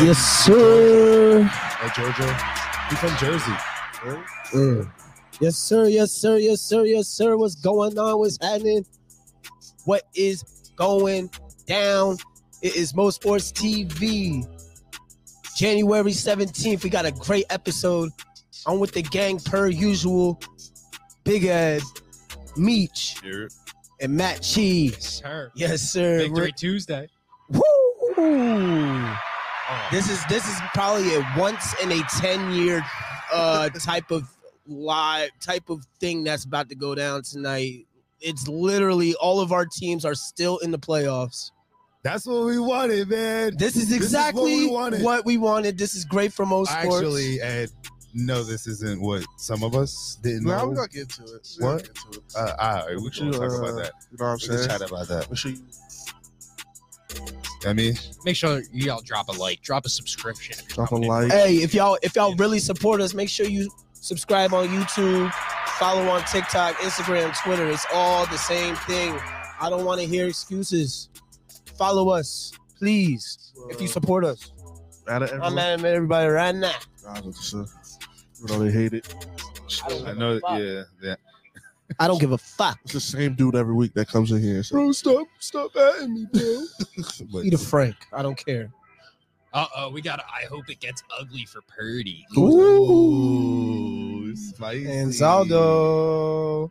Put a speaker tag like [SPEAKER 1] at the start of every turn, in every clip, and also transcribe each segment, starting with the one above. [SPEAKER 1] Yes, sir.
[SPEAKER 2] Like Jojo. He's from Jersey. Really?
[SPEAKER 1] Mm. Yes, sir. Yes, sir. Yes, sir. Yes, sir. What's going on? What's happening? What is going down? It is Mo Sports TV. January 17th. We got a great episode. I'm with the gang per usual. Big Ed, Meech,
[SPEAKER 2] You're-
[SPEAKER 1] and Matt Cheese.
[SPEAKER 3] Sir.
[SPEAKER 1] Yes, sir.
[SPEAKER 3] Victory Tuesday.
[SPEAKER 1] Woo!
[SPEAKER 2] oh.
[SPEAKER 1] This is this is probably a once in a ten year uh type of live type of thing that's about to go down tonight. It's literally all of our teams are still in the playoffs.
[SPEAKER 2] That's what we wanted, man.
[SPEAKER 1] This
[SPEAKER 2] This
[SPEAKER 1] is
[SPEAKER 2] is what
[SPEAKER 1] exactly
[SPEAKER 2] we
[SPEAKER 1] what,
[SPEAKER 2] wanted.
[SPEAKER 1] we wanted. This is great for most sports.
[SPEAKER 2] Actually, Ed, no, this isn't what some of us didn't
[SPEAKER 4] Nah,
[SPEAKER 2] know.
[SPEAKER 4] we're gonna get to it. We're
[SPEAKER 2] What?
[SPEAKER 4] gonna get to it.
[SPEAKER 2] uh, all right, we should talk
[SPEAKER 1] uh,
[SPEAKER 2] about that.
[SPEAKER 4] You know what I'm
[SPEAKER 2] We can
[SPEAKER 4] saying?
[SPEAKER 2] chat about that.
[SPEAKER 4] Make sure you
[SPEAKER 2] I mean,
[SPEAKER 3] Make sure you all drop a like, drop a subscription.
[SPEAKER 4] drop a like.
[SPEAKER 1] hey, if y'all if y'all really support us, make sure you subscribe on YouTube, follow on TikTok, Instagram, Twitter. It's all the same thing. I don't want to hear excuses. Follow us, please, if you support us.
[SPEAKER 4] out of
[SPEAKER 1] I'm
[SPEAKER 4] everyone,
[SPEAKER 1] mad at everybody right now.
[SPEAKER 4] God, what you said. even though they hate it,
[SPEAKER 2] I know. Yeah, yeah.
[SPEAKER 1] I don't give a fuck.
[SPEAKER 4] it's the same dude every week that comes in here. and says, bro, stop, stop at me, bro.
[SPEAKER 2] But
[SPEAKER 1] Eat a Frank. I don't care.
[SPEAKER 3] Uh oh, we got. I hope it gets ugly for Purdy.
[SPEAKER 2] Ooh, spicy.
[SPEAKER 1] And Zaldo.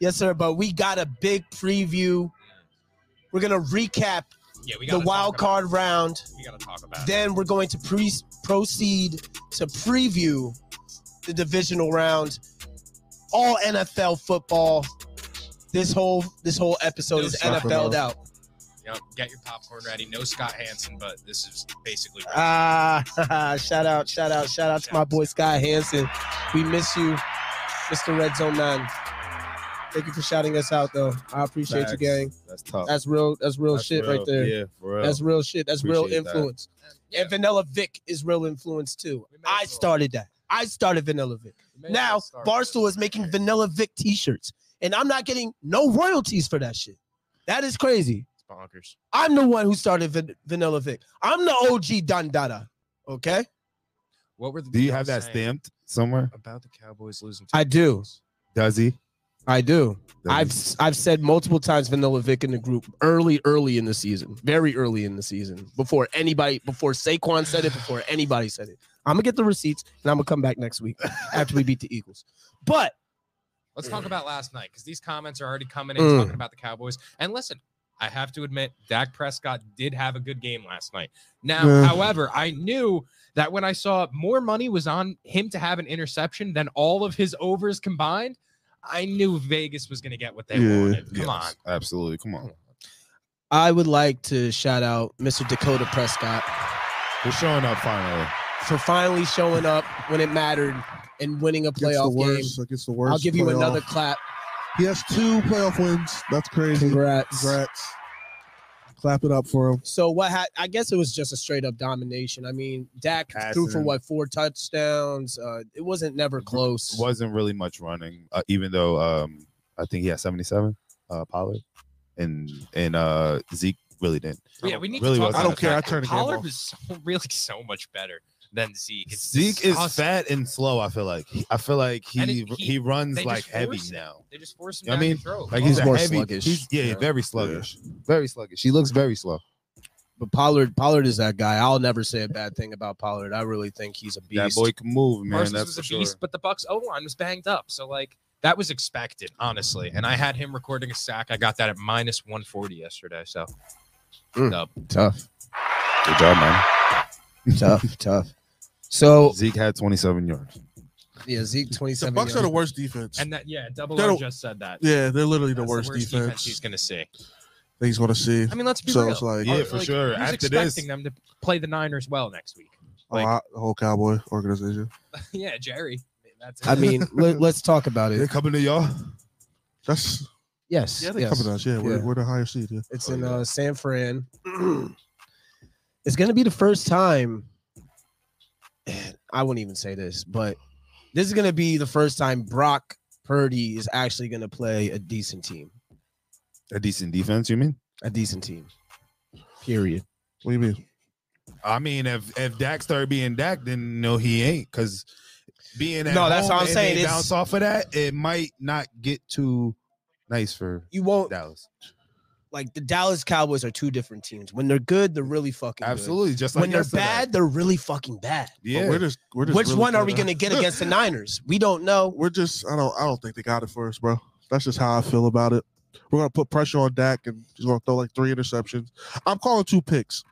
[SPEAKER 1] Yes, sir. But we got a big preview. We're gonna recap
[SPEAKER 3] Yeah, we
[SPEAKER 1] the
[SPEAKER 3] got
[SPEAKER 1] wild card round.
[SPEAKER 3] We gotta talk about. it.
[SPEAKER 1] Then we're going to pre- proceed to preview the divisional round. All NFL football. This whole this whole episode is
[SPEAKER 3] No,
[SPEAKER 1] NFL'd out.
[SPEAKER 3] Yep, get your popcorn ready. No Scott Hansen, but this is basically.
[SPEAKER 1] Ah, shout out, shout out, shout out to my boy Sky Hansen. We miss you, Mr. Red Zone Man. Thank you for shouting us out, though. I appreciate
[SPEAKER 2] Facts.
[SPEAKER 1] you, gang.
[SPEAKER 2] That's tough.
[SPEAKER 1] That's real. That's real
[SPEAKER 2] That's
[SPEAKER 1] shit
[SPEAKER 2] real.
[SPEAKER 1] right there.
[SPEAKER 2] Yeah, for real.
[SPEAKER 1] That's real shit. That's real
[SPEAKER 2] Appreciate that.
[SPEAKER 1] influence.
[SPEAKER 3] Yeah,
[SPEAKER 1] And Vanilla Vic is real influence too.
[SPEAKER 3] We may
[SPEAKER 1] I
[SPEAKER 3] as well-
[SPEAKER 1] started that. I started Vanilla Vic.
[SPEAKER 3] we may as
[SPEAKER 1] Now
[SPEAKER 3] well start
[SPEAKER 1] Barstool
[SPEAKER 3] with-
[SPEAKER 1] is making Vanilla Vic T-shirts, and I'm not getting no royalties for that shit. That is crazy.
[SPEAKER 3] bonkers.
[SPEAKER 1] I'm the one who started Van- Vanilla Vic. I'm the OG Don Dada. Okay.
[SPEAKER 3] What were the
[SPEAKER 2] Do you
[SPEAKER 3] people
[SPEAKER 2] have that
[SPEAKER 3] saying
[SPEAKER 2] stamped somewhere?
[SPEAKER 3] about the Cowboys losing?
[SPEAKER 1] I
[SPEAKER 3] to-
[SPEAKER 1] do.
[SPEAKER 2] Does he?
[SPEAKER 1] I do.
[SPEAKER 2] Does
[SPEAKER 1] I've
[SPEAKER 2] he?
[SPEAKER 1] s- I've said multiple times Vanilla Vic in the group early, early in the season, very early in the season, before anybody, before Saquon said it, before anybody said it. I'm gonna get the receipts and I'm gonna come back next week after we beat the Eagles. But
[SPEAKER 3] Let's talk about last night because these comments are already coming in
[SPEAKER 1] Mm.
[SPEAKER 3] talking about the Cowboys. And listen, I have to admit, Dak Prescott did have a good game last night. Now,
[SPEAKER 4] Yeah.
[SPEAKER 3] however, I knew that when I saw more money was on him to have an interception than all of his overs combined, I knew Vegas was going to get what they
[SPEAKER 4] Yeah.
[SPEAKER 3] wanted. Come
[SPEAKER 2] Yes,
[SPEAKER 3] on.
[SPEAKER 2] Absolutely. Come on.
[SPEAKER 1] I would like to shout out Mr. Dakota Prescott
[SPEAKER 2] We're showing up finally.
[SPEAKER 1] for finally showing up when it mattered and winning a
[SPEAKER 4] Gets the
[SPEAKER 1] playoff game.
[SPEAKER 4] worst. Like, it's the worst.
[SPEAKER 1] I'll give you
[SPEAKER 4] playoff.
[SPEAKER 1] another clap.
[SPEAKER 4] He has two playoff wins. That's crazy.
[SPEAKER 1] Congrats.
[SPEAKER 4] Congrats. Clap it up for him.
[SPEAKER 1] So what had I guess it was just a straight up domination. I mean, Dak threw for
[SPEAKER 2] Passing.
[SPEAKER 1] what four touchdowns. Uh, it wasn't never close.
[SPEAKER 2] Wasn't really much running, uh, even though um, I think he had 77, uh, Pollard. And and uh, Zeke really didn't.
[SPEAKER 3] Yeah, we need
[SPEAKER 2] Really
[SPEAKER 3] to talk
[SPEAKER 2] was-
[SPEAKER 3] about
[SPEAKER 2] I don't
[SPEAKER 3] the
[SPEAKER 4] care.
[SPEAKER 3] fact
[SPEAKER 4] I turn
[SPEAKER 3] that
[SPEAKER 4] the game
[SPEAKER 3] Pollard
[SPEAKER 4] off.
[SPEAKER 3] was so, really so much better than Zeke. It's
[SPEAKER 2] Zeke is
[SPEAKER 3] disgusting.
[SPEAKER 2] fat and slow, I feel like. I feel like he
[SPEAKER 3] And
[SPEAKER 2] he,
[SPEAKER 3] it- he-
[SPEAKER 2] runs
[SPEAKER 3] they
[SPEAKER 2] like
[SPEAKER 3] just
[SPEAKER 2] heavy
[SPEAKER 3] force it.
[SPEAKER 2] now.
[SPEAKER 3] They just forced him
[SPEAKER 2] I
[SPEAKER 3] down
[SPEAKER 2] mean,
[SPEAKER 3] your throat.
[SPEAKER 2] Like he's
[SPEAKER 1] He's
[SPEAKER 2] a
[SPEAKER 1] more
[SPEAKER 2] heavy.
[SPEAKER 1] sluggish.
[SPEAKER 2] He's, yeah,
[SPEAKER 4] Yeah.
[SPEAKER 2] very sluggish. Very sluggish. He looks very slow.
[SPEAKER 1] But Pollard, Pollard is that guy. I'll never say a bad thing about Pollard. I really think he's a beast.
[SPEAKER 2] That boy can move, man.
[SPEAKER 3] Parsons
[SPEAKER 2] that's
[SPEAKER 3] was
[SPEAKER 2] for
[SPEAKER 3] a
[SPEAKER 2] sure.
[SPEAKER 3] beast, but the Bucks O line was banged up. So like that was expected, honestly. And I had him recording a sack. I got that at minus one forty yesterday. So
[SPEAKER 1] Mm.
[SPEAKER 3] Dub.
[SPEAKER 1] tough,
[SPEAKER 2] Good job, man.
[SPEAKER 1] tough, tough. So
[SPEAKER 2] Zeke had 27 yards.
[SPEAKER 1] yeah, Zeke twenty
[SPEAKER 4] The
[SPEAKER 1] seven.
[SPEAKER 4] Bucks are the worst defense.
[SPEAKER 3] and that yeah, double
[SPEAKER 4] That'll-
[SPEAKER 3] R just said that.
[SPEAKER 4] yeah, they're literally
[SPEAKER 3] That's
[SPEAKER 4] the worst, defense,
[SPEAKER 3] he's gonna see.
[SPEAKER 4] that he's going to see.
[SPEAKER 3] I mean, let's be
[SPEAKER 4] So
[SPEAKER 3] real.
[SPEAKER 4] it's like-
[SPEAKER 2] Yeah, for sure.
[SPEAKER 3] Who's
[SPEAKER 2] After
[SPEAKER 3] expecting
[SPEAKER 2] this-
[SPEAKER 3] them to play the Niners well next week?
[SPEAKER 4] a lot, the whole Cowboy organization.
[SPEAKER 3] yeah, Jerry. That's
[SPEAKER 1] I mean, let, us talk about
[SPEAKER 2] They
[SPEAKER 1] it.
[SPEAKER 2] coming to y'all.
[SPEAKER 4] That's
[SPEAKER 1] Yes,
[SPEAKER 4] yeah, they're
[SPEAKER 1] yes.
[SPEAKER 4] coming to us. Yeah, We're,
[SPEAKER 1] Yeah.
[SPEAKER 4] we're the higher seed. Yeah.
[SPEAKER 1] It's
[SPEAKER 2] Oh,
[SPEAKER 1] in
[SPEAKER 2] yeah.
[SPEAKER 1] uh, San Fran. it's going to be the first time. I wouldn't even say this, but this is going to be the first time Brock Purdy is actually going to play a decent team.
[SPEAKER 2] A decent defense, you mean?
[SPEAKER 1] A decent team. Period.
[SPEAKER 4] What do you mean?
[SPEAKER 2] I mean, if if Dak started being Dak, then no, he ain't because being at
[SPEAKER 1] No, that's
[SPEAKER 2] home
[SPEAKER 1] what I'm
[SPEAKER 2] and
[SPEAKER 1] saying,
[SPEAKER 2] they
[SPEAKER 1] it's-
[SPEAKER 2] bounce off of that, it might not get too nice for
[SPEAKER 1] You won't
[SPEAKER 2] Dallas.
[SPEAKER 1] like the Dallas Cowboys are two different teams. When they're good, they're really fucking good.
[SPEAKER 2] Absolutely, just like
[SPEAKER 1] When they're
[SPEAKER 2] yesterday.
[SPEAKER 1] bad, they're really fucking bad.
[SPEAKER 4] But
[SPEAKER 2] Yeah,
[SPEAKER 4] Oh, We're just, we're just
[SPEAKER 1] Which
[SPEAKER 4] really
[SPEAKER 1] one are
[SPEAKER 4] good
[SPEAKER 1] we
[SPEAKER 4] at-
[SPEAKER 1] gonna get against the Niners? We don't know.
[SPEAKER 4] We're just, I don't, I don't think they got it for us, bro. That's just how I feel about it. We're gonna put pressure on Dak and he's gonna throw like three interceptions. I'm calling two picks.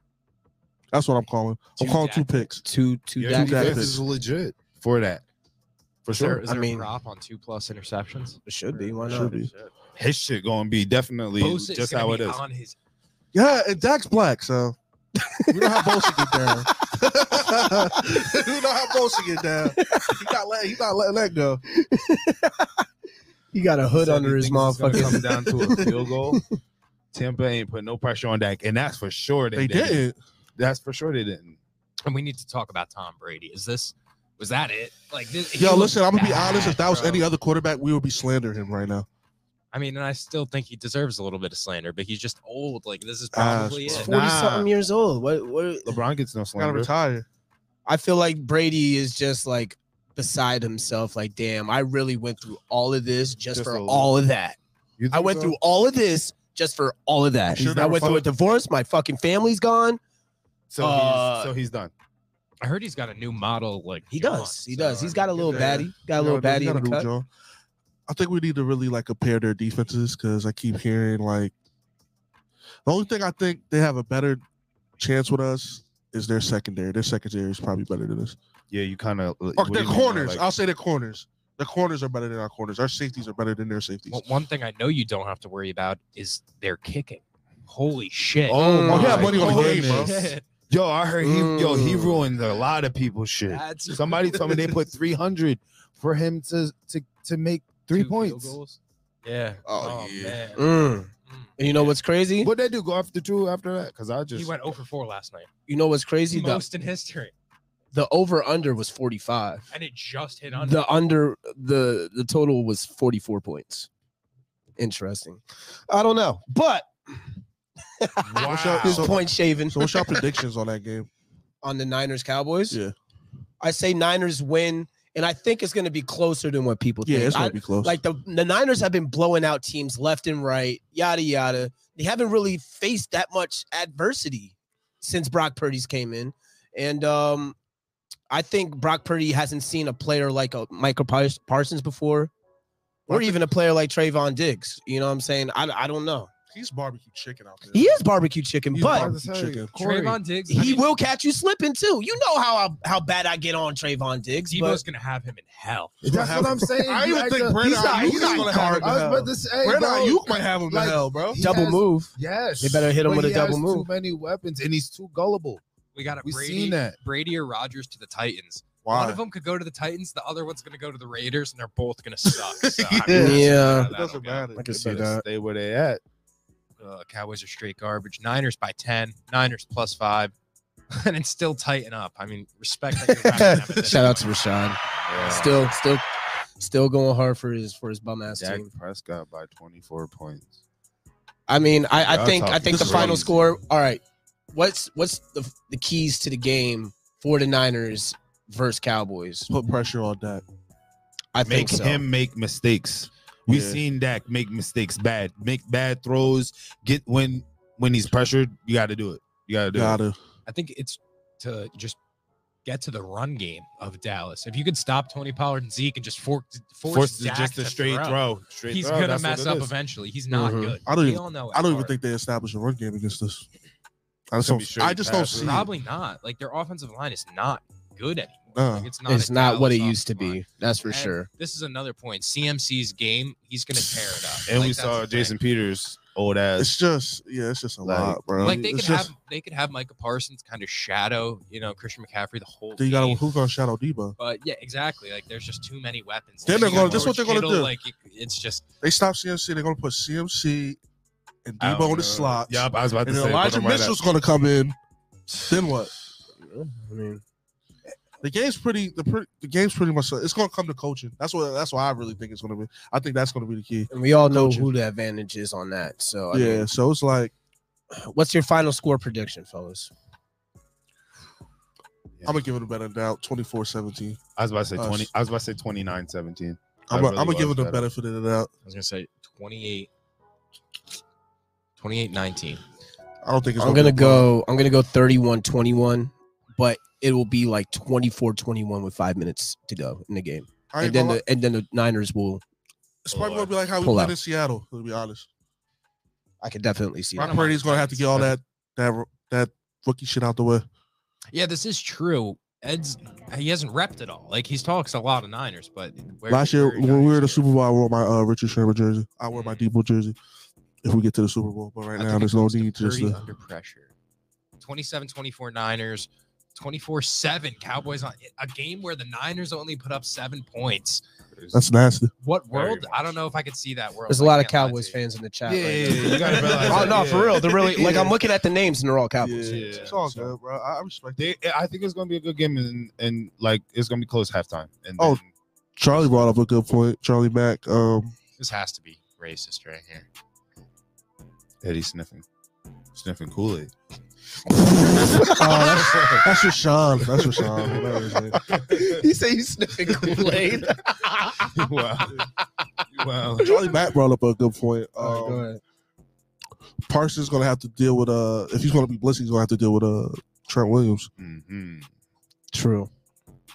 [SPEAKER 4] That's what I'm calling. I'm
[SPEAKER 3] Two
[SPEAKER 4] calling
[SPEAKER 3] Dak
[SPEAKER 4] two picks.
[SPEAKER 1] Two, two.
[SPEAKER 2] yeah,
[SPEAKER 4] Dak
[SPEAKER 2] Dak
[SPEAKER 4] is-
[SPEAKER 2] is legit for that, for sure.
[SPEAKER 3] Is there
[SPEAKER 1] I mean-
[SPEAKER 3] a prop on two plus interceptions?
[SPEAKER 1] should be. Why
[SPEAKER 4] Should
[SPEAKER 1] not?
[SPEAKER 4] be.
[SPEAKER 2] His shit gonna be definitely
[SPEAKER 3] Bosa is
[SPEAKER 2] just
[SPEAKER 3] gonna
[SPEAKER 2] how it
[SPEAKER 3] be
[SPEAKER 2] is.
[SPEAKER 3] on his
[SPEAKER 4] Yeah, and Dak's black, so we know how Bosa get down. we know how Bosa get down. He not let, he not letting that go.
[SPEAKER 1] He got a hood
[SPEAKER 2] So
[SPEAKER 1] under
[SPEAKER 2] you
[SPEAKER 1] his
[SPEAKER 2] think it's gonna
[SPEAKER 1] motherfucking.
[SPEAKER 2] Come down to a field goal. Tampa ain't put no pressure on Dak, and that's for sure they,
[SPEAKER 4] They didn't.
[SPEAKER 2] That's for sure they didn't.
[SPEAKER 3] and we need to talk about Tom Brady. Is this was that it? Like this, he
[SPEAKER 4] Yo,
[SPEAKER 3] looked
[SPEAKER 4] listen, I'm gonna be
[SPEAKER 3] bad,
[SPEAKER 4] honest. If that was
[SPEAKER 3] bro.
[SPEAKER 4] any other quarterback, we would be slandering him right now.
[SPEAKER 3] I mean, and I still think he deserves a little bit of slander, but he's just old. Like this is probably
[SPEAKER 4] bro.
[SPEAKER 3] it.
[SPEAKER 1] Forty something years old. What? What?
[SPEAKER 2] LeBron gets no
[SPEAKER 4] Gotta
[SPEAKER 2] slander.
[SPEAKER 4] retire.
[SPEAKER 1] I feel like Brady is just like beside himself. Like, damn, I really went through all of this just,
[SPEAKER 2] Just
[SPEAKER 1] for
[SPEAKER 2] a little-
[SPEAKER 1] all of that.
[SPEAKER 2] You
[SPEAKER 1] I
[SPEAKER 2] think
[SPEAKER 1] went
[SPEAKER 2] so?
[SPEAKER 1] through all of this just for all of that.
[SPEAKER 4] Sure
[SPEAKER 1] I
[SPEAKER 4] never
[SPEAKER 1] went through a
[SPEAKER 4] fuck-
[SPEAKER 1] divorce. My fucking family's gone.
[SPEAKER 2] So,
[SPEAKER 1] uh,
[SPEAKER 2] he's, so he's done.
[SPEAKER 3] I heard he's got a new model. Like
[SPEAKER 1] He
[SPEAKER 3] John,
[SPEAKER 1] does. He
[SPEAKER 3] so,
[SPEAKER 1] does.
[SPEAKER 3] I
[SPEAKER 1] He's got a
[SPEAKER 3] mean,
[SPEAKER 1] little
[SPEAKER 4] yeah.
[SPEAKER 1] baddie. Got a
[SPEAKER 4] You know,
[SPEAKER 1] little
[SPEAKER 4] they
[SPEAKER 1] baddie
[SPEAKER 4] gotta
[SPEAKER 1] in the
[SPEAKER 4] do,
[SPEAKER 1] cut.
[SPEAKER 4] Joe. I think we need to really like compare their defenses because I keep hearing like the only thing I think they have a better chance with us is their secondary. Their secondary is probably better than us.
[SPEAKER 2] Yeah, you kind of.
[SPEAKER 4] Or their corners. I'll say their corners. Their corners are better than our corners. Our safeties are better than their safeties.
[SPEAKER 3] Well, one thing I know you don't have to worry about is their kicking. Holy shit!
[SPEAKER 2] Oh,
[SPEAKER 4] Oh,
[SPEAKER 2] my
[SPEAKER 4] yeah, money on the game, bro.
[SPEAKER 2] goodness. Yo, I heard he. Yo, he
[SPEAKER 1] Mm.
[SPEAKER 2] ruined a lot of people's shit.
[SPEAKER 3] That's
[SPEAKER 2] Somebody told me they put three hundred for him to to to make three
[SPEAKER 3] Two field
[SPEAKER 2] points.
[SPEAKER 3] goals. Yeah.
[SPEAKER 4] Oh, yeah.
[SPEAKER 3] man.
[SPEAKER 1] Mm.
[SPEAKER 3] Mm.
[SPEAKER 1] And you know what's crazy?
[SPEAKER 2] What they do? Go after two after that? Because I just
[SPEAKER 3] He went 0 for 4 last night.
[SPEAKER 1] You know what's crazy? The,
[SPEAKER 3] Most in history.
[SPEAKER 1] the over under was 45.
[SPEAKER 3] And it just hit under.
[SPEAKER 1] The under the the total was 44 points. Interesting. I don't know. But
[SPEAKER 2] Wow.
[SPEAKER 1] his point shaven
[SPEAKER 4] So what's your predictions on that game?
[SPEAKER 1] on the Niners Cowboys.
[SPEAKER 4] Yeah.
[SPEAKER 1] I say Niners win and I think it's going to be closer than what people
[SPEAKER 4] Yeah,
[SPEAKER 1] think.
[SPEAKER 4] it's
[SPEAKER 1] I-
[SPEAKER 4] gonna be close.
[SPEAKER 1] Like the, the Niners have been blowing out teams left and right, yada yada. They haven't really faced that much adversity since Brock Purdy's came in. And um I think Brock Purdy hasn't seen a player like a Michael Pars- Parsons before, or even a player like Trayvon Diggs. You know what I'm saying? I, I don't know.
[SPEAKER 4] he's barbecue chicken out there.
[SPEAKER 1] He is barbecue chicken,
[SPEAKER 4] He's
[SPEAKER 1] but
[SPEAKER 4] barbecue chicken.
[SPEAKER 2] Corey.
[SPEAKER 3] Trayvon Diggs.
[SPEAKER 1] he
[SPEAKER 3] I mean,
[SPEAKER 1] will catch you slipping too. You know how I, how bad I get on Trayvon Diggs.
[SPEAKER 3] Debo's
[SPEAKER 1] but
[SPEAKER 3] going to have him in hell.
[SPEAKER 2] That's what I'm saying.
[SPEAKER 4] I
[SPEAKER 2] You
[SPEAKER 4] even
[SPEAKER 2] act
[SPEAKER 4] think
[SPEAKER 2] a-
[SPEAKER 4] Brandon
[SPEAKER 2] he's not-
[SPEAKER 4] Ayuk
[SPEAKER 2] he's
[SPEAKER 4] is
[SPEAKER 2] not-
[SPEAKER 4] gonna have him
[SPEAKER 2] I was
[SPEAKER 4] in
[SPEAKER 2] about to say,
[SPEAKER 4] Brandon
[SPEAKER 2] bro,
[SPEAKER 4] Ayuk might have him
[SPEAKER 2] like-
[SPEAKER 4] in hell, bro.
[SPEAKER 2] he
[SPEAKER 1] double
[SPEAKER 2] has-
[SPEAKER 1] move.
[SPEAKER 2] Yes,
[SPEAKER 1] They better hit him
[SPEAKER 2] But
[SPEAKER 1] with a
[SPEAKER 2] he
[SPEAKER 1] double
[SPEAKER 2] has
[SPEAKER 1] move.
[SPEAKER 2] Too many weapons, and he's too gullible.
[SPEAKER 3] We got a
[SPEAKER 2] We've
[SPEAKER 3] Brady,
[SPEAKER 2] seen that.
[SPEAKER 3] Brady or Rogers to the Titans. One
[SPEAKER 4] Why?
[SPEAKER 3] of them could go to the Titans. The other one's going to go to the Raiders, and they're both going to suck. So, I
[SPEAKER 4] Yeah.
[SPEAKER 3] mean, we'll see how
[SPEAKER 1] Yeah.
[SPEAKER 3] that'll
[SPEAKER 4] It doesn't
[SPEAKER 3] go.
[SPEAKER 4] matter.
[SPEAKER 1] I can
[SPEAKER 2] They
[SPEAKER 1] see
[SPEAKER 2] better
[SPEAKER 1] that.
[SPEAKER 2] Stay where they at.
[SPEAKER 3] Uh, Cowboys are straight garbage. Niners by 10. Niners plus 5. And it's still tighten up. I mean, respect. that you're backing them at this
[SPEAKER 1] Shout out to
[SPEAKER 3] point.
[SPEAKER 1] Rashad.
[SPEAKER 2] Yeah.
[SPEAKER 1] Still, still, still going hard for his for his bum ass
[SPEAKER 2] Dak
[SPEAKER 1] team.
[SPEAKER 2] Prescott by 24 points.
[SPEAKER 1] I mean, I, I
[SPEAKER 2] Y'all
[SPEAKER 1] think I
[SPEAKER 2] talking
[SPEAKER 1] think the final
[SPEAKER 2] crazy.
[SPEAKER 1] score. All right, what's what's the the keys to the game for the Niners versus Cowboys?
[SPEAKER 4] Put pressure on Dak.
[SPEAKER 1] I
[SPEAKER 2] Make
[SPEAKER 1] think so.
[SPEAKER 2] him make mistakes. We've
[SPEAKER 4] Yeah.
[SPEAKER 2] seen Dak make mistakes bad, make bad throws. Get when when he's pressured, you got to do it. You got to do it.
[SPEAKER 4] Gotta.
[SPEAKER 3] I think it's to just get to the run game of Dallas. If you could stop Tony Pollard and Zeke and just fork, force,
[SPEAKER 2] Force
[SPEAKER 3] Dak
[SPEAKER 2] just a
[SPEAKER 3] to
[SPEAKER 2] straight
[SPEAKER 3] throw,
[SPEAKER 2] throw. Straight
[SPEAKER 3] he's
[SPEAKER 2] throw,
[SPEAKER 3] gonna
[SPEAKER 2] that's what
[SPEAKER 3] mess
[SPEAKER 2] it
[SPEAKER 3] up
[SPEAKER 2] is.
[SPEAKER 3] eventually. He's not
[SPEAKER 1] Mhm.
[SPEAKER 3] good.
[SPEAKER 4] I don't
[SPEAKER 3] We
[SPEAKER 4] even-
[SPEAKER 3] all know it.
[SPEAKER 4] I don't even
[SPEAKER 3] Hard.
[SPEAKER 4] think they established a run game against us. I just
[SPEAKER 2] Could be
[SPEAKER 4] don't.
[SPEAKER 2] straight
[SPEAKER 4] I just don't
[SPEAKER 2] passes.
[SPEAKER 4] see. it.
[SPEAKER 3] probably not. Like their offensive line is not good anymore.
[SPEAKER 4] No.
[SPEAKER 3] Like, it's not.
[SPEAKER 1] It's
[SPEAKER 3] a
[SPEAKER 1] not what it
[SPEAKER 3] Dallas
[SPEAKER 1] used to
[SPEAKER 3] offensive line.
[SPEAKER 1] be. That's for
[SPEAKER 3] And
[SPEAKER 1] sure.
[SPEAKER 3] This is another point. CMC's game. He's gonna tear it up.
[SPEAKER 2] And
[SPEAKER 3] Like,
[SPEAKER 2] we
[SPEAKER 3] that's
[SPEAKER 2] saw
[SPEAKER 3] the thing.
[SPEAKER 2] Jason Peters old ass.
[SPEAKER 4] It's just yeah. It's just a
[SPEAKER 2] Like-
[SPEAKER 4] lot, bro.
[SPEAKER 3] Like they could
[SPEAKER 4] It's
[SPEAKER 3] have
[SPEAKER 4] just-
[SPEAKER 3] they could have Micah Parsons kind of shadow you know Christian McCaffrey the whole.
[SPEAKER 4] Then you got to
[SPEAKER 3] game.
[SPEAKER 4] who's gonna shadow Debo?
[SPEAKER 3] But yeah, exactly. Like there's just too many weapons.
[SPEAKER 4] Then
[SPEAKER 3] Like,
[SPEAKER 4] they're
[SPEAKER 3] you got
[SPEAKER 4] gonna- this is what
[SPEAKER 3] George
[SPEAKER 4] they're gonna do.
[SPEAKER 3] Like it- it's just
[SPEAKER 4] They stop CMC. They're gonna put CMC and
[SPEAKER 2] I don't
[SPEAKER 4] Debo in
[SPEAKER 2] know.
[SPEAKER 4] the slot.
[SPEAKER 2] Yup, I was about to
[SPEAKER 4] uh, And
[SPEAKER 2] say.
[SPEAKER 4] then
[SPEAKER 2] put
[SPEAKER 4] Elijah
[SPEAKER 2] him right
[SPEAKER 4] Mitchell's
[SPEAKER 2] up.
[SPEAKER 4] gonna come in. Then what?
[SPEAKER 1] I mean,
[SPEAKER 4] The game's pretty. The, pre, the game's pretty much. It's gonna come to coaching. That's what. That's what I really think it's gonna be. I think that's gonna be the key.
[SPEAKER 1] and we all know
[SPEAKER 4] Coaching.
[SPEAKER 1] who the advantage is on that. So, I
[SPEAKER 4] yeah.
[SPEAKER 1] mean,
[SPEAKER 4] so it's like
[SPEAKER 1] what's your final score prediction, fellas?
[SPEAKER 4] I'm gonna give it a better doubt. 24-17.
[SPEAKER 2] I was about to say
[SPEAKER 4] Us.
[SPEAKER 2] 20. I was about to say 29 17.
[SPEAKER 4] I'm
[SPEAKER 2] I
[SPEAKER 4] gonna
[SPEAKER 2] really
[SPEAKER 4] I'm gonna give
[SPEAKER 2] was
[SPEAKER 4] it the
[SPEAKER 2] better.
[SPEAKER 4] benefit of the doubt.
[SPEAKER 3] I was gonna say 28, 28, 19.
[SPEAKER 4] I don't think it's
[SPEAKER 1] I'm gonna
[SPEAKER 4] gonna be a blowout.
[SPEAKER 1] go. I'm gonna go 31-21, but it will be like 24-21 with five minutes to go in the game,
[SPEAKER 4] I ain't
[SPEAKER 1] and then
[SPEAKER 4] gonna
[SPEAKER 1] the, and then the Niners will.
[SPEAKER 4] lie. it's probably gonna be like how we
[SPEAKER 1] Pull
[SPEAKER 4] played
[SPEAKER 1] out.
[SPEAKER 4] in Seattle. To be honest,
[SPEAKER 1] I could definitely see
[SPEAKER 3] Run
[SPEAKER 1] that.
[SPEAKER 3] them.
[SPEAKER 4] Brady's gonna have to get all that that that rookie shit out the way.
[SPEAKER 3] Yeah, this is true. Ed's he hasn't repped it all. Like he's talks a lot of Niners, but where-
[SPEAKER 4] Last year
[SPEAKER 3] where-
[SPEAKER 4] when we were in the Super Bowl, I wore my uh, Richard Sherman jersey. I wear my
[SPEAKER 3] Mm.
[SPEAKER 4] Debo jersey if we get to the Super Bowl. But right now,
[SPEAKER 3] I think it
[SPEAKER 4] there's no
[SPEAKER 3] goes to
[SPEAKER 4] need. Just uh,
[SPEAKER 3] Purdy
[SPEAKER 4] to,
[SPEAKER 3] under pressure. 27 24 Niners, 24 7 Cowboys on a game where the Niners only put up seven points.
[SPEAKER 4] that's nasty.
[SPEAKER 3] What
[SPEAKER 2] Very
[SPEAKER 3] world?
[SPEAKER 2] much.
[SPEAKER 3] I don't know if I could see that world.
[SPEAKER 1] There's a
[SPEAKER 3] I
[SPEAKER 1] lot of
[SPEAKER 3] can't lie to
[SPEAKER 1] Cowboys
[SPEAKER 3] you.
[SPEAKER 1] fans in the chat.
[SPEAKER 2] Yeah,
[SPEAKER 1] right
[SPEAKER 2] yeah,
[SPEAKER 1] now.
[SPEAKER 2] yeah, you gotta realize
[SPEAKER 1] Oh
[SPEAKER 2] that,
[SPEAKER 1] no,
[SPEAKER 2] yeah.
[SPEAKER 1] for real. They're really like
[SPEAKER 2] Yeah.
[SPEAKER 1] I'm looking at the names and they're all Cowboys.
[SPEAKER 4] Yeah,
[SPEAKER 2] Yeah,
[SPEAKER 4] it's all
[SPEAKER 2] so-
[SPEAKER 4] good, bro. I, I respect it.
[SPEAKER 2] They, I think it's gonna be a good game, and and like it's gonna be close halftime. And
[SPEAKER 4] Oh.
[SPEAKER 2] then-
[SPEAKER 4] Charlie brought up a good point. Charlie Mack. Um,
[SPEAKER 3] This has to be racist right here.
[SPEAKER 2] Eddie sniffing, sniffing Kool Aid.
[SPEAKER 4] oh, that's, that's Rashawn. That's Rashawn. Whatever his name.
[SPEAKER 1] he said he's sniffing Kool-Aid.
[SPEAKER 2] wow, wow.
[SPEAKER 4] Charlie Mack brought up a good point. Um,
[SPEAKER 1] All right, Oh,
[SPEAKER 2] Oh.
[SPEAKER 1] go ahead.
[SPEAKER 4] Parsons gonna have to deal with uh if he's gonna be blitzing, he's gonna have to deal with uh Trent Williams.
[SPEAKER 2] hmm
[SPEAKER 1] True.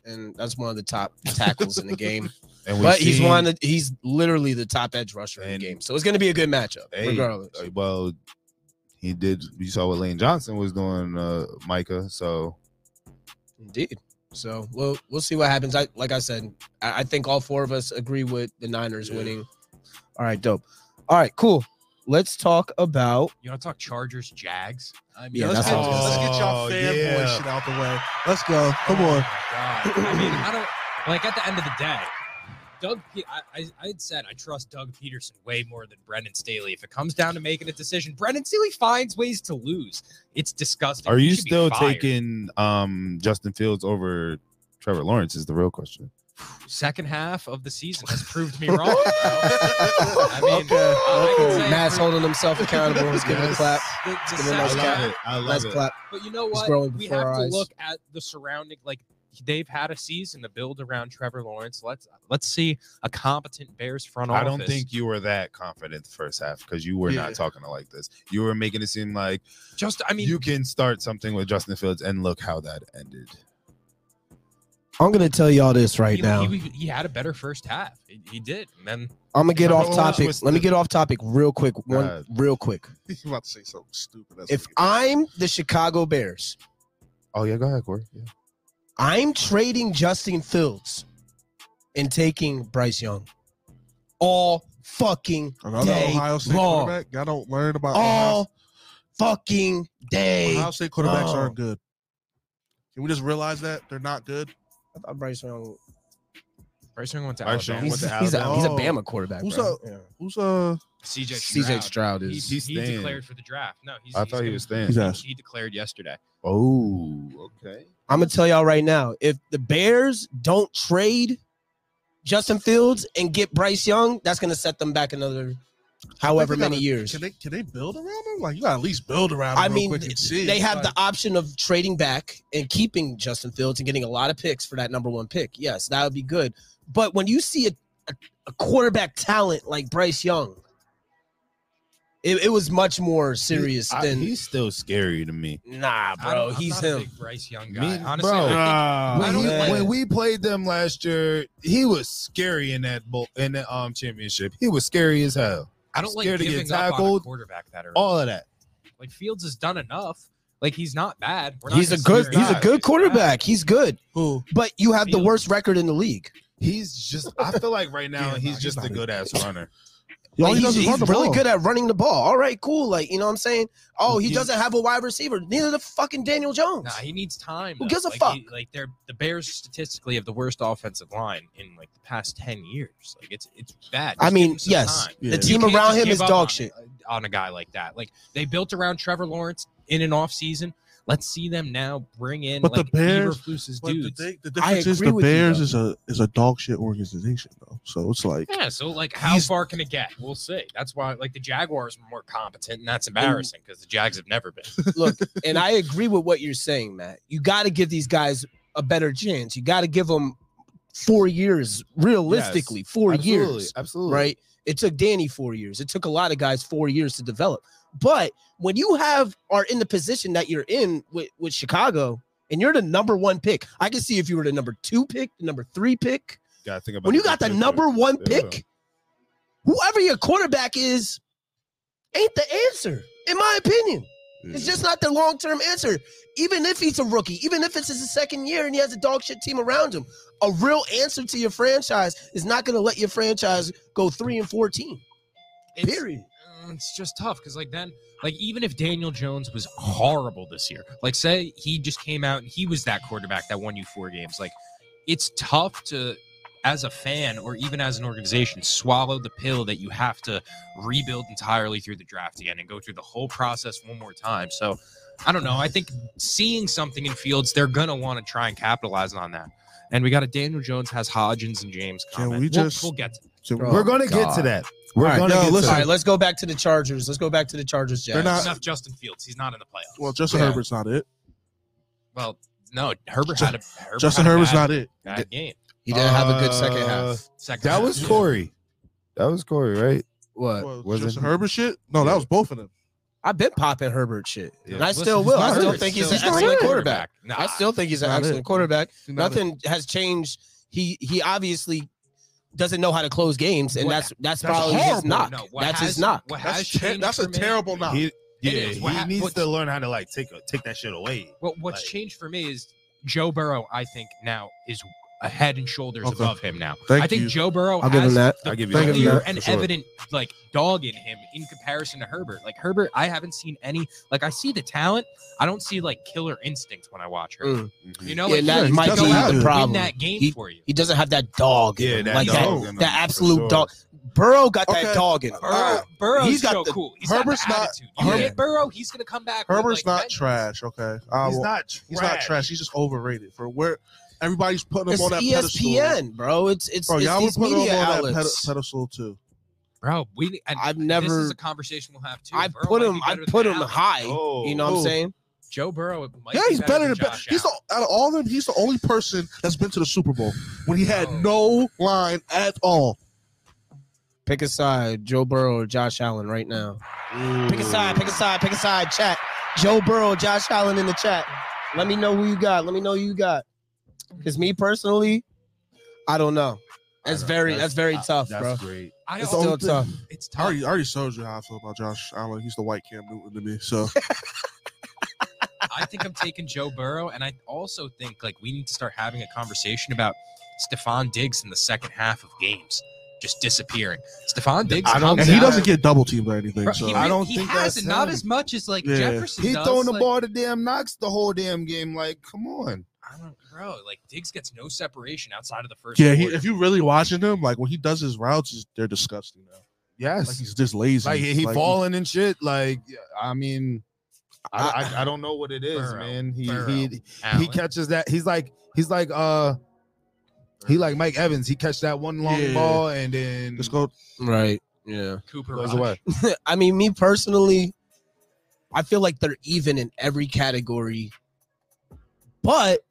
[SPEAKER 1] And that's one of the top tackles in the game.
[SPEAKER 2] And we
[SPEAKER 1] But he's
[SPEAKER 2] seen-
[SPEAKER 1] one. Of, the- he's literally the top edge rusher in
[SPEAKER 2] And-
[SPEAKER 1] the game, so it's going to be a good matchup,
[SPEAKER 2] Hey,
[SPEAKER 1] regardless.
[SPEAKER 2] uh, Well, he did. You saw what Lane Johnson was doing, uh, Micah. So
[SPEAKER 1] Indeed. So we'll we'll see what happens. I like I said, I, I think all four of us agree with the Niners
[SPEAKER 4] Yeah.
[SPEAKER 1] winning. All right, dope. All right, cool. Let's talk about
[SPEAKER 3] You want to talk Chargers, Jags? I
[SPEAKER 1] Yeah,
[SPEAKER 4] let's,
[SPEAKER 1] that's
[SPEAKER 4] get,
[SPEAKER 1] what I'm
[SPEAKER 4] let's get y'all
[SPEAKER 2] saying.
[SPEAKER 4] fanboy
[SPEAKER 2] Oh, yeah.
[SPEAKER 4] shit out the way. Let's go. Come
[SPEAKER 3] Oh
[SPEAKER 4] on.
[SPEAKER 3] my God. I mean, I don't like at the end of the day. Doug, Pe- I, I, I had said I trust Doug Peterson way more than Brendan Staley. If it comes down to making a decision, Brendan Staley finds ways to lose. It's disgusting.
[SPEAKER 2] Are
[SPEAKER 3] He
[SPEAKER 2] you
[SPEAKER 3] should be
[SPEAKER 2] still
[SPEAKER 3] fired.
[SPEAKER 2] taking um Justin Fields over Trevor Lawrence? Is the real question.
[SPEAKER 3] second half of the season has proved me wrong? bro. I mean, uh,
[SPEAKER 4] Okay,
[SPEAKER 3] I can say
[SPEAKER 1] Matt's
[SPEAKER 3] for-
[SPEAKER 1] holding himself accountable. Let's give him a
[SPEAKER 2] Oh. Yes.
[SPEAKER 1] clap.
[SPEAKER 3] the- the
[SPEAKER 1] give me a nice
[SPEAKER 3] second
[SPEAKER 1] clap.
[SPEAKER 3] half-
[SPEAKER 2] it. I
[SPEAKER 1] Nice clap.
[SPEAKER 3] But you know
[SPEAKER 1] It's
[SPEAKER 3] what?
[SPEAKER 1] growing
[SPEAKER 3] We
[SPEAKER 1] before
[SPEAKER 3] have
[SPEAKER 1] our
[SPEAKER 3] to
[SPEAKER 1] eyes.
[SPEAKER 3] look at the surrounding. Like they've had a season to build around Trevor Lawrence. Let's let's see a competent Bears front office.
[SPEAKER 2] I don't think you were that confident the first half because you were
[SPEAKER 4] Yeah.
[SPEAKER 2] not talking like this. You were making it seem like
[SPEAKER 3] Just I mean,
[SPEAKER 2] you can start something with Justin Fields, and look how that ended.
[SPEAKER 1] I'm gonna tell y'all this right
[SPEAKER 3] he,
[SPEAKER 1] now.
[SPEAKER 3] He, he had a better first half. He, he did. And then
[SPEAKER 1] I'm gonna get
[SPEAKER 2] Trevor
[SPEAKER 1] off
[SPEAKER 2] Lawrence
[SPEAKER 1] topic.
[SPEAKER 2] was
[SPEAKER 1] Let me
[SPEAKER 2] the-
[SPEAKER 1] get off topic real quick. One
[SPEAKER 2] God.
[SPEAKER 1] real quick.
[SPEAKER 4] He's about to say something stupid. That's
[SPEAKER 1] If
[SPEAKER 4] what he-
[SPEAKER 1] I'm the Chicago Bears,
[SPEAKER 2] Oh yeah, go ahead, Corey. Yeah.
[SPEAKER 1] I'm trading Justin Fields and taking Bryce Young. All fucking
[SPEAKER 4] another
[SPEAKER 1] day
[SPEAKER 4] Ohio State
[SPEAKER 1] long.
[SPEAKER 4] quarterback, I don't learn about Ohio,
[SPEAKER 1] all fucking day.
[SPEAKER 4] Ohio State quarterbacks
[SPEAKER 1] Oh.
[SPEAKER 4] aren't good. Can we just realize that they're not good?
[SPEAKER 1] I thought Bryce Young.
[SPEAKER 3] Bryce Young went to
[SPEAKER 2] Bryce Young
[SPEAKER 3] Alabama.
[SPEAKER 2] went
[SPEAKER 1] He's,
[SPEAKER 2] to
[SPEAKER 1] he's a, he's a
[SPEAKER 4] Oh.
[SPEAKER 1] Bama quarterback.
[SPEAKER 4] Who's
[SPEAKER 1] bro.
[SPEAKER 4] up? Who's uh?
[SPEAKER 3] CJ
[SPEAKER 1] CJ
[SPEAKER 3] Stroud.
[SPEAKER 1] Stroud
[SPEAKER 3] He,
[SPEAKER 1] is.
[SPEAKER 2] He's
[SPEAKER 3] he
[SPEAKER 2] staying.
[SPEAKER 3] declared for the draft. No, he's,
[SPEAKER 2] I
[SPEAKER 3] he's
[SPEAKER 2] thought he
[SPEAKER 3] gonna-
[SPEAKER 2] was staying.
[SPEAKER 4] He's ass.
[SPEAKER 3] He declared yesterday.
[SPEAKER 2] Oh, okay.
[SPEAKER 1] I'm gonna tell y'all right now. If the Bears don't trade Justin Fields and get Bryce Young, that's gonna set them back another however
[SPEAKER 4] They
[SPEAKER 1] many
[SPEAKER 4] gotta-
[SPEAKER 1] years.
[SPEAKER 4] Can they can they build around him? Like you gotta at least build around. Him
[SPEAKER 1] I
[SPEAKER 4] real
[SPEAKER 1] mean,
[SPEAKER 4] quick and see.
[SPEAKER 1] they have
[SPEAKER 4] like,
[SPEAKER 1] the option of trading back and keeping Justin Fields and getting a lot of picks for that number one pick. Yes, that would be good. But when you see a, a, a quarterback talent like Bryce Young, it, it was much more serious
[SPEAKER 2] I-
[SPEAKER 1] than
[SPEAKER 2] he's still scary to me.
[SPEAKER 1] nah, bro.
[SPEAKER 3] I'm- I'm
[SPEAKER 1] he's
[SPEAKER 3] not a
[SPEAKER 1] him.
[SPEAKER 3] big Bryce Young
[SPEAKER 2] Me-
[SPEAKER 3] guy. Honestly,
[SPEAKER 2] bro.
[SPEAKER 3] I think-
[SPEAKER 4] Ah.
[SPEAKER 2] When,
[SPEAKER 1] Uh, don't
[SPEAKER 2] he-
[SPEAKER 1] like
[SPEAKER 2] when
[SPEAKER 1] it.
[SPEAKER 2] we played them last year, he was scary in that bowl in that um championship. He was scary as hell.
[SPEAKER 3] I don't like
[SPEAKER 2] Scared to get
[SPEAKER 3] giving up on a
[SPEAKER 2] tackled.
[SPEAKER 3] quarterback that early.
[SPEAKER 1] Oh.
[SPEAKER 2] All of that.
[SPEAKER 3] Like Fields has done enough. Like he's not bad. We're not
[SPEAKER 1] He's a
[SPEAKER 3] gonna
[SPEAKER 1] good.
[SPEAKER 3] sit
[SPEAKER 2] He's
[SPEAKER 3] here
[SPEAKER 1] He's
[SPEAKER 3] and
[SPEAKER 1] a
[SPEAKER 2] not.
[SPEAKER 3] say
[SPEAKER 1] good
[SPEAKER 3] bad.
[SPEAKER 1] quarterback. He's good.
[SPEAKER 4] Who?
[SPEAKER 1] But you have the
[SPEAKER 3] Fields.
[SPEAKER 1] worst record in the league.
[SPEAKER 2] He's just. I feel like right now
[SPEAKER 4] Yeah, nah,
[SPEAKER 2] he's
[SPEAKER 4] he's
[SPEAKER 2] just
[SPEAKER 4] not
[SPEAKER 2] a
[SPEAKER 4] good.
[SPEAKER 2] good ass runner.
[SPEAKER 4] All
[SPEAKER 1] Like,
[SPEAKER 4] he
[SPEAKER 1] he's
[SPEAKER 4] does is run
[SPEAKER 1] he's
[SPEAKER 4] the
[SPEAKER 1] really
[SPEAKER 4] ball.
[SPEAKER 1] good at running the ball. All right, cool. Like you know what I'm saying. Oh, he
[SPEAKER 2] Yeah.
[SPEAKER 1] doesn't have a wide receiver. Neither the fucking Daniel Jones.
[SPEAKER 3] Nah, he needs time.
[SPEAKER 1] Who
[SPEAKER 3] though.
[SPEAKER 1] gives a
[SPEAKER 3] like,
[SPEAKER 1] fuck?
[SPEAKER 3] he- like they're the Bears statistically have the worst offensive line in like the past ten years. Like it's it's bad.
[SPEAKER 1] I
[SPEAKER 3] Just give
[SPEAKER 1] mean,
[SPEAKER 3] him some
[SPEAKER 1] yes,
[SPEAKER 3] time.
[SPEAKER 4] Yeah.
[SPEAKER 1] the
[SPEAKER 4] You
[SPEAKER 1] team
[SPEAKER 3] can't
[SPEAKER 1] around
[SPEAKER 3] just
[SPEAKER 1] him
[SPEAKER 3] give
[SPEAKER 1] is
[SPEAKER 3] up
[SPEAKER 1] dog
[SPEAKER 3] on-
[SPEAKER 1] shit.
[SPEAKER 3] on a guy like that. Like they built around Trevor Lawrence in an offseason. Let's see them now bring in
[SPEAKER 4] But the
[SPEAKER 3] like
[SPEAKER 4] Bears-
[SPEAKER 3] Eberflus's
[SPEAKER 4] But the,
[SPEAKER 3] dudes.
[SPEAKER 4] thing- the difference is
[SPEAKER 1] agree
[SPEAKER 4] the
[SPEAKER 1] with you,
[SPEAKER 4] Bears
[SPEAKER 1] though.
[SPEAKER 4] is a is a dog shit organization though, so it's like
[SPEAKER 3] yeah, so like how
[SPEAKER 4] He's-
[SPEAKER 3] far can it get? We'll see. That's why like the Jaguars were more competent, and that's embarrassing because the Jags have never been.
[SPEAKER 1] Look, and I agree with what you're saying, Matt. You got to give these guys a better chance. You got to give them four years, realistically, four
[SPEAKER 2] absolutely,
[SPEAKER 1] years,
[SPEAKER 2] Absolutely.
[SPEAKER 1] right? It took Danny four years. It took a lot of guys four years to develop. But when you have are in the position that you're in with, with Chicago and you're the number one pick, I can see if you were the number two pick, the number three pick,
[SPEAKER 2] Gotta think about
[SPEAKER 1] when you
[SPEAKER 2] the
[SPEAKER 1] got the
[SPEAKER 2] defense,
[SPEAKER 1] number
[SPEAKER 2] right?
[SPEAKER 1] one
[SPEAKER 2] Yeah.
[SPEAKER 1] pick, whoever your quarterback is, ain't the answer, in my opinion.
[SPEAKER 4] Mm.
[SPEAKER 1] It's just not the long term answer. Even if he's a rookie, even if it's his second year and he has a dog shit team around him, a real answer to your franchise is not going to let your franchise go three and fourteen.
[SPEAKER 3] It's-
[SPEAKER 1] Period.
[SPEAKER 3] Uh, it's just tough because like then like even if Daniel Jones was horrible this year, like say he just came out and he was that quarterback that won you four games, like it's tough to as a fan or even as an organization swallow the pill that you have to rebuild entirely through the draft again and go through the whole process one more time. So I don't know. I think seeing something in Fields, they're gonna want to try and capitalize on that. And we got a Daniel Jones has Hodgins and James.
[SPEAKER 4] Can
[SPEAKER 3] comment.
[SPEAKER 4] we
[SPEAKER 3] We'll-
[SPEAKER 4] just-
[SPEAKER 3] we'll get to
[SPEAKER 4] So
[SPEAKER 1] Bro.
[SPEAKER 2] We're
[SPEAKER 1] Oh,
[SPEAKER 2] gonna get to
[SPEAKER 1] God.
[SPEAKER 2] that. We're
[SPEAKER 4] All right,
[SPEAKER 2] gonna
[SPEAKER 4] no,
[SPEAKER 2] get to
[SPEAKER 4] listen.
[SPEAKER 1] All
[SPEAKER 2] that.
[SPEAKER 1] right, let's go back to the Chargers. Let's go back to the Chargers. Jags.
[SPEAKER 4] They're not-
[SPEAKER 3] it's not Justin Fields. He's not in the playoffs.
[SPEAKER 4] well, Justin
[SPEAKER 1] Yeah.
[SPEAKER 4] Herbert's not it.
[SPEAKER 3] Well, no, Herbert
[SPEAKER 4] Ju-
[SPEAKER 3] had a Herbert
[SPEAKER 4] Justin
[SPEAKER 3] had a
[SPEAKER 4] Herbert's
[SPEAKER 3] bad,
[SPEAKER 4] not it.
[SPEAKER 3] bad game.
[SPEAKER 1] He didn't have a good second
[SPEAKER 2] Uh,
[SPEAKER 1] half.
[SPEAKER 3] Second
[SPEAKER 2] That
[SPEAKER 3] half.
[SPEAKER 2] was
[SPEAKER 3] Yeah.
[SPEAKER 2] Corey. That was Corey, right?
[SPEAKER 1] What?
[SPEAKER 4] Well,
[SPEAKER 2] was
[SPEAKER 4] Justin
[SPEAKER 2] it-
[SPEAKER 4] Herbert shit? No, that
[SPEAKER 2] Yeah.
[SPEAKER 4] was both of them.
[SPEAKER 1] I've been popping Herbert shit,
[SPEAKER 2] Yeah.
[SPEAKER 1] and I
[SPEAKER 3] Listen,
[SPEAKER 1] still
[SPEAKER 3] he's
[SPEAKER 1] will.
[SPEAKER 3] not
[SPEAKER 1] I still
[SPEAKER 3] hurt.
[SPEAKER 1] think he's an
[SPEAKER 3] Still-
[SPEAKER 1] excellent
[SPEAKER 4] not hurt.
[SPEAKER 1] quarterback.
[SPEAKER 3] Nah,
[SPEAKER 1] I still think he's an
[SPEAKER 4] Not it.
[SPEAKER 1] excellent quarterback.
[SPEAKER 4] He's not it.
[SPEAKER 1] Nothing has changed. He he obviously doesn't know how to close games, and
[SPEAKER 3] What-
[SPEAKER 1] that's that's,
[SPEAKER 4] that's
[SPEAKER 1] probably his
[SPEAKER 4] horrible.
[SPEAKER 1] knock.
[SPEAKER 3] no, what
[SPEAKER 1] that's
[SPEAKER 3] has,
[SPEAKER 1] his knock.
[SPEAKER 3] What has
[SPEAKER 4] That's, ter-
[SPEAKER 3] changed
[SPEAKER 4] that's a
[SPEAKER 3] for me-
[SPEAKER 4] terrible knock.
[SPEAKER 2] He, yeah,
[SPEAKER 3] is.
[SPEAKER 2] he
[SPEAKER 3] What hap-
[SPEAKER 2] needs
[SPEAKER 3] what's-
[SPEAKER 2] to learn how to like take take that shit away.
[SPEAKER 3] What, what's
[SPEAKER 2] Like-
[SPEAKER 3] changed for me is Joe Burrow. I think now is a head and shoulders
[SPEAKER 4] Okay.
[SPEAKER 3] above him now.
[SPEAKER 4] Thank
[SPEAKER 3] I think
[SPEAKER 4] you.
[SPEAKER 3] Joe Burrow
[SPEAKER 4] I'll give him
[SPEAKER 3] has
[SPEAKER 4] that.
[SPEAKER 2] I'll give you
[SPEAKER 4] Thank
[SPEAKER 2] that.
[SPEAKER 4] you.
[SPEAKER 3] clear
[SPEAKER 4] for
[SPEAKER 3] and
[SPEAKER 2] sure.
[SPEAKER 3] evident like dog in him in comparison to Herbert. Like Herbert, I haven't seen any. Like I see the talent, I don't see like killer instinct when I watch her.
[SPEAKER 1] Mm.
[SPEAKER 3] You know,
[SPEAKER 1] Yeah,
[SPEAKER 3] like
[SPEAKER 1] and that
[SPEAKER 3] he
[SPEAKER 4] might
[SPEAKER 3] might go
[SPEAKER 4] be the
[SPEAKER 3] out and win
[SPEAKER 1] problem.
[SPEAKER 3] that game
[SPEAKER 1] He-
[SPEAKER 3] for you.
[SPEAKER 1] He doesn't have that dog. in
[SPEAKER 2] Yeah,
[SPEAKER 1] him,
[SPEAKER 2] that
[SPEAKER 1] like
[SPEAKER 2] dog
[SPEAKER 1] that.
[SPEAKER 2] in him,
[SPEAKER 1] That
[SPEAKER 2] for
[SPEAKER 1] absolute
[SPEAKER 2] sure.
[SPEAKER 1] dog. Burrow got
[SPEAKER 4] Okay.
[SPEAKER 1] that dog in him.
[SPEAKER 4] All
[SPEAKER 3] Burrow,
[SPEAKER 4] right.
[SPEAKER 3] Burrow's
[SPEAKER 1] He's got
[SPEAKER 3] so
[SPEAKER 1] the-
[SPEAKER 3] cool. He's
[SPEAKER 4] Herbert's
[SPEAKER 3] got the
[SPEAKER 4] not-
[SPEAKER 3] attitude. You
[SPEAKER 4] Herbert-
[SPEAKER 3] hit Burrow, he's gonna come back. with,
[SPEAKER 4] Herbert's
[SPEAKER 3] like,
[SPEAKER 4] not
[SPEAKER 3] vengeance.
[SPEAKER 4] trash. Okay, I
[SPEAKER 2] He's
[SPEAKER 4] won't-
[SPEAKER 2] not.
[SPEAKER 4] He's not trash. He's just overrated for where everybody's putting him
[SPEAKER 1] It's E
[SPEAKER 4] on that pedestal.
[SPEAKER 1] ESPN, bro. It's it's,
[SPEAKER 4] Bro,
[SPEAKER 1] it's
[SPEAKER 4] y'all were
[SPEAKER 1] these
[SPEAKER 4] putting him on
[SPEAKER 1] media
[SPEAKER 4] that ped-
[SPEAKER 1] outlets.
[SPEAKER 4] pedestal too.
[SPEAKER 3] bro. We and
[SPEAKER 1] I've
[SPEAKER 3] This is
[SPEAKER 1] never.
[SPEAKER 3] a conversation we'll have too.
[SPEAKER 1] I
[SPEAKER 3] Burrow
[SPEAKER 1] put
[SPEAKER 3] might
[SPEAKER 1] him.
[SPEAKER 3] be
[SPEAKER 1] I
[SPEAKER 3] better
[SPEAKER 1] put
[SPEAKER 3] than
[SPEAKER 1] him
[SPEAKER 3] Allen.
[SPEAKER 1] high.
[SPEAKER 2] Oh.
[SPEAKER 1] You know what
[SPEAKER 4] Oh.
[SPEAKER 1] I'm saying?
[SPEAKER 3] Joe Burrow might
[SPEAKER 4] yeah,
[SPEAKER 3] be
[SPEAKER 4] he's better than
[SPEAKER 3] Josh
[SPEAKER 4] He's the,
[SPEAKER 3] Allen.
[SPEAKER 4] out of all of them. He's the only person that's been to the Super Bowl when he had
[SPEAKER 3] Oh.
[SPEAKER 4] no line at all.
[SPEAKER 1] Pick a side, Joe Burrow or Josh Allen right now. Pick a side, pick a side, pick a side. Chat. Joe Burrow, Josh Allen in the chat. Let me know who you got. Let me know who you got. Because me personally, I don't know. That's
[SPEAKER 2] I know.
[SPEAKER 1] very
[SPEAKER 2] That's-
[SPEAKER 1] that's, very tough,
[SPEAKER 2] That's
[SPEAKER 1] bro.
[SPEAKER 2] great.
[SPEAKER 3] I
[SPEAKER 1] It's
[SPEAKER 3] don't-
[SPEAKER 1] still
[SPEAKER 4] only thing-
[SPEAKER 1] tough.
[SPEAKER 3] it's
[SPEAKER 4] I
[SPEAKER 3] tough.
[SPEAKER 4] already, I already told you how I feel about Josh Allen. He's the white Cam Newton to me. So
[SPEAKER 3] I think I'm taking Joe Burrow, and I also think like we need to start having a conversation about Stephon Diggs in the second half of games just disappearing. Stephon Diggs,
[SPEAKER 2] I don't-
[SPEAKER 3] comes
[SPEAKER 4] and he
[SPEAKER 3] out-
[SPEAKER 4] doesn't get double teamed or anything.
[SPEAKER 3] Bro,
[SPEAKER 4] So
[SPEAKER 3] he,
[SPEAKER 2] I
[SPEAKER 3] I
[SPEAKER 2] don't
[SPEAKER 3] he
[SPEAKER 2] think
[SPEAKER 3] has
[SPEAKER 2] that's
[SPEAKER 3] it, not
[SPEAKER 2] him.
[SPEAKER 3] as much as like
[SPEAKER 4] Yeah.
[SPEAKER 3] Jefferson.
[SPEAKER 2] He
[SPEAKER 3] does,
[SPEAKER 2] throwing the
[SPEAKER 3] like-
[SPEAKER 2] ball to damn Knox the whole damn game. Like, come on.
[SPEAKER 3] I don't, bro. Like Diggs gets no separation outside of the first.
[SPEAKER 4] yeah, he,
[SPEAKER 3] quarter.
[SPEAKER 4] if you really watching him, like when he does his routes, is- they're disgusting now. Like
[SPEAKER 2] Yes.
[SPEAKER 4] he's just lazy.
[SPEAKER 2] Like, he
[SPEAKER 4] Like,
[SPEAKER 2] falling and shit. Like, I mean, I, I, I don't know what it is,
[SPEAKER 3] Burrow.
[SPEAKER 2] man. He
[SPEAKER 3] Burrow.
[SPEAKER 2] he he
[SPEAKER 3] Allen.
[SPEAKER 2] catches that. He's like he's like uh he like Mike Evans. He catch that one long
[SPEAKER 4] Yeah.
[SPEAKER 2] ball and then
[SPEAKER 4] Let's go.
[SPEAKER 1] Right. Yeah.
[SPEAKER 3] Cooper
[SPEAKER 2] goes
[SPEAKER 3] Rush.
[SPEAKER 2] away.
[SPEAKER 1] I mean, me personally, I feel like they're even in every category. But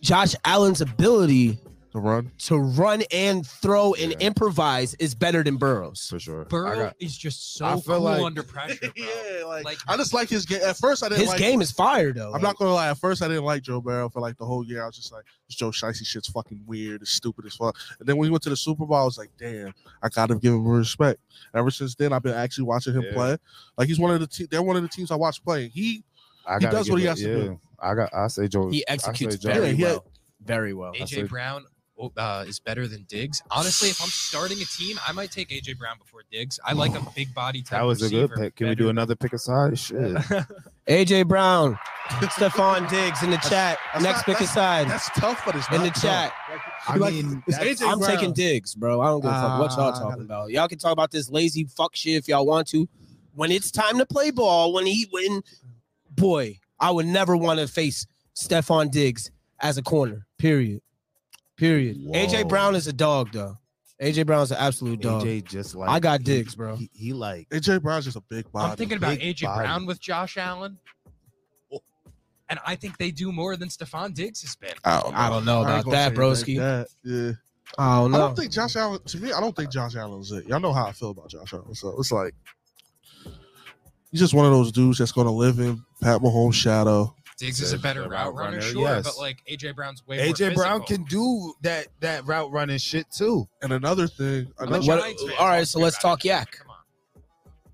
[SPEAKER 1] Josh Allen's ability
[SPEAKER 4] The run.
[SPEAKER 1] to run and throw and
[SPEAKER 2] Yeah.
[SPEAKER 1] improvise is better than Burrow's.
[SPEAKER 2] for sure.
[SPEAKER 3] Burrow
[SPEAKER 2] I got-
[SPEAKER 3] is just so
[SPEAKER 2] I feel
[SPEAKER 3] cool
[SPEAKER 2] like-
[SPEAKER 3] under pressure. Bro.
[SPEAKER 4] like,
[SPEAKER 3] Like-
[SPEAKER 4] I just like his game. At first, I didn't
[SPEAKER 1] His
[SPEAKER 4] like
[SPEAKER 1] game is fire though.
[SPEAKER 4] I'm not gonna lie. At first, I didn't like Joe Burrow for like the whole year. I was just like, this Joe Shicey shit's fucking weird. It's stupid as fuck. And then when he went to the Super Bowl, I was like, damn, I gotta give him respect. Ever since then, I've been actually watching him
[SPEAKER 2] Yeah.
[SPEAKER 4] play. Like he's one of the te- they're one of the teams I watch play. He
[SPEAKER 2] I
[SPEAKER 4] He
[SPEAKER 2] gotta
[SPEAKER 4] does what
[SPEAKER 2] give
[SPEAKER 4] he
[SPEAKER 2] it-
[SPEAKER 4] has to
[SPEAKER 2] yeah.
[SPEAKER 4] do.
[SPEAKER 2] I got. I say Joe.
[SPEAKER 1] He executes
[SPEAKER 2] I say Joe-
[SPEAKER 1] very
[SPEAKER 4] Yeah, he had-
[SPEAKER 1] well. Very well.
[SPEAKER 2] I
[SPEAKER 3] AJ
[SPEAKER 2] said-
[SPEAKER 3] Brown uh, is better than Diggs. Honestly, if I'm starting a team, I might take AJ Brown before Diggs. I like a big body type.
[SPEAKER 2] That was a good
[SPEAKER 3] receiver
[SPEAKER 2] pick. Can we
[SPEAKER 3] better
[SPEAKER 2] do another pick aside? Shit.
[SPEAKER 1] AJ Brown, Stephon Diggs in the chat.
[SPEAKER 4] that's
[SPEAKER 1] Next
[SPEAKER 4] not-
[SPEAKER 1] pick aside
[SPEAKER 4] that's tough, but it's
[SPEAKER 1] in the
[SPEAKER 4] not
[SPEAKER 1] chat.
[SPEAKER 2] I
[SPEAKER 4] Like,
[SPEAKER 2] mean,
[SPEAKER 4] it's
[SPEAKER 2] that's-
[SPEAKER 4] AJ
[SPEAKER 1] I'm
[SPEAKER 4] Brown.
[SPEAKER 1] taking Diggs, bro. I don't give a fuck what
[SPEAKER 4] Ah,
[SPEAKER 1] y'all
[SPEAKER 4] I
[SPEAKER 1] talking
[SPEAKER 4] gotta-
[SPEAKER 1] about. Y'all can talk about this lazy fuck shit if y'all want to. When it's time to play ball, when he when boy, I would never want to face Stephon Diggs as a corner. Period. Period. AJ
[SPEAKER 2] Whoa.
[SPEAKER 1] Brown is a dog though. AJ Brown's an absolute dog.
[SPEAKER 2] AJ just like
[SPEAKER 1] I got
[SPEAKER 2] he-
[SPEAKER 1] Diggs, bro.
[SPEAKER 2] He, he like
[SPEAKER 4] AJ Brown's just a big
[SPEAKER 3] I'm
[SPEAKER 4] body.
[SPEAKER 3] thinking about
[SPEAKER 2] big
[SPEAKER 3] AJ
[SPEAKER 2] body.
[SPEAKER 3] Brown with Josh Allen. Oh, And I think they do more than Stephon Diggs has been.
[SPEAKER 4] I don't know.
[SPEAKER 1] I don't know
[SPEAKER 4] I ain't
[SPEAKER 1] about
[SPEAKER 4] gonna
[SPEAKER 1] that,
[SPEAKER 4] say it like
[SPEAKER 1] broski.
[SPEAKER 4] that. Yeah.
[SPEAKER 1] I don't
[SPEAKER 4] I
[SPEAKER 1] know.
[SPEAKER 4] don't think Josh Allen. To me, I don't think Josh Allen's it. Y'all know how I feel about Josh Allen. So it's like he's just one of those dudes that's going to live in Pat Mahomes' shadow.
[SPEAKER 3] Diggs is a
[SPEAKER 2] Says
[SPEAKER 3] better
[SPEAKER 2] the
[SPEAKER 3] route
[SPEAKER 2] route
[SPEAKER 3] runner,
[SPEAKER 2] runner,
[SPEAKER 3] sure,
[SPEAKER 2] yes.
[SPEAKER 3] but like AJ Brown's way more
[SPEAKER 2] AJ Brown can
[SPEAKER 3] physical.
[SPEAKER 2] do that that route running shit too.
[SPEAKER 4] And another thing,
[SPEAKER 3] I'm a
[SPEAKER 4] another,
[SPEAKER 1] What-
[SPEAKER 3] Giants fan,
[SPEAKER 1] all right,
[SPEAKER 3] don't
[SPEAKER 1] so
[SPEAKER 3] care
[SPEAKER 1] let's
[SPEAKER 3] about
[SPEAKER 1] talk
[SPEAKER 3] it.
[SPEAKER 1] yak.
[SPEAKER 3] Come on.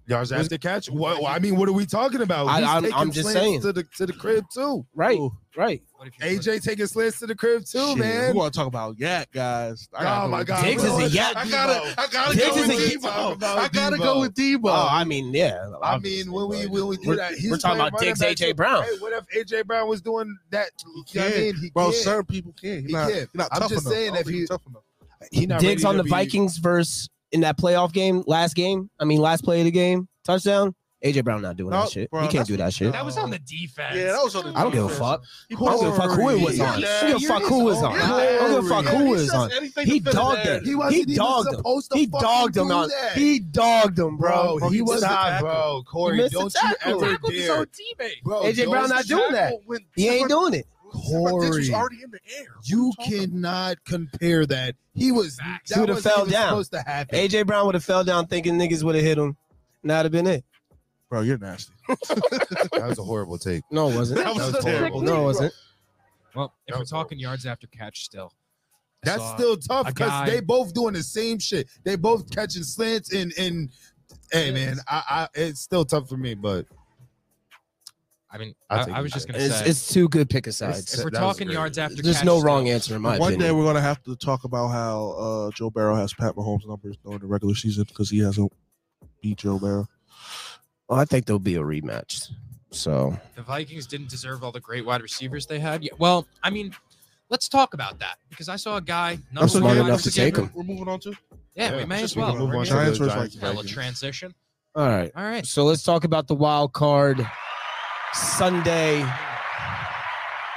[SPEAKER 2] Yards
[SPEAKER 1] Was-
[SPEAKER 2] after catch. What, I mean, what are we talking about?
[SPEAKER 1] I-
[SPEAKER 2] He's
[SPEAKER 1] I'm-
[SPEAKER 2] taking
[SPEAKER 1] I'm just
[SPEAKER 2] slants
[SPEAKER 1] saying.
[SPEAKER 2] to the to the crib too.
[SPEAKER 1] right, right.
[SPEAKER 3] What if you put-
[SPEAKER 2] AJ taking slants to the crib too,
[SPEAKER 4] Oh, Shit,
[SPEAKER 2] man.
[SPEAKER 4] We want to talk about yak, guys. I gotta
[SPEAKER 2] Oh,
[SPEAKER 4] go
[SPEAKER 2] my
[SPEAKER 4] with
[SPEAKER 2] God.
[SPEAKER 1] Diggs is a yak.
[SPEAKER 4] I gotta, I gotta
[SPEAKER 1] Diggs
[SPEAKER 4] go
[SPEAKER 1] is
[SPEAKER 4] with
[SPEAKER 1] a
[SPEAKER 2] yak.
[SPEAKER 4] Debo. I gotta
[SPEAKER 2] Debo.
[SPEAKER 4] go with Debo.
[SPEAKER 1] Well, Oh, I mean, yeah.
[SPEAKER 2] I mean, when we when we do
[SPEAKER 1] We're-
[SPEAKER 2] that, he's
[SPEAKER 1] we're talking
[SPEAKER 2] playing
[SPEAKER 1] about
[SPEAKER 2] running
[SPEAKER 1] Diggs,
[SPEAKER 2] back,
[SPEAKER 1] AJ
[SPEAKER 2] too.
[SPEAKER 1] Brown.
[SPEAKER 2] Hey, what if AJ Brown was doing that? You know what I
[SPEAKER 4] can't.
[SPEAKER 2] mean? He
[SPEAKER 4] Bro,
[SPEAKER 2] can't.
[SPEAKER 4] certain people can't. He's
[SPEAKER 2] He
[SPEAKER 4] not,
[SPEAKER 2] can't.
[SPEAKER 4] he's not
[SPEAKER 2] I'm
[SPEAKER 4] tough
[SPEAKER 2] just
[SPEAKER 4] enough.
[SPEAKER 2] saying
[SPEAKER 4] I don't
[SPEAKER 2] if
[SPEAKER 4] think
[SPEAKER 2] he-
[SPEAKER 4] he's tough enough.
[SPEAKER 2] He not
[SPEAKER 1] Diggs
[SPEAKER 2] ready
[SPEAKER 1] on
[SPEAKER 2] to
[SPEAKER 1] the
[SPEAKER 2] be-
[SPEAKER 1] Vikings verse in that playoff game, last game. I mean, last play of the game, touchdown. AJ Brown not doing
[SPEAKER 4] No,
[SPEAKER 1] that shit.
[SPEAKER 4] bro,
[SPEAKER 1] he can't
[SPEAKER 4] that's-
[SPEAKER 1] do that shit.
[SPEAKER 3] That was on the defense.
[SPEAKER 4] Yeah, that was on the
[SPEAKER 1] I don't give a
[SPEAKER 4] defense.
[SPEAKER 1] fuck.
[SPEAKER 4] He
[SPEAKER 1] I don't give a fuck who it was
[SPEAKER 4] Yeah,
[SPEAKER 1] on.
[SPEAKER 4] yeah,
[SPEAKER 1] I don't give a fuck who it was on.
[SPEAKER 4] yeah.
[SPEAKER 1] I don't give a fuck who it was on.
[SPEAKER 4] anything
[SPEAKER 1] He
[SPEAKER 4] to fit the
[SPEAKER 1] dogged
[SPEAKER 4] narrative.
[SPEAKER 1] him.
[SPEAKER 2] He wasn't
[SPEAKER 1] He
[SPEAKER 2] even
[SPEAKER 1] dogged him.
[SPEAKER 2] supposed to
[SPEAKER 1] He
[SPEAKER 2] fucking
[SPEAKER 1] dogged him
[SPEAKER 2] do
[SPEAKER 1] on.
[SPEAKER 2] that.
[SPEAKER 1] He dogged him, bro.
[SPEAKER 4] Bro,
[SPEAKER 1] he
[SPEAKER 4] he
[SPEAKER 1] was
[SPEAKER 4] missed the
[SPEAKER 1] not,
[SPEAKER 4] tackle.
[SPEAKER 2] bro.
[SPEAKER 1] He
[SPEAKER 2] Corey,
[SPEAKER 1] missed the
[SPEAKER 2] don't you
[SPEAKER 1] tackle.
[SPEAKER 2] ever
[SPEAKER 3] Tackled his own
[SPEAKER 2] dare,
[SPEAKER 3] teammate.
[SPEAKER 2] bro.
[SPEAKER 1] AJ
[SPEAKER 2] don't
[SPEAKER 1] Brown
[SPEAKER 2] you
[SPEAKER 1] not doing that.
[SPEAKER 4] When
[SPEAKER 1] He ain't
[SPEAKER 4] Stephon-
[SPEAKER 1] doing it.
[SPEAKER 4] Stephon Diggs was
[SPEAKER 2] Corey.
[SPEAKER 4] already in the air.
[SPEAKER 2] You
[SPEAKER 4] What are you talking
[SPEAKER 2] cannot compare that. He was
[SPEAKER 3] Facts.
[SPEAKER 2] that
[SPEAKER 1] He would've
[SPEAKER 2] wasn't
[SPEAKER 1] fell
[SPEAKER 2] even
[SPEAKER 1] down.
[SPEAKER 2] Supposed to happen.
[SPEAKER 1] AJ Brown would have fell down thinking niggas would have hit him. And that'd have been it.
[SPEAKER 4] about? Bro, you're nasty.
[SPEAKER 2] That was a horrible take.
[SPEAKER 1] No, it wasn't.
[SPEAKER 4] That was
[SPEAKER 2] That was terrible.
[SPEAKER 1] No, it wasn't.
[SPEAKER 3] Well, if
[SPEAKER 2] That
[SPEAKER 3] we're
[SPEAKER 2] was horrible.
[SPEAKER 3] talking yards after catch, still, I
[SPEAKER 2] That's
[SPEAKER 3] saw-
[SPEAKER 2] still tough
[SPEAKER 3] a
[SPEAKER 2] because
[SPEAKER 3] guy-
[SPEAKER 2] they both doing the same shit. They both catching slants and and. Hey man, I, I it's still tough for me, but
[SPEAKER 3] I mean,
[SPEAKER 2] I'll
[SPEAKER 3] I,
[SPEAKER 2] take
[SPEAKER 3] I was
[SPEAKER 2] it.
[SPEAKER 3] just gonna
[SPEAKER 1] It's,
[SPEAKER 3] say,
[SPEAKER 1] it's too good pick asides.
[SPEAKER 2] It's-
[SPEAKER 3] if we're
[SPEAKER 2] that was
[SPEAKER 3] talking
[SPEAKER 2] great.
[SPEAKER 3] yards after
[SPEAKER 1] There's
[SPEAKER 3] catch,
[SPEAKER 1] no
[SPEAKER 3] still,
[SPEAKER 1] wrong answer in my
[SPEAKER 4] One day
[SPEAKER 1] opinion.
[SPEAKER 4] we're gonna have to talk about how uh, Joe Barrow has Pat Mahomes' numbers during the regular season because he hasn't beat Joe Barrow.
[SPEAKER 1] Well, I think there'll be a rematch. So
[SPEAKER 3] The Vikings didn't deserve all the great wide receivers they had. Yeah, well, I mean, let's talk about that because I saw a guy. number
[SPEAKER 1] smart
[SPEAKER 3] one wide
[SPEAKER 1] enough to
[SPEAKER 3] receiver-
[SPEAKER 1] take 'em.
[SPEAKER 4] We're moving on to
[SPEAKER 3] Yeah, we
[SPEAKER 2] Yeah,
[SPEAKER 3] may
[SPEAKER 4] just
[SPEAKER 3] as
[SPEAKER 4] we
[SPEAKER 3] well.
[SPEAKER 4] can move
[SPEAKER 3] We're
[SPEAKER 4] on to
[SPEAKER 3] gonna-
[SPEAKER 4] Giants versus
[SPEAKER 2] Giants,
[SPEAKER 4] Vikings.
[SPEAKER 3] Hella
[SPEAKER 2] Vikings.
[SPEAKER 3] transition.
[SPEAKER 1] all right.
[SPEAKER 3] All right.
[SPEAKER 1] So let's talk about the wild card Sunday.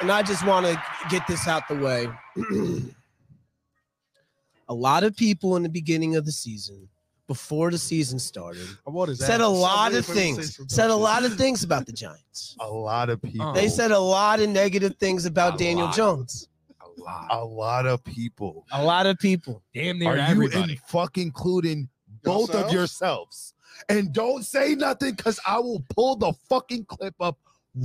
[SPEAKER 1] And I just want to get this out the way. a lot of people in the beginning of the season, before the season started,
[SPEAKER 4] I want his
[SPEAKER 1] said
[SPEAKER 4] ass.
[SPEAKER 1] a
[SPEAKER 4] I'm
[SPEAKER 1] lot
[SPEAKER 4] waiting
[SPEAKER 1] of
[SPEAKER 4] for him to say
[SPEAKER 1] things.
[SPEAKER 4] some
[SPEAKER 1] Said a
[SPEAKER 4] dumb
[SPEAKER 1] lot
[SPEAKER 4] shit.
[SPEAKER 1] of things about the Giants.
[SPEAKER 2] a lot of people.
[SPEAKER 1] They said a lot of negative things about
[SPEAKER 3] A
[SPEAKER 1] Daniel
[SPEAKER 3] lot.
[SPEAKER 1] Jones.
[SPEAKER 3] A lot.
[SPEAKER 2] a lot of people.
[SPEAKER 1] A lot of people.
[SPEAKER 3] Damn
[SPEAKER 2] Are
[SPEAKER 3] near
[SPEAKER 2] you
[SPEAKER 3] everybody.
[SPEAKER 2] in fucking including both of
[SPEAKER 4] Yourselves?
[SPEAKER 2] yourselves? And don't say nothing because I will pull the fucking clip up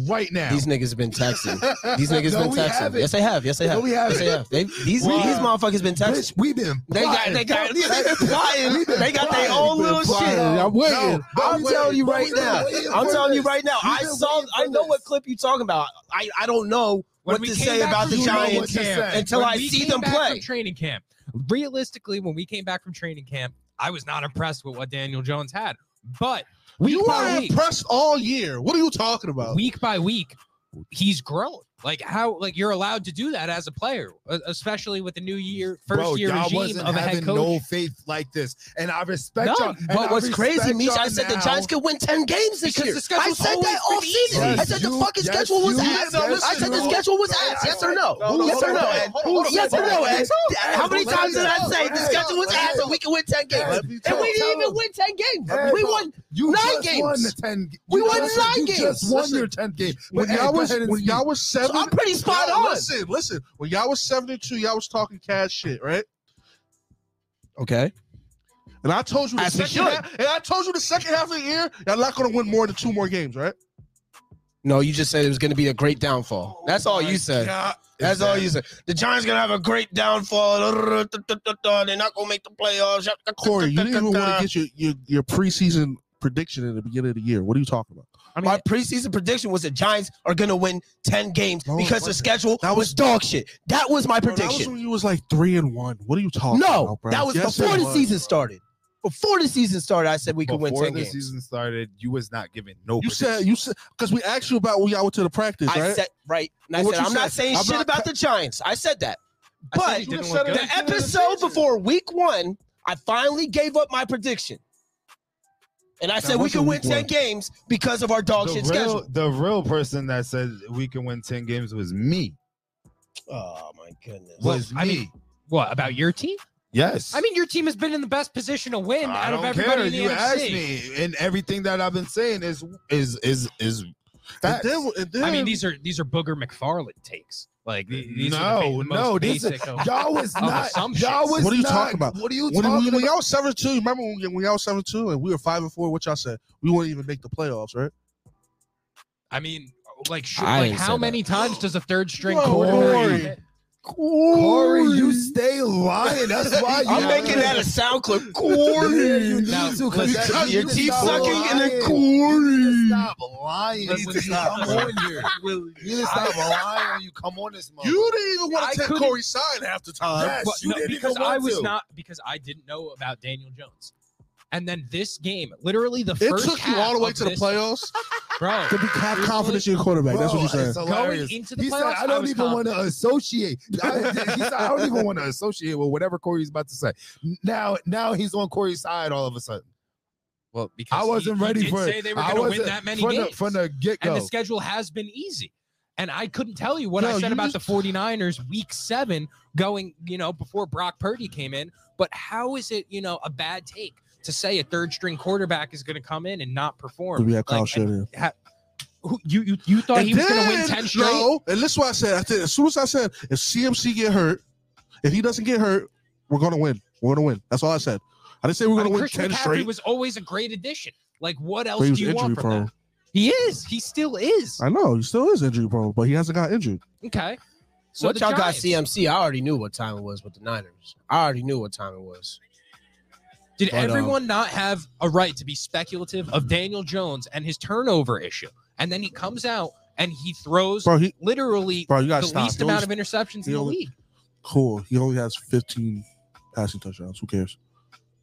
[SPEAKER 2] right now.
[SPEAKER 1] These niggas have been texting. These niggas
[SPEAKER 2] No,
[SPEAKER 1] been
[SPEAKER 2] we
[SPEAKER 1] texting.
[SPEAKER 2] haven't.
[SPEAKER 1] Yes, they have. Yes, they
[SPEAKER 2] No,
[SPEAKER 1] have.
[SPEAKER 2] we haven't.
[SPEAKER 1] Yes, they have. They, these
[SPEAKER 2] Wow.
[SPEAKER 1] these motherfuckers been texting.
[SPEAKER 2] Bitch, we've been
[SPEAKER 1] They got,
[SPEAKER 2] plotting.
[SPEAKER 1] they got,
[SPEAKER 2] We've
[SPEAKER 1] they
[SPEAKER 2] been
[SPEAKER 1] plotting.
[SPEAKER 2] We've been
[SPEAKER 1] They got their
[SPEAKER 2] plotting.
[SPEAKER 1] own
[SPEAKER 2] We've been
[SPEAKER 1] little shit.
[SPEAKER 2] plotting.
[SPEAKER 1] I'm,
[SPEAKER 2] waiting. but we been-
[SPEAKER 1] telling you
[SPEAKER 2] but
[SPEAKER 1] right
[SPEAKER 2] we've been
[SPEAKER 1] now.
[SPEAKER 2] waiting
[SPEAKER 1] I'm
[SPEAKER 2] for
[SPEAKER 1] telling you
[SPEAKER 2] this.
[SPEAKER 1] right now.
[SPEAKER 2] We've
[SPEAKER 1] I
[SPEAKER 2] been
[SPEAKER 1] saw.
[SPEAKER 2] waiting
[SPEAKER 1] I
[SPEAKER 2] for
[SPEAKER 1] know what
[SPEAKER 2] this.
[SPEAKER 1] clip you talking about. I I don't know what
[SPEAKER 3] we
[SPEAKER 1] to
[SPEAKER 3] came
[SPEAKER 1] say
[SPEAKER 3] back
[SPEAKER 1] about the
[SPEAKER 3] from
[SPEAKER 2] you know what
[SPEAKER 1] Giants
[SPEAKER 2] to say.
[SPEAKER 1] until
[SPEAKER 3] When
[SPEAKER 1] I
[SPEAKER 3] we
[SPEAKER 1] see
[SPEAKER 3] came
[SPEAKER 1] them
[SPEAKER 3] back
[SPEAKER 1] play.
[SPEAKER 3] From training camp. Realistically, when we came back from training camp, I was not impressed with what Daniel Jones had. But week
[SPEAKER 4] You
[SPEAKER 3] by
[SPEAKER 4] were
[SPEAKER 3] week,
[SPEAKER 4] impressed all year. What are you talking about?
[SPEAKER 3] week by week, he's grown. Like how? Like you're allowed to do that as a player, e- especially with the new year, first
[SPEAKER 2] Bro,
[SPEAKER 3] year
[SPEAKER 2] y'all
[SPEAKER 3] regime
[SPEAKER 2] wasn't
[SPEAKER 3] of a head
[SPEAKER 2] having
[SPEAKER 3] coach.
[SPEAKER 2] no faith like this, and I respect y'all.
[SPEAKER 3] None.
[SPEAKER 2] and
[SPEAKER 1] But
[SPEAKER 2] I
[SPEAKER 1] what's crazy,
[SPEAKER 2] respect
[SPEAKER 1] Meech, I
[SPEAKER 2] y'all
[SPEAKER 1] said the
[SPEAKER 2] now.
[SPEAKER 1] Giants could win 10 games this
[SPEAKER 3] Because
[SPEAKER 1] year.
[SPEAKER 3] the
[SPEAKER 1] I
[SPEAKER 3] schedule's
[SPEAKER 1] said that
[SPEAKER 3] always
[SPEAKER 1] all
[SPEAKER 3] been
[SPEAKER 1] season.
[SPEAKER 2] easy.
[SPEAKER 1] I said the
[SPEAKER 2] Yes,
[SPEAKER 1] fucking
[SPEAKER 2] you-
[SPEAKER 1] schedule was
[SPEAKER 2] yes, you-
[SPEAKER 1] ass.
[SPEAKER 2] no,
[SPEAKER 1] I said
[SPEAKER 2] listen,
[SPEAKER 1] the
[SPEAKER 2] no.
[SPEAKER 1] schedule was
[SPEAKER 2] No,
[SPEAKER 1] ass.
[SPEAKER 2] I-
[SPEAKER 1] Yes or no?
[SPEAKER 4] No, no,
[SPEAKER 1] Yes or
[SPEAKER 4] hold
[SPEAKER 1] no,
[SPEAKER 4] on,
[SPEAKER 1] Ed?
[SPEAKER 4] hold on, hold on,
[SPEAKER 1] Yes or
[SPEAKER 4] hold
[SPEAKER 1] no,
[SPEAKER 4] on,
[SPEAKER 1] Ed?
[SPEAKER 4] hold on.
[SPEAKER 1] How many
[SPEAKER 4] Let me
[SPEAKER 1] times did I
[SPEAKER 4] talk.
[SPEAKER 1] say the
[SPEAKER 4] Let me
[SPEAKER 1] schedule was
[SPEAKER 4] talk.
[SPEAKER 1] ass and we can win 10 games?
[SPEAKER 4] Let me
[SPEAKER 1] And
[SPEAKER 4] talk.
[SPEAKER 1] we didn't even
[SPEAKER 2] Tell
[SPEAKER 1] win 10 games.
[SPEAKER 2] Ed,
[SPEAKER 1] We
[SPEAKER 2] bro.
[SPEAKER 1] won
[SPEAKER 2] You
[SPEAKER 1] Nine
[SPEAKER 2] just won
[SPEAKER 1] games.
[SPEAKER 2] the ten.
[SPEAKER 1] We
[SPEAKER 2] you
[SPEAKER 1] won
[SPEAKER 2] just-
[SPEAKER 1] nine
[SPEAKER 2] you
[SPEAKER 1] games.
[SPEAKER 2] Just won
[SPEAKER 4] Listen,
[SPEAKER 2] your tenth game.
[SPEAKER 4] when
[SPEAKER 2] But, Ed,
[SPEAKER 4] y'all
[SPEAKER 2] go
[SPEAKER 4] was
[SPEAKER 2] ahead and
[SPEAKER 4] when
[SPEAKER 2] speak.
[SPEAKER 4] y'all was
[SPEAKER 1] So
[SPEAKER 4] seven.
[SPEAKER 1] I'm pretty spot
[SPEAKER 4] Yo,
[SPEAKER 1] on.
[SPEAKER 4] Listen, listen. When y'all was seven and two, y'all was talking cash shit, right?
[SPEAKER 1] Okay.
[SPEAKER 4] And I told you the
[SPEAKER 1] As we
[SPEAKER 4] second
[SPEAKER 1] should.
[SPEAKER 4] half, and I told you the second half of the year, y'all not gonna win more than two more games, right?
[SPEAKER 1] No, you just said it was going to be a great downfall. That's all you said.
[SPEAKER 4] God,
[SPEAKER 1] That's all you said. The Giants going to have a great downfall. They're not going to make the playoffs.
[SPEAKER 4] Corey, you didn't even want to get your, your your preseason prediction in the beginning of the year. What are you talking about?
[SPEAKER 3] I mean,
[SPEAKER 1] My preseason prediction was the Giants are going to win 10 games
[SPEAKER 4] No, it
[SPEAKER 1] because the
[SPEAKER 4] wasn't.
[SPEAKER 1] schedule
[SPEAKER 4] That
[SPEAKER 1] was dog shit. That was my
[SPEAKER 4] Bro, that was
[SPEAKER 1] prediction.
[SPEAKER 4] when you was like three and one. What are you talking
[SPEAKER 1] no,
[SPEAKER 4] about, bro?
[SPEAKER 1] that was
[SPEAKER 4] Yes,
[SPEAKER 1] before
[SPEAKER 4] it
[SPEAKER 1] the
[SPEAKER 4] was,
[SPEAKER 1] season
[SPEAKER 4] bro.
[SPEAKER 1] started. Before the season started, I said we could win
[SPEAKER 2] Before
[SPEAKER 1] 10
[SPEAKER 2] the
[SPEAKER 1] games.
[SPEAKER 2] season started, you was not giving no.
[SPEAKER 4] You said you said because we asked you about when y'all went to the practice,
[SPEAKER 1] I
[SPEAKER 4] right?
[SPEAKER 1] said, right. And I
[SPEAKER 4] What
[SPEAKER 1] said,
[SPEAKER 4] you
[SPEAKER 1] I'm not
[SPEAKER 4] said?
[SPEAKER 1] saying
[SPEAKER 4] I'm
[SPEAKER 1] shit
[SPEAKER 4] not
[SPEAKER 1] about
[SPEAKER 4] cu-
[SPEAKER 1] the Giants. I said that.
[SPEAKER 3] I said
[SPEAKER 1] But
[SPEAKER 3] he didn't look good.
[SPEAKER 1] the episode before week one, I finally gave up my prediction. And I
[SPEAKER 4] That
[SPEAKER 1] said we
[SPEAKER 4] wasn't
[SPEAKER 1] could win
[SPEAKER 4] week
[SPEAKER 1] 10
[SPEAKER 4] one.
[SPEAKER 1] games because of our dog
[SPEAKER 2] the
[SPEAKER 1] shit
[SPEAKER 2] real,
[SPEAKER 1] schedule.
[SPEAKER 2] the real person that said we can win ten games was me.
[SPEAKER 1] Oh, my goodness.
[SPEAKER 3] Well,
[SPEAKER 2] Was
[SPEAKER 3] I
[SPEAKER 2] me.
[SPEAKER 3] mean- what about your team?
[SPEAKER 2] yes.
[SPEAKER 3] I mean, your team has been in the best position to win
[SPEAKER 2] I
[SPEAKER 3] out of
[SPEAKER 2] don't
[SPEAKER 3] everybody
[SPEAKER 2] care.
[SPEAKER 3] in the
[SPEAKER 2] you
[SPEAKER 3] NFC.
[SPEAKER 2] asked me, and everything that I've been saying is is is is
[SPEAKER 4] And
[SPEAKER 2] Facts.
[SPEAKER 4] then, and then,
[SPEAKER 3] I mean, these are these are Booger McFarland takes. Like the- these are the,
[SPEAKER 2] No,
[SPEAKER 3] ba- the most
[SPEAKER 2] no, this is-
[SPEAKER 3] basic. of-
[SPEAKER 2] Y'all was
[SPEAKER 3] Of
[SPEAKER 2] not.
[SPEAKER 3] assumptions.
[SPEAKER 2] Y'all was
[SPEAKER 4] What are you
[SPEAKER 2] not-
[SPEAKER 4] talking about?
[SPEAKER 2] What are you
[SPEAKER 4] when,
[SPEAKER 2] talking
[SPEAKER 4] when, when
[SPEAKER 2] about?
[SPEAKER 4] y'all seven two, remember when, when y'all seven two and we were five and four? What y'all said? We wouldn't even make the playoffs, right?
[SPEAKER 3] I mean, uh, like, should,
[SPEAKER 1] I
[SPEAKER 3] like
[SPEAKER 1] didn't
[SPEAKER 3] how
[SPEAKER 1] say
[SPEAKER 3] many times does a third string
[SPEAKER 4] Whoa,
[SPEAKER 3] quarterback?
[SPEAKER 4] Corey.
[SPEAKER 2] Corey, you stay lying. That's why you
[SPEAKER 3] I'm making that
[SPEAKER 1] a sound clip.
[SPEAKER 2] Yeah, you
[SPEAKER 3] Now,
[SPEAKER 2] need to, 'cause
[SPEAKER 3] listen,
[SPEAKER 2] that-
[SPEAKER 3] you
[SPEAKER 2] need to
[SPEAKER 3] keep
[SPEAKER 2] stop
[SPEAKER 3] sucking
[SPEAKER 1] and then
[SPEAKER 2] lying.
[SPEAKER 1] Corey.
[SPEAKER 2] You need to Stop lying.
[SPEAKER 3] But
[SPEAKER 2] You
[SPEAKER 3] when
[SPEAKER 2] need to
[SPEAKER 3] you-
[SPEAKER 2] stop on here. You need to stop lying when you come on this.
[SPEAKER 4] You didn't even
[SPEAKER 3] I
[SPEAKER 4] want to take
[SPEAKER 3] couldn't-
[SPEAKER 4] Corey's side half the time.
[SPEAKER 2] Yes,
[SPEAKER 3] But
[SPEAKER 2] you
[SPEAKER 3] no,
[SPEAKER 2] didn't even
[SPEAKER 3] because I
[SPEAKER 2] want
[SPEAKER 3] was
[SPEAKER 2] to.
[SPEAKER 3] not because I didn't know about Daniel Jones. And then this game, literally the
[SPEAKER 4] It
[SPEAKER 3] first
[SPEAKER 4] took you
[SPEAKER 3] half
[SPEAKER 4] all the way
[SPEAKER 3] of
[SPEAKER 4] to the
[SPEAKER 3] this-
[SPEAKER 4] playoffs
[SPEAKER 3] bro.
[SPEAKER 4] to be, have confidence in your quarterback. That's
[SPEAKER 2] Bro,
[SPEAKER 4] what you're saying.
[SPEAKER 2] it's hilarious.
[SPEAKER 3] Going into the
[SPEAKER 2] he
[SPEAKER 3] playoffs,
[SPEAKER 2] said,
[SPEAKER 3] I
[SPEAKER 2] "I don't
[SPEAKER 3] was
[SPEAKER 2] even want to associate." I, he said, "I don't even want to associate with whatever Corey's about to say." Now, now he's on Corey's side all of a sudden.
[SPEAKER 3] well, because
[SPEAKER 2] I
[SPEAKER 3] he-
[SPEAKER 2] wasn't
[SPEAKER 3] he
[SPEAKER 2] ready
[SPEAKER 3] did
[SPEAKER 2] for it.
[SPEAKER 3] say they were
[SPEAKER 2] I
[SPEAKER 3] going to win
[SPEAKER 2] wasn't-
[SPEAKER 3] that many
[SPEAKER 2] from
[SPEAKER 3] games.
[SPEAKER 2] The, from the get
[SPEAKER 3] and
[SPEAKER 2] go.
[SPEAKER 3] the schedule has been easy. And I couldn't tell you what
[SPEAKER 4] No,
[SPEAKER 3] I said
[SPEAKER 4] you
[SPEAKER 3] about
[SPEAKER 4] just-
[SPEAKER 3] the 49ers week seven going, you know, before Brock Purdy came in. But how is it, you know, a bad take to say a third string quarterback is going to come in and not perform?
[SPEAKER 4] We have Kyle
[SPEAKER 3] Like,
[SPEAKER 4] Shanahan.
[SPEAKER 3] ha- who, you, you, you thought he was going to win
[SPEAKER 4] then-
[SPEAKER 3] 10 straight?
[SPEAKER 4] No, and this is what I said. I said as soon as I said, if CMC get hurt, if he doesn't get hurt, we're gonna win. We're gonna win. That's all I said. I didn't say we
[SPEAKER 3] I
[SPEAKER 4] we're
[SPEAKER 3] mean,
[SPEAKER 4] gonna win
[SPEAKER 3] Chris
[SPEAKER 4] ten
[SPEAKER 3] McCaffrey
[SPEAKER 4] straight.
[SPEAKER 3] was always a great addition. Like, what
[SPEAKER 4] but
[SPEAKER 3] else
[SPEAKER 4] he
[SPEAKER 3] do
[SPEAKER 4] was
[SPEAKER 3] you
[SPEAKER 4] injury
[SPEAKER 3] want from
[SPEAKER 4] prone.
[SPEAKER 3] that? He is. He still is.
[SPEAKER 4] I know he still is injury prone, but he hasn't got injured.
[SPEAKER 3] Okay. So
[SPEAKER 1] So what
[SPEAKER 3] the
[SPEAKER 1] y'all got
[SPEAKER 3] Giants-
[SPEAKER 1] CMC? I already knew what time it was with the Niners. I already knew what time it was.
[SPEAKER 3] Did
[SPEAKER 1] But, um,
[SPEAKER 3] everyone not have a right to be speculative of Daniel Jones and his turnover issue? And then he comes out and he throws
[SPEAKER 4] Bro, he
[SPEAKER 3] literally
[SPEAKER 4] bro, you gotta
[SPEAKER 3] the
[SPEAKER 4] stop.
[SPEAKER 3] least
[SPEAKER 4] Those-
[SPEAKER 3] amount of interceptions in
[SPEAKER 4] he
[SPEAKER 3] the
[SPEAKER 4] only-
[SPEAKER 3] league.
[SPEAKER 4] cool. He only has 15 passing touchdowns. Who cares?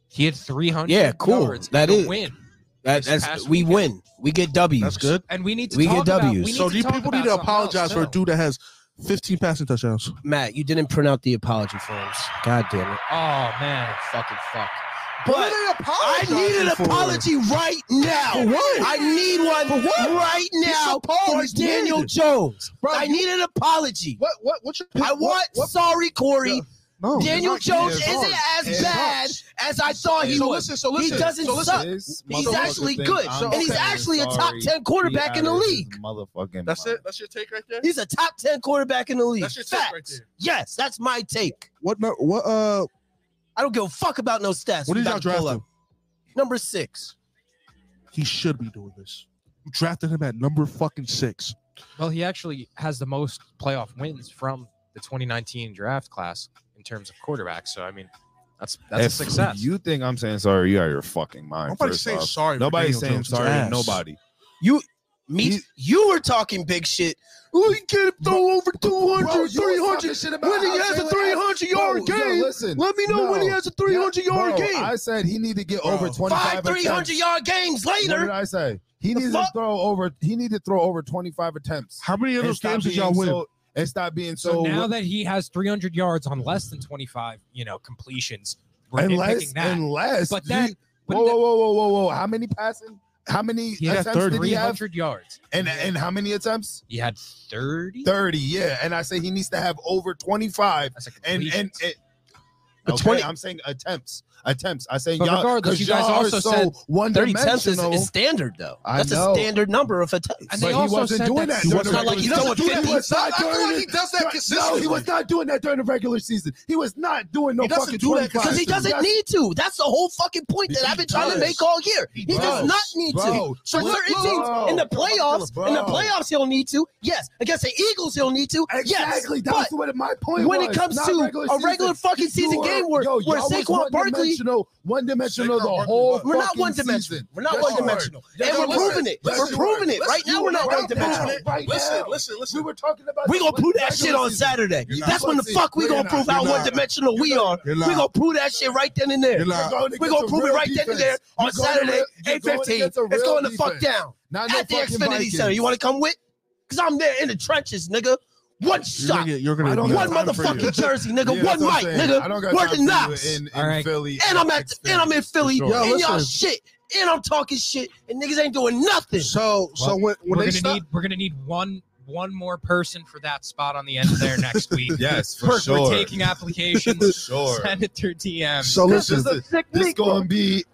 [SPEAKER 3] He had 300
[SPEAKER 1] Yeah, cool.
[SPEAKER 3] yards
[SPEAKER 1] That
[SPEAKER 3] to
[SPEAKER 1] is-
[SPEAKER 3] win.
[SPEAKER 1] That,
[SPEAKER 3] This
[SPEAKER 1] that's
[SPEAKER 3] past
[SPEAKER 1] we
[SPEAKER 3] weekend.
[SPEAKER 1] win. We get W's.
[SPEAKER 4] That's good.
[SPEAKER 3] And we need to
[SPEAKER 1] We
[SPEAKER 3] talk
[SPEAKER 1] get
[SPEAKER 3] about- we
[SPEAKER 1] Ws.
[SPEAKER 3] need
[SPEAKER 4] So
[SPEAKER 3] to
[SPEAKER 4] these
[SPEAKER 3] talk
[SPEAKER 4] people
[SPEAKER 3] about
[SPEAKER 4] need to
[SPEAKER 3] something
[SPEAKER 4] apologize
[SPEAKER 3] else,
[SPEAKER 4] for a
[SPEAKER 3] too.
[SPEAKER 4] dude that has 15 passing touchdowns.
[SPEAKER 1] Matt, you didn't print out the apology forms. God damn it.
[SPEAKER 3] Oh man.
[SPEAKER 1] Fucking fuck.
[SPEAKER 4] What
[SPEAKER 1] But
[SPEAKER 4] are they
[SPEAKER 1] I need an
[SPEAKER 4] apologizing for?
[SPEAKER 1] apology right
[SPEAKER 3] Oh,
[SPEAKER 1] now.
[SPEAKER 4] What?
[SPEAKER 1] I need one right now for
[SPEAKER 4] apologized.
[SPEAKER 1] Daniel
[SPEAKER 4] Needed.
[SPEAKER 1] Jones.
[SPEAKER 4] Bro,
[SPEAKER 1] I
[SPEAKER 4] you-
[SPEAKER 1] need an apology.
[SPEAKER 4] What? What? What's your?
[SPEAKER 1] I want
[SPEAKER 4] What,
[SPEAKER 1] sorry, Corey.
[SPEAKER 4] Yeah. what, no.
[SPEAKER 1] Daniel
[SPEAKER 2] not-
[SPEAKER 1] Jones
[SPEAKER 2] it's
[SPEAKER 1] isn't
[SPEAKER 2] hard.
[SPEAKER 1] as
[SPEAKER 2] It's
[SPEAKER 1] bad as I thought he
[SPEAKER 4] so
[SPEAKER 1] was.
[SPEAKER 4] listen. So
[SPEAKER 1] He
[SPEAKER 4] listen.
[SPEAKER 1] doesn't
[SPEAKER 4] so listen.
[SPEAKER 1] suck. He's
[SPEAKER 4] motherfucker
[SPEAKER 1] actually good,
[SPEAKER 4] I'm
[SPEAKER 1] and he's
[SPEAKER 4] saying
[SPEAKER 1] actually a top ten quarterback in the league.
[SPEAKER 2] Motherfucking.
[SPEAKER 4] That's it. That's your take right there.
[SPEAKER 1] He's a top ten quarterback in the league.
[SPEAKER 4] That's your take
[SPEAKER 1] Facts.
[SPEAKER 4] right there.
[SPEAKER 1] Yes, that's my take.
[SPEAKER 4] What? No, what? Uh,
[SPEAKER 1] I don't give a fuck about no stats.
[SPEAKER 4] what
[SPEAKER 1] We
[SPEAKER 4] did
[SPEAKER 1] about
[SPEAKER 4] y'all
[SPEAKER 1] to pull
[SPEAKER 4] draft
[SPEAKER 1] up.
[SPEAKER 4] him?
[SPEAKER 1] Number six.
[SPEAKER 4] He should be doing this. You drafted him at number fucking six.
[SPEAKER 3] Well, he actually has the most playoff wins from the 2019 draft class in terms of quarterbacks. So I mean, that's that's a
[SPEAKER 2] If
[SPEAKER 3] success.
[SPEAKER 2] You think I'm saying sorry? You out of your fucking mind.
[SPEAKER 4] Nobody's
[SPEAKER 2] first
[SPEAKER 4] saying
[SPEAKER 2] off.
[SPEAKER 4] sorry. for
[SPEAKER 2] Nobody's
[SPEAKER 4] Daniel
[SPEAKER 2] saying
[SPEAKER 4] Jones'
[SPEAKER 2] sorry.
[SPEAKER 4] ass.
[SPEAKER 2] to Nobody.
[SPEAKER 1] You, me,
[SPEAKER 2] He-
[SPEAKER 1] you were talking big shit. Oh, he can't throw over 200,
[SPEAKER 2] Bro, you were
[SPEAKER 1] 300.
[SPEAKER 2] talking shit about
[SPEAKER 1] When he
[SPEAKER 2] how
[SPEAKER 1] has a
[SPEAKER 2] Jalen
[SPEAKER 1] 300 yard
[SPEAKER 2] Bro, yo,
[SPEAKER 1] game,
[SPEAKER 2] listen.
[SPEAKER 1] let me know when he
[SPEAKER 2] No.
[SPEAKER 1] has a 300 yard
[SPEAKER 2] Bro,
[SPEAKER 1] game.
[SPEAKER 2] I said he need to get
[SPEAKER 4] Bro.
[SPEAKER 2] over 25
[SPEAKER 1] Five 300
[SPEAKER 2] attempts.
[SPEAKER 1] yard games
[SPEAKER 2] What did
[SPEAKER 1] later.
[SPEAKER 2] I say? He
[SPEAKER 1] The
[SPEAKER 2] needs to
[SPEAKER 1] fuck?
[SPEAKER 2] throw over. He need to throw over 25 attempts.
[SPEAKER 4] How many of
[SPEAKER 2] And
[SPEAKER 4] those
[SPEAKER 2] stop
[SPEAKER 4] games did
[SPEAKER 2] being
[SPEAKER 4] y'all win?
[SPEAKER 2] So, and stop being so.
[SPEAKER 3] So, now that he has 300 yards on less than 25, you know, completions, we're
[SPEAKER 2] unless,
[SPEAKER 3] nitpicking that.
[SPEAKER 2] unless,
[SPEAKER 3] but then,
[SPEAKER 2] you-
[SPEAKER 3] but
[SPEAKER 2] whoa,
[SPEAKER 3] then
[SPEAKER 2] whoa, whoa, whoa, whoa, whoa! How many passing? How many
[SPEAKER 3] He had
[SPEAKER 2] attempts did he have?
[SPEAKER 3] 300 yards.
[SPEAKER 2] And and how many attempts?
[SPEAKER 3] He had 30.
[SPEAKER 2] 30. Yeah, and I say he needs to have over 25.
[SPEAKER 3] That's a
[SPEAKER 2] And and,
[SPEAKER 3] completions.
[SPEAKER 2] and
[SPEAKER 1] But
[SPEAKER 2] okay,
[SPEAKER 1] 20
[SPEAKER 2] I'm saying attempts, attempts. I say
[SPEAKER 3] But
[SPEAKER 2] y'all,
[SPEAKER 3] regardless,
[SPEAKER 2] 'cause
[SPEAKER 3] you guys
[SPEAKER 2] y'all are
[SPEAKER 3] also
[SPEAKER 2] so
[SPEAKER 3] said
[SPEAKER 2] one
[SPEAKER 1] 30 attempts is,
[SPEAKER 2] dimensional.
[SPEAKER 1] is standard, though.
[SPEAKER 2] I
[SPEAKER 1] That's
[SPEAKER 2] know.
[SPEAKER 1] a standard number of attempts.
[SPEAKER 3] And they
[SPEAKER 2] But he
[SPEAKER 3] also
[SPEAKER 2] wasn't
[SPEAKER 3] said
[SPEAKER 2] doing
[SPEAKER 3] that
[SPEAKER 2] that
[SPEAKER 3] he
[SPEAKER 2] during
[SPEAKER 1] wasn't
[SPEAKER 2] the
[SPEAKER 1] not like he
[SPEAKER 2] regular
[SPEAKER 1] doesn't
[SPEAKER 2] season.
[SPEAKER 1] do that.
[SPEAKER 2] He was
[SPEAKER 4] I
[SPEAKER 2] not
[SPEAKER 4] feel
[SPEAKER 2] doing
[SPEAKER 4] like he does that
[SPEAKER 2] it. No,
[SPEAKER 4] consistently.
[SPEAKER 2] he was not doing that during the regular season. He was not doing no
[SPEAKER 4] He doesn't
[SPEAKER 2] fucking
[SPEAKER 4] do that
[SPEAKER 2] 25.
[SPEAKER 1] Because he doesn't
[SPEAKER 2] That's-
[SPEAKER 1] need to. That's the whole fucking point that
[SPEAKER 2] He
[SPEAKER 1] I've been trying to
[SPEAKER 2] does.
[SPEAKER 1] make all year. He does
[SPEAKER 2] Bro,
[SPEAKER 1] not need to.
[SPEAKER 2] bro,
[SPEAKER 1] So
[SPEAKER 2] bro,
[SPEAKER 1] certain
[SPEAKER 2] bro,
[SPEAKER 1] teams in the
[SPEAKER 2] bro,
[SPEAKER 1] playoffs,
[SPEAKER 2] bro.
[SPEAKER 1] in the playoffs, he'll need to. Yes, against the Eagles, he'll need to. Yes,
[SPEAKER 2] Exactly.
[SPEAKER 1] but
[SPEAKER 2] That's what my point
[SPEAKER 1] when
[SPEAKER 2] was.
[SPEAKER 1] it comes
[SPEAKER 2] Not
[SPEAKER 1] to a
[SPEAKER 2] season.
[SPEAKER 1] regular fucking season
[SPEAKER 2] You are-
[SPEAKER 1] game where,
[SPEAKER 2] yo,
[SPEAKER 1] where
[SPEAKER 2] y'all was
[SPEAKER 1] Saquon Barkley,
[SPEAKER 2] one-dimensional- one-dimensional
[SPEAKER 4] Saquon
[SPEAKER 2] the
[SPEAKER 4] Barkley
[SPEAKER 2] whole
[SPEAKER 4] was-
[SPEAKER 1] we're not
[SPEAKER 2] fucking
[SPEAKER 1] one dimensional.
[SPEAKER 2] season.
[SPEAKER 1] We're not
[SPEAKER 2] Yes,
[SPEAKER 1] one
[SPEAKER 2] you are.
[SPEAKER 1] dimensional.
[SPEAKER 2] Yes,
[SPEAKER 1] and
[SPEAKER 2] you
[SPEAKER 1] we're
[SPEAKER 2] are.
[SPEAKER 1] proving it.
[SPEAKER 2] Yes,
[SPEAKER 1] We're
[SPEAKER 2] you
[SPEAKER 1] proving
[SPEAKER 2] are.
[SPEAKER 1] it. Right
[SPEAKER 2] Yes,
[SPEAKER 1] now,
[SPEAKER 2] you
[SPEAKER 1] we're not
[SPEAKER 2] are.
[SPEAKER 1] one
[SPEAKER 2] Right now,
[SPEAKER 1] dimensional.
[SPEAKER 2] right
[SPEAKER 4] Listen,
[SPEAKER 2] now.
[SPEAKER 4] listen,
[SPEAKER 2] We
[SPEAKER 4] listen.
[SPEAKER 2] were talking about
[SPEAKER 1] We
[SPEAKER 2] the
[SPEAKER 1] gonna prove that
[SPEAKER 2] regular
[SPEAKER 1] shit on
[SPEAKER 2] season.
[SPEAKER 1] Saturday.
[SPEAKER 4] You're not.
[SPEAKER 1] That's when the
[SPEAKER 2] You're
[SPEAKER 1] fuck we
[SPEAKER 2] not.
[SPEAKER 1] gonna prove
[SPEAKER 2] You're
[SPEAKER 1] how
[SPEAKER 2] not.
[SPEAKER 1] one dimensional we
[SPEAKER 2] You're
[SPEAKER 1] are.
[SPEAKER 2] not.
[SPEAKER 1] We
[SPEAKER 4] You're not.
[SPEAKER 1] gonna prove that shit right then and there.
[SPEAKER 4] You're not.
[SPEAKER 1] We gonna prove it right then and there on Saturday, eight fifteen. It's going the fuck down
[SPEAKER 2] Not
[SPEAKER 1] at the Xfinity Center. You want to come with? Cause I'm there in the trenches, nigga. One shot,
[SPEAKER 4] You're gonna, you're gonna
[SPEAKER 2] I don't
[SPEAKER 4] be
[SPEAKER 2] got
[SPEAKER 1] one
[SPEAKER 4] like,
[SPEAKER 2] time for you.
[SPEAKER 1] motherfucking jersey, nigga. one mic, nigga. Word to Knox.
[SPEAKER 3] All right.
[SPEAKER 2] Philly.
[SPEAKER 1] And I'm at and I'm in Philly,
[SPEAKER 2] sure.
[SPEAKER 4] Yo,
[SPEAKER 1] and y'all
[SPEAKER 4] listen.
[SPEAKER 1] shit, and I'm talking shit, and niggas ain't doing nothing.
[SPEAKER 4] So, so when, when
[SPEAKER 3] we're
[SPEAKER 4] they
[SPEAKER 3] gonna
[SPEAKER 4] stop,
[SPEAKER 3] need we're gonna need one one more person for that spot on the end there next week.
[SPEAKER 2] Yes,
[SPEAKER 3] we're,
[SPEAKER 2] for sure.
[SPEAKER 3] we're taking applications.
[SPEAKER 2] sure.
[SPEAKER 3] Send it through DM.
[SPEAKER 4] so listen,
[SPEAKER 2] This is gonna be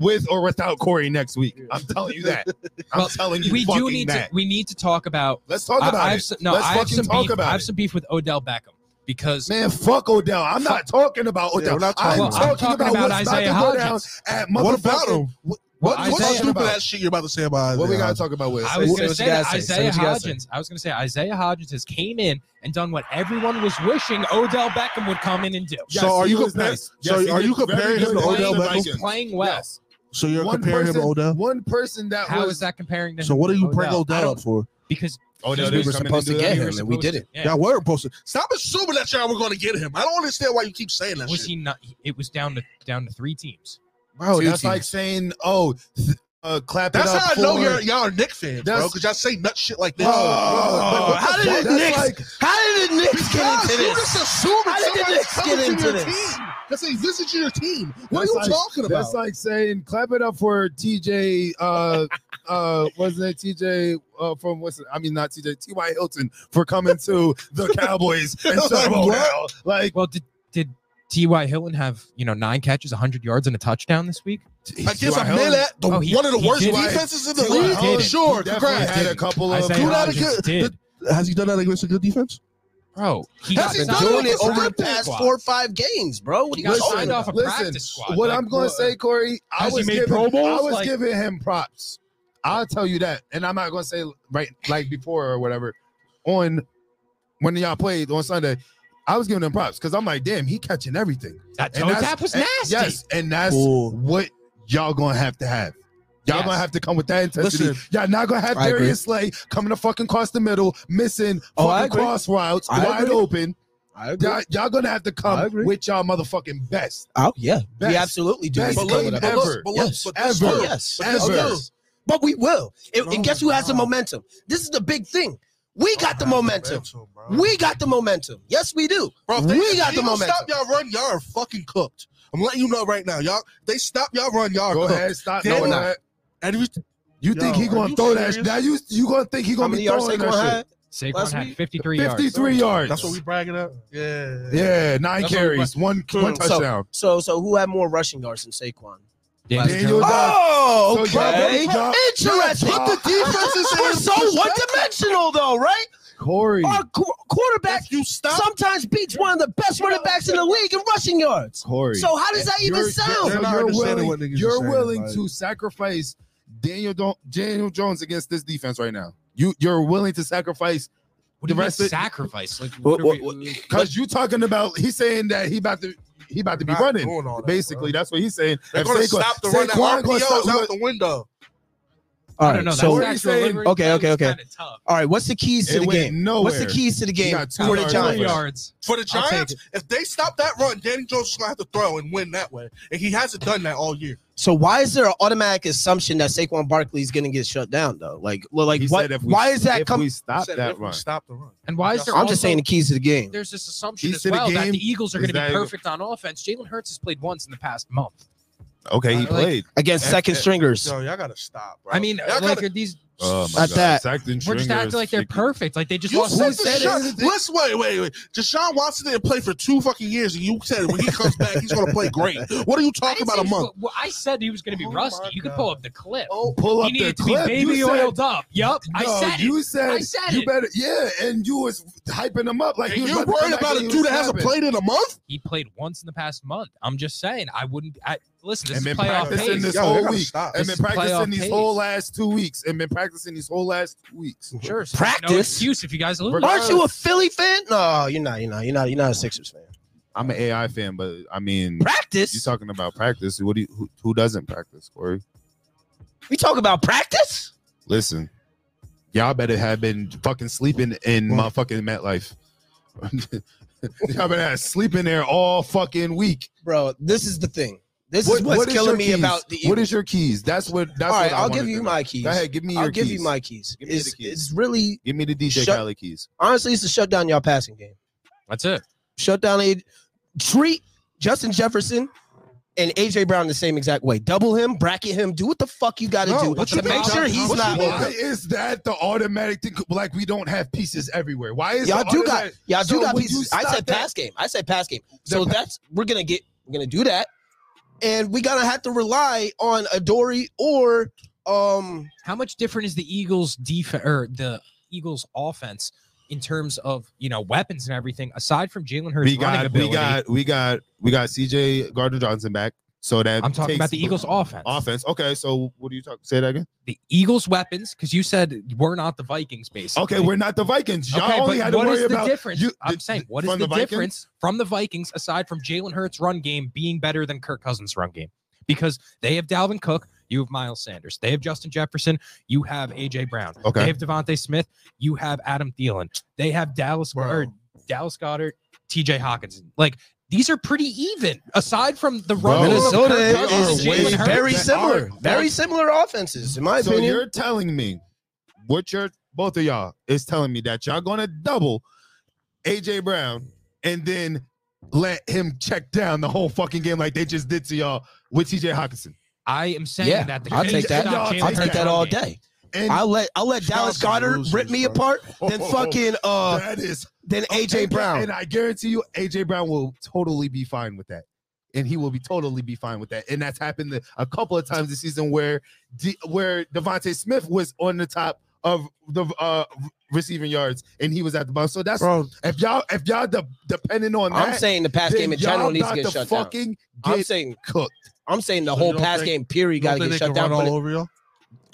[SPEAKER 2] with or without Corey next week. I'm telling you that. I'm
[SPEAKER 3] Well,
[SPEAKER 2] telling you
[SPEAKER 3] we do
[SPEAKER 2] fucking
[SPEAKER 3] need
[SPEAKER 2] that.
[SPEAKER 3] to we need to talk about.
[SPEAKER 2] Let's talk about
[SPEAKER 3] I, I have
[SPEAKER 2] it.
[SPEAKER 3] some, no,
[SPEAKER 2] Let's
[SPEAKER 3] I have
[SPEAKER 2] fucking
[SPEAKER 3] some
[SPEAKER 2] talk
[SPEAKER 3] beef.
[SPEAKER 2] about
[SPEAKER 3] I have
[SPEAKER 2] it.
[SPEAKER 3] some beef with Odell Beckham because
[SPEAKER 2] Man, fuck Odell. I'm not talking about
[SPEAKER 4] Yeah,
[SPEAKER 2] Odell.
[SPEAKER 4] we're not
[SPEAKER 2] I'm,
[SPEAKER 4] talking
[SPEAKER 3] well,
[SPEAKER 4] about
[SPEAKER 2] talking
[SPEAKER 3] I'm talking
[SPEAKER 2] about
[SPEAKER 3] about
[SPEAKER 2] what's about to
[SPEAKER 3] Isaiah
[SPEAKER 2] go down
[SPEAKER 3] Hodgins.
[SPEAKER 2] at
[SPEAKER 4] What about
[SPEAKER 2] motherfucking-
[SPEAKER 4] him?
[SPEAKER 2] What,
[SPEAKER 3] Well,
[SPEAKER 2] what,
[SPEAKER 4] What
[SPEAKER 3] Isaiah-
[SPEAKER 4] stupid
[SPEAKER 2] about?
[SPEAKER 4] ass shit you're about to say about
[SPEAKER 2] what we
[SPEAKER 4] Isaiah
[SPEAKER 2] gotta
[SPEAKER 4] Hodgins?
[SPEAKER 2] talk about with?
[SPEAKER 3] I
[SPEAKER 1] Say
[SPEAKER 3] was
[SPEAKER 1] what- say
[SPEAKER 3] going to
[SPEAKER 1] what
[SPEAKER 3] say
[SPEAKER 1] you
[SPEAKER 3] that
[SPEAKER 1] gotta say. Say
[SPEAKER 3] Isaiah
[SPEAKER 1] what you gotta say.
[SPEAKER 3] Hodgins. I was going to say Isaiah Hodgins has came in and done what everyone was wishing Odell Beckham would come in and do.
[SPEAKER 4] So are
[SPEAKER 2] he
[SPEAKER 4] you
[SPEAKER 2] was
[SPEAKER 4] compar- so
[SPEAKER 2] he
[SPEAKER 4] are
[SPEAKER 2] did
[SPEAKER 4] you
[SPEAKER 2] very
[SPEAKER 4] comparing
[SPEAKER 2] good
[SPEAKER 4] him to
[SPEAKER 2] against
[SPEAKER 4] Odell
[SPEAKER 2] the
[SPEAKER 4] Beckham?
[SPEAKER 2] Vikings.
[SPEAKER 3] He's playing well.
[SPEAKER 2] Yes.
[SPEAKER 4] So you're
[SPEAKER 2] One
[SPEAKER 4] comparing him
[SPEAKER 2] person-
[SPEAKER 4] to Odell?
[SPEAKER 2] One person that
[SPEAKER 3] How
[SPEAKER 2] was
[SPEAKER 3] is that comparing them?
[SPEAKER 4] So what do you bring
[SPEAKER 3] Odell? I
[SPEAKER 4] Odell
[SPEAKER 3] don't-
[SPEAKER 4] up for?
[SPEAKER 3] Because
[SPEAKER 2] Odell
[SPEAKER 3] because
[SPEAKER 1] we
[SPEAKER 2] didn't
[SPEAKER 1] were
[SPEAKER 2] come in
[SPEAKER 1] supposed
[SPEAKER 2] and do
[SPEAKER 1] to get
[SPEAKER 2] that.
[SPEAKER 1] him, and we
[SPEAKER 3] supposed to-
[SPEAKER 1] didn't.
[SPEAKER 3] yeah.
[SPEAKER 4] Y'all were posted. Stop assuming that y'all were going to get him. I don't understand why you keep saying that
[SPEAKER 3] Was
[SPEAKER 4] shit.
[SPEAKER 3] he not? It was down to down to three teams.
[SPEAKER 2] Bro,
[SPEAKER 4] Two
[SPEAKER 2] that's
[SPEAKER 4] teams.
[SPEAKER 2] like saying, oh, th- uh, clap
[SPEAKER 4] That's
[SPEAKER 2] it up
[SPEAKER 4] how I know
[SPEAKER 2] for-
[SPEAKER 4] you're, Oh, y'all are Nick fans, bro,
[SPEAKER 2] That's-
[SPEAKER 4] because y'all say nut shit like
[SPEAKER 2] Bro,
[SPEAKER 4] this.
[SPEAKER 2] bro,
[SPEAKER 1] Oh,
[SPEAKER 2] what the
[SPEAKER 1] how did
[SPEAKER 2] fuck?
[SPEAKER 1] it
[SPEAKER 2] That's
[SPEAKER 1] Knicks-
[SPEAKER 2] like-
[SPEAKER 1] How did the Knicks get
[SPEAKER 4] Because
[SPEAKER 1] into
[SPEAKER 4] you
[SPEAKER 1] this?
[SPEAKER 4] just assuming
[SPEAKER 1] How did the
[SPEAKER 4] somebody's
[SPEAKER 1] Knicks
[SPEAKER 4] coming
[SPEAKER 1] get
[SPEAKER 4] to
[SPEAKER 1] into
[SPEAKER 4] your
[SPEAKER 1] this?
[SPEAKER 4] team. That's a visit to your team. What
[SPEAKER 2] That's
[SPEAKER 4] are you
[SPEAKER 2] like-
[SPEAKER 4] talking about?
[SPEAKER 2] That's like saying clap it up for TJ. Uh, uh, wasn't it TJ uh, from what's it? I mean, not TJ. T.Y. Hilton for coming to the Cowboys and
[SPEAKER 4] Like,
[SPEAKER 2] Super Bowl
[SPEAKER 4] what?
[SPEAKER 2] now. Like
[SPEAKER 3] Well, did did T.Y. Hilton have you know nine catches, hundred yards, and a touchdown this week?
[SPEAKER 4] Against a
[SPEAKER 2] T.Y. Hilton-
[SPEAKER 4] Millet, the,
[SPEAKER 3] Oh, he-
[SPEAKER 4] one of the
[SPEAKER 3] he
[SPEAKER 4] worst
[SPEAKER 3] did.
[SPEAKER 4] defenses in the
[SPEAKER 2] T.Y.
[SPEAKER 4] league.
[SPEAKER 2] Hilton,
[SPEAKER 4] Sure,
[SPEAKER 2] he definitely
[SPEAKER 4] congrats.
[SPEAKER 2] had a couple of.
[SPEAKER 3] Isaiah
[SPEAKER 4] do not
[SPEAKER 3] Hodgins
[SPEAKER 4] again.
[SPEAKER 3] did,
[SPEAKER 4] Has he done that against a good defense?
[SPEAKER 3] bro. He
[SPEAKER 4] Has
[SPEAKER 3] got
[SPEAKER 4] he
[SPEAKER 1] Been
[SPEAKER 4] done
[SPEAKER 3] signed
[SPEAKER 1] doing
[SPEAKER 4] it
[SPEAKER 1] it
[SPEAKER 3] off a
[SPEAKER 1] over the
[SPEAKER 3] practice
[SPEAKER 1] past
[SPEAKER 3] squad.
[SPEAKER 1] four or five games, bro. What
[SPEAKER 3] He
[SPEAKER 1] do
[SPEAKER 3] got
[SPEAKER 1] you
[SPEAKER 2] Listen,
[SPEAKER 3] signed off a
[SPEAKER 2] listen,
[SPEAKER 3] practice squad.
[SPEAKER 2] What
[SPEAKER 3] Like,
[SPEAKER 2] I'm going to
[SPEAKER 3] what-
[SPEAKER 2] say, Corey, I
[SPEAKER 3] Has he
[SPEAKER 2] was
[SPEAKER 3] made
[SPEAKER 2] giving,
[SPEAKER 3] Pro Bowls?
[SPEAKER 2] I was
[SPEAKER 3] Like-
[SPEAKER 2] giving him props. I'll tell you that, and I'm not going to say right like before or whatever. On when y'all played on Sunday, I was giving him props because I'm like, damn, he catching everything.
[SPEAKER 3] That
[SPEAKER 2] And
[SPEAKER 3] toe
[SPEAKER 2] that's-
[SPEAKER 3] tap was
[SPEAKER 2] and-
[SPEAKER 3] nasty.
[SPEAKER 2] Yes, and that's
[SPEAKER 4] Ooh.
[SPEAKER 2] what y'all gonna have to have. Y'all
[SPEAKER 3] Yes.
[SPEAKER 2] gonna have to come with that intensity.
[SPEAKER 4] Listen,
[SPEAKER 2] y'all not gonna have
[SPEAKER 4] I agree.
[SPEAKER 2] Darius Slay coming to fucking cross the middle, missing
[SPEAKER 4] Oh, I
[SPEAKER 2] fucking
[SPEAKER 4] agree.
[SPEAKER 2] cross routes,
[SPEAKER 4] I
[SPEAKER 2] wide
[SPEAKER 4] agree.
[SPEAKER 2] open.
[SPEAKER 4] I agree.
[SPEAKER 2] Y'all, y'all gonna have to
[SPEAKER 4] I
[SPEAKER 2] come
[SPEAKER 4] agree.
[SPEAKER 2] with y'all motherfucking best.
[SPEAKER 1] Oh yeah,
[SPEAKER 2] Best.
[SPEAKER 1] we absolutely do.
[SPEAKER 2] Best
[SPEAKER 1] need to
[SPEAKER 4] But
[SPEAKER 1] come
[SPEAKER 4] look,
[SPEAKER 2] game
[SPEAKER 1] with a-
[SPEAKER 4] but
[SPEAKER 2] ever.
[SPEAKER 4] look, but look,
[SPEAKER 1] Yes.
[SPEAKER 4] but
[SPEAKER 2] Ever.
[SPEAKER 4] look,
[SPEAKER 1] Oh, Yes,
[SPEAKER 4] but this
[SPEAKER 2] Ever.
[SPEAKER 4] look,
[SPEAKER 1] yes. But we will. And,
[SPEAKER 4] Oh
[SPEAKER 1] and guess
[SPEAKER 4] my
[SPEAKER 1] who has the
[SPEAKER 4] God.
[SPEAKER 1] momentum? This is the big thing. We got the momentum.
[SPEAKER 4] bro.
[SPEAKER 1] We got the momentum. Yes, we do.
[SPEAKER 4] Bro, if they,
[SPEAKER 1] we
[SPEAKER 4] if
[SPEAKER 1] got
[SPEAKER 4] they
[SPEAKER 1] the
[SPEAKER 4] don't
[SPEAKER 1] momentum.
[SPEAKER 4] Stop y'all run, y'all are fucking cooked. I'm letting you know right now, y'all. They stop y'all run, y'all are
[SPEAKER 2] Oh, Go
[SPEAKER 4] cooked.
[SPEAKER 2] ahead, stop.
[SPEAKER 4] Damn
[SPEAKER 2] No,
[SPEAKER 4] it.
[SPEAKER 2] that.
[SPEAKER 4] And we,
[SPEAKER 2] You think
[SPEAKER 4] Yo,
[SPEAKER 2] he
[SPEAKER 4] are
[SPEAKER 2] gonna
[SPEAKER 4] you
[SPEAKER 2] throw that?
[SPEAKER 4] serious?
[SPEAKER 2] Now you you gonna think he
[SPEAKER 1] How
[SPEAKER 2] gonna
[SPEAKER 1] many
[SPEAKER 2] be
[SPEAKER 1] yards
[SPEAKER 2] throwing
[SPEAKER 1] Saquon
[SPEAKER 2] that
[SPEAKER 1] had?
[SPEAKER 3] Saquon
[SPEAKER 1] Last
[SPEAKER 3] had
[SPEAKER 1] week?
[SPEAKER 3] 53
[SPEAKER 2] shit?
[SPEAKER 3] yards.
[SPEAKER 2] Fifty-three yards.
[SPEAKER 4] that's what we bragging up. Yeah.
[SPEAKER 2] Yeah, nine
[SPEAKER 3] That's what we-
[SPEAKER 2] carries, one one
[SPEAKER 1] So-
[SPEAKER 2] touchdown.
[SPEAKER 1] So, so who had more rushing yards than Saquon?
[SPEAKER 3] Daniel
[SPEAKER 2] Daniel
[SPEAKER 3] Jones.
[SPEAKER 2] Jones.
[SPEAKER 1] Oh,
[SPEAKER 2] So y'all- y'all-
[SPEAKER 1] Interesting.
[SPEAKER 4] Put the defenses in
[SPEAKER 1] We're so
[SPEAKER 4] perspective.
[SPEAKER 1] one-dimensional, though, right?
[SPEAKER 2] Corey,
[SPEAKER 1] Our qu- quarterback
[SPEAKER 4] If you stop,
[SPEAKER 1] sometimes beats one of the best running backs in the league in rushing yards.
[SPEAKER 2] Corey.
[SPEAKER 1] So how does that even
[SPEAKER 2] You're-
[SPEAKER 1] sound?
[SPEAKER 4] They're
[SPEAKER 2] You're,
[SPEAKER 4] not
[SPEAKER 2] you're
[SPEAKER 4] understanding
[SPEAKER 2] willing,
[SPEAKER 4] what niggas
[SPEAKER 2] you're
[SPEAKER 4] are saying,
[SPEAKER 2] willing
[SPEAKER 4] like-
[SPEAKER 2] to sacrifice Daniel Don- Daniel Jones against this defense right now. You you're willing to sacrifice
[SPEAKER 3] What
[SPEAKER 2] The
[SPEAKER 3] do you mean
[SPEAKER 2] rest of-
[SPEAKER 3] sacrifice? Like,
[SPEAKER 2] What-
[SPEAKER 3] what, are we-
[SPEAKER 2] what- because you talking about he's saying that he about to he about to be
[SPEAKER 4] Not
[SPEAKER 2] running.
[SPEAKER 4] doing all that,
[SPEAKER 2] Basically,
[SPEAKER 4] bro.
[SPEAKER 2] that's what he's saying.
[SPEAKER 4] they're
[SPEAKER 2] If
[SPEAKER 4] going to
[SPEAKER 2] Saquon-
[SPEAKER 4] stop the
[SPEAKER 2] Saquon
[SPEAKER 4] run. That
[SPEAKER 2] gonna
[SPEAKER 4] RPO's
[SPEAKER 2] stop-
[SPEAKER 4] out the window.
[SPEAKER 1] All
[SPEAKER 3] I don't know. That's
[SPEAKER 1] so
[SPEAKER 2] what are you
[SPEAKER 3] actual
[SPEAKER 2] saying?
[SPEAKER 3] delivery.
[SPEAKER 1] Okay,
[SPEAKER 3] That was
[SPEAKER 1] okay, okay.
[SPEAKER 3] kinda tough.
[SPEAKER 1] all right, what's the keys to
[SPEAKER 2] It
[SPEAKER 1] the
[SPEAKER 2] went
[SPEAKER 1] game?
[SPEAKER 2] nowhere.
[SPEAKER 1] What's the keys to
[SPEAKER 2] He
[SPEAKER 1] the game
[SPEAKER 2] got two
[SPEAKER 1] for the
[SPEAKER 2] yards.
[SPEAKER 3] Four
[SPEAKER 2] Giants.
[SPEAKER 1] Giants?
[SPEAKER 3] yards.
[SPEAKER 4] For the
[SPEAKER 3] I'll take
[SPEAKER 4] Giants, if they stop that run, Danny Jones is going to have to throw and win that way, and he hasn't done that all year.
[SPEAKER 1] So why is there an automatic assumption that Saquon Barkley is going to get shut down though? Like, well, like
[SPEAKER 2] he
[SPEAKER 1] what?
[SPEAKER 2] said if we-
[SPEAKER 1] Why is that
[SPEAKER 2] if
[SPEAKER 1] coming?
[SPEAKER 2] we stop
[SPEAKER 4] Said
[SPEAKER 2] that
[SPEAKER 4] if we
[SPEAKER 2] run?
[SPEAKER 4] Stop the run.
[SPEAKER 3] And why is there?
[SPEAKER 1] I'm
[SPEAKER 3] also-
[SPEAKER 1] just saying the keys to the game.
[SPEAKER 3] There's this assumption
[SPEAKER 2] Keys
[SPEAKER 3] as
[SPEAKER 2] to the
[SPEAKER 3] well that
[SPEAKER 2] game
[SPEAKER 3] the Eagles are
[SPEAKER 2] is
[SPEAKER 3] going to
[SPEAKER 2] that-
[SPEAKER 3] be perfect on offense. Jalen Hurts has played once in the past month.
[SPEAKER 2] Okay, he
[SPEAKER 3] Like-
[SPEAKER 2] played.
[SPEAKER 1] against
[SPEAKER 2] At-
[SPEAKER 1] second
[SPEAKER 2] at-
[SPEAKER 1] stringers.
[SPEAKER 4] Yo, y'all got to stop, bro.
[SPEAKER 3] I mean,
[SPEAKER 4] Y'all
[SPEAKER 3] like
[SPEAKER 4] gotta-
[SPEAKER 3] are these.
[SPEAKER 2] Oh
[SPEAKER 1] At that.
[SPEAKER 3] We're just acting like they're perfect. Like they just
[SPEAKER 4] you
[SPEAKER 3] lost.
[SPEAKER 4] said
[SPEAKER 3] six games.
[SPEAKER 4] Deshaun, let's wait, wait, wait. Deshaun Watson didn't play for two fucking years, and you said when he comes back, he's gonna play great. What are you
[SPEAKER 3] I
[SPEAKER 4] talking
[SPEAKER 3] didn't
[SPEAKER 4] about?
[SPEAKER 3] say
[SPEAKER 4] A
[SPEAKER 3] he
[SPEAKER 4] month?
[SPEAKER 3] was- Well, I said he was going to be
[SPEAKER 4] Oh my
[SPEAKER 3] rusty. You could pull up the clip.
[SPEAKER 2] Oh, pull up
[SPEAKER 3] he
[SPEAKER 2] the
[SPEAKER 3] needed to be
[SPEAKER 2] clip.
[SPEAKER 3] baby
[SPEAKER 2] you said,
[SPEAKER 3] oiled up. Yup, I
[SPEAKER 2] no,
[SPEAKER 3] said it.
[SPEAKER 2] you said
[SPEAKER 3] I said
[SPEAKER 2] you
[SPEAKER 3] it.
[SPEAKER 2] better yeah, and you was hyping him up like
[SPEAKER 4] And
[SPEAKER 2] he was
[SPEAKER 4] you're
[SPEAKER 2] about to come
[SPEAKER 4] worried
[SPEAKER 2] back
[SPEAKER 4] about a
[SPEAKER 2] and he
[SPEAKER 4] dude
[SPEAKER 2] was
[SPEAKER 4] that hasn't
[SPEAKER 2] snapping.
[SPEAKER 4] played in a month?
[SPEAKER 3] He played once in the past month. I'm just saying. I wouldn't. I, listen, this
[SPEAKER 2] And
[SPEAKER 3] is
[SPEAKER 2] been
[SPEAKER 3] playoff
[SPEAKER 2] practicing
[SPEAKER 3] pace.
[SPEAKER 2] this
[SPEAKER 4] Yo,
[SPEAKER 2] whole
[SPEAKER 4] they gotta
[SPEAKER 2] week.
[SPEAKER 4] stop.
[SPEAKER 2] and
[SPEAKER 3] This
[SPEAKER 2] been
[SPEAKER 3] is playoff
[SPEAKER 2] practicing these
[SPEAKER 3] pace.
[SPEAKER 2] whole last two weeks and been practicing these whole last two weeks.
[SPEAKER 3] Sure, so No
[SPEAKER 1] Practice.
[SPEAKER 3] excuse if you guys lose.
[SPEAKER 1] Aren't you a Philly fan? No, you're not. You're not. You're not. You're not a Sixers fan.
[SPEAKER 2] I'm an AI fan, but I mean, you
[SPEAKER 1] Practice.
[SPEAKER 2] talking about practice? What do you, who, who doesn't practice, Corey?
[SPEAKER 1] we talk about practice.
[SPEAKER 2] Listen, y'all better have been fucking sleeping in my fucking MetLife. y'all better have sleeping there all fucking week.
[SPEAKER 1] bro. This is the thing. This is
[SPEAKER 2] What-
[SPEAKER 1] what's
[SPEAKER 2] what is
[SPEAKER 1] killing
[SPEAKER 2] your
[SPEAKER 1] me
[SPEAKER 2] keys?
[SPEAKER 1] about the. Eagles.
[SPEAKER 2] What is your keys? That's what. That's
[SPEAKER 1] All right,
[SPEAKER 2] what I
[SPEAKER 1] I'll
[SPEAKER 2] wanted
[SPEAKER 1] give you
[SPEAKER 2] to
[SPEAKER 1] my
[SPEAKER 2] know.
[SPEAKER 1] keys.
[SPEAKER 2] Go ahead, give me your
[SPEAKER 1] I'll give
[SPEAKER 2] keys.
[SPEAKER 1] you my keys.
[SPEAKER 2] Give me the
[SPEAKER 1] it's,
[SPEAKER 2] keys.
[SPEAKER 1] it's really
[SPEAKER 2] Give me the DJ
[SPEAKER 1] Shut-
[SPEAKER 2] Khaled keys.
[SPEAKER 1] honestly it's to shut down y'all passing game.
[SPEAKER 3] That's it.
[SPEAKER 1] Shut down a treat Justin Jefferson and AJ Brown the same exact way. Double him, bracket him, do what the fuck you got to
[SPEAKER 4] No,
[SPEAKER 1] do
[SPEAKER 4] what
[SPEAKER 1] to
[SPEAKER 4] you
[SPEAKER 1] make
[SPEAKER 4] mean?
[SPEAKER 1] sure he's
[SPEAKER 4] What you
[SPEAKER 1] not.
[SPEAKER 4] mean?
[SPEAKER 2] Why is that the automatic thing? Like we don't have pieces everywhere. Why is
[SPEAKER 1] Y'all
[SPEAKER 2] the
[SPEAKER 1] do got
[SPEAKER 2] automatic-
[SPEAKER 1] y'all
[SPEAKER 2] So
[SPEAKER 1] do got
[SPEAKER 2] when you
[SPEAKER 1] pieces. I
[SPEAKER 2] stop
[SPEAKER 1] said
[SPEAKER 2] that-
[SPEAKER 1] pass game. I said pass game. So that's we're gonna get we're gonna do that. and we gotta have to rely on Adori or um
[SPEAKER 3] How much different is the Eagles defense or the Eagles offense in terms of you know weapons and everything aside from Jalen Hurts
[SPEAKER 2] we
[SPEAKER 3] running
[SPEAKER 2] got
[SPEAKER 3] ability?
[SPEAKER 2] we got we got we got CJ Gardner Johnson back. So that
[SPEAKER 3] I'm talking
[SPEAKER 2] takes
[SPEAKER 3] about the Eagles offense.
[SPEAKER 2] offense. Okay, so what do you talk? Say that again.
[SPEAKER 3] The Eagles weapons because you said we're not the Vikings basically.
[SPEAKER 2] Okay, we're not the Vikings. Y'all
[SPEAKER 3] Okay,
[SPEAKER 2] only
[SPEAKER 3] but
[SPEAKER 2] had to
[SPEAKER 3] what
[SPEAKER 2] worry
[SPEAKER 3] is the
[SPEAKER 2] about
[SPEAKER 3] difference?
[SPEAKER 2] you-
[SPEAKER 3] I'm
[SPEAKER 2] the-
[SPEAKER 3] saying, what is
[SPEAKER 2] from
[SPEAKER 3] the,
[SPEAKER 2] the Vikings?
[SPEAKER 3] difference from the Vikings aside from Jalen Hurts' run game being better than Kirk Cousins' run game? Because they have Dalvin Cook, you have Miles Sanders, they have Justin Jefferson, you have AJ Brown,
[SPEAKER 2] Okay.
[SPEAKER 3] they have Devontae Smith, you have Adam Thielen, they have Dallas or Dallas Goddard, T.J. Hawkinson. Like these are pretty even aside from the
[SPEAKER 2] Bro,
[SPEAKER 3] run. game of
[SPEAKER 1] Minnesota
[SPEAKER 3] Oh. Kirk Cousins
[SPEAKER 1] is,
[SPEAKER 2] They
[SPEAKER 3] and
[SPEAKER 2] are
[SPEAKER 1] is
[SPEAKER 3] Jalen Hurts.
[SPEAKER 1] very
[SPEAKER 2] They
[SPEAKER 1] similar,
[SPEAKER 2] are.
[SPEAKER 1] very similar offenses, in my
[SPEAKER 2] so
[SPEAKER 1] opinion.
[SPEAKER 2] you're telling me what you're both of y'all is telling me that y'all gonna double AJ Brown and then let him check down the whole fucking game like they just did to y'all with TJ Hawkinson.
[SPEAKER 3] I am saying
[SPEAKER 1] Yeah,
[SPEAKER 3] that the
[SPEAKER 1] I'll
[SPEAKER 3] Vikings
[SPEAKER 1] take that.
[SPEAKER 3] stop Jalen
[SPEAKER 1] I'll
[SPEAKER 3] Hurts'
[SPEAKER 1] take that
[SPEAKER 3] run
[SPEAKER 1] all
[SPEAKER 3] game.
[SPEAKER 1] day.
[SPEAKER 2] And
[SPEAKER 1] I'll let I'll let
[SPEAKER 4] Shout
[SPEAKER 1] Dallas
[SPEAKER 4] out to
[SPEAKER 1] Goddard
[SPEAKER 4] losers,
[SPEAKER 1] rip me
[SPEAKER 4] bro.
[SPEAKER 1] apart, then fucking uh
[SPEAKER 2] that is
[SPEAKER 1] then AJ Brown.
[SPEAKER 2] And I guarantee you, AJ Brown will totally be fine with that. And he will be totally be fine with that. And that's happened a couple of times this season where D, where Devontae Smith was on the top of the uh, receiving yards and he was at the bottom. So that's
[SPEAKER 4] bro.
[SPEAKER 2] if y'all if y'all de- depending on
[SPEAKER 1] I'm
[SPEAKER 2] that,
[SPEAKER 1] saying the pass
[SPEAKER 2] then
[SPEAKER 1] game in
[SPEAKER 2] y'all
[SPEAKER 1] general needs
[SPEAKER 2] about
[SPEAKER 1] to get shut down.
[SPEAKER 2] fucking
[SPEAKER 1] I'm
[SPEAKER 2] get
[SPEAKER 1] saying
[SPEAKER 2] cooked.
[SPEAKER 1] I'm saying the
[SPEAKER 4] So you
[SPEAKER 1] whole
[SPEAKER 4] don't
[SPEAKER 1] pass
[SPEAKER 4] think-
[SPEAKER 1] game period
[SPEAKER 4] You
[SPEAKER 1] got to
[SPEAKER 4] don't think
[SPEAKER 1] get
[SPEAKER 4] they
[SPEAKER 1] shut down.
[SPEAKER 4] can run
[SPEAKER 1] but
[SPEAKER 4] all
[SPEAKER 1] it-
[SPEAKER 4] over y'all?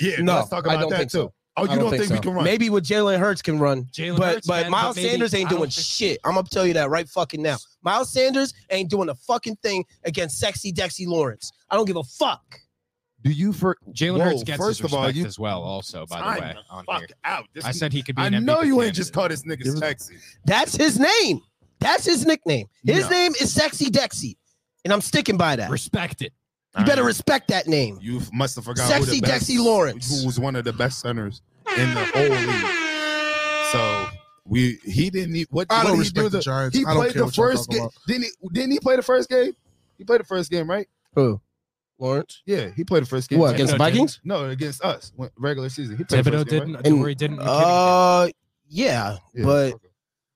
[SPEAKER 2] Yeah,
[SPEAKER 1] No,
[SPEAKER 2] let's talk
[SPEAKER 1] I
[SPEAKER 2] about
[SPEAKER 1] don't
[SPEAKER 2] that
[SPEAKER 1] think
[SPEAKER 2] too.
[SPEAKER 1] so.
[SPEAKER 2] Oh, you
[SPEAKER 1] I
[SPEAKER 2] don't, think, we
[SPEAKER 1] so.
[SPEAKER 2] can run?
[SPEAKER 1] Maybe with Jalen Hurts can run.
[SPEAKER 3] Jalen
[SPEAKER 1] But
[SPEAKER 3] Hurts,
[SPEAKER 1] but
[SPEAKER 3] man,
[SPEAKER 1] Miles
[SPEAKER 3] maybe-
[SPEAKER 1] Sanders ain't
[SPEAKER 3] I don't
[SPEAKER 1] doing
[SPEAKER 3] think-
[SPEAKER 1] shit. I'm gonna tell you that right fucking now. Miles Sanders ain't doing a fucking thing against sexy Dexy Lawrence. I don't give a fuck.
[SPEAKER 2] Do you for
[SPEAKER 3] Jalen
[SPEAKER 2] Whoa,
[SPEAKER 3] Hurts gets
[SPEAKER 2] first
[SPEAKER 3] his
[SPEAKER 2] of all,
[SPEAKER 3] respect
[SPEAKER 2] you-
[SPEAKER 3] as well. Also, by the
[SPEAKER 2] Time
[SPEAKER 3] way,
[SPEAKER 2] the
[SPEAKER 3] on
[SPEAKER 2] fuck
[SPEAKER 3] here,
[SPEAKER 2] out? This,
[SPEAKER 3] I said he could be.
[SPEAKER 2] I
[SPEAKER 3] an
[SPEAKER 2] know
[SPEAKER 3] MVP
[SPEAKER 2] you ain't
[SPEAKER 3] candidate.
[SPEAKER 2] just call this nigga
[SPEAKER 4] Give us-
[SPEAKER 2] sexy.
[SPEAKER 1] That's his name. That's his nickname. His
[SPEAKER 2] No.
[SPEAKER 1] name is Sexy Dexy, and I'm sticking by that.
[SPEAKER 3] respect it.
[SPEAKER 1] You better respect that name.
[SPEAKER 2] You f- must have forgot who
[SPEAKER 1] Sexy
[SPEAKER 2] the best,
[SPEAKER 1] Dexy Lawrence.
[SPEAKER 2] who was one of the best centers in the whole league. So we he didn't need what,
[SPEAKER 4] I
[SPEAKER 2] what
[SPEAKER 4] don't
[SPEAKER 2] did he do
[SPEAKER 4] respect the
[SPEAKER 2] the-
[SPEAKER 4] Giants.
[SPEAKER 2] he
[SPEAKER 4] I don't
[SPEAKER 2] played
[SPEAKER 4] care
[SPEAKER 2] the
[SPEAKER 4] what y'all
[SPEAKER 2] first
[SPEAKER 4] talking
[SPEAKER 2] game.
[SPEAKER 4] about.
[SPEAKER 2] Didn't he, didn't he play the first game? He played the first game, right?
[SPEAKER 1] Who? Lawrence?
[SPEAKER 2] Yeah, he played the first game.
[SPEAKER 1] What against
[SPEAKER 3] Thibodeau
[SPEAKER 1] the Vikings?
[SPEAKER 2] No, against us. when- Regular season. He played the
[SPEAKER 3] Thibodeau
[SPEAKER 2] first game,
[SPEAKER 3] didn't.
[SPEAKER 2] right?
[SPEAKER 1] And-
[SPEAKER 3] Adoree didn't. McKinney
[SPEAKER 1] Uh, yeah,
[SPEAKER 2] Yeah,
[SPEAKER 1] but
[SPEAKER 2] okay.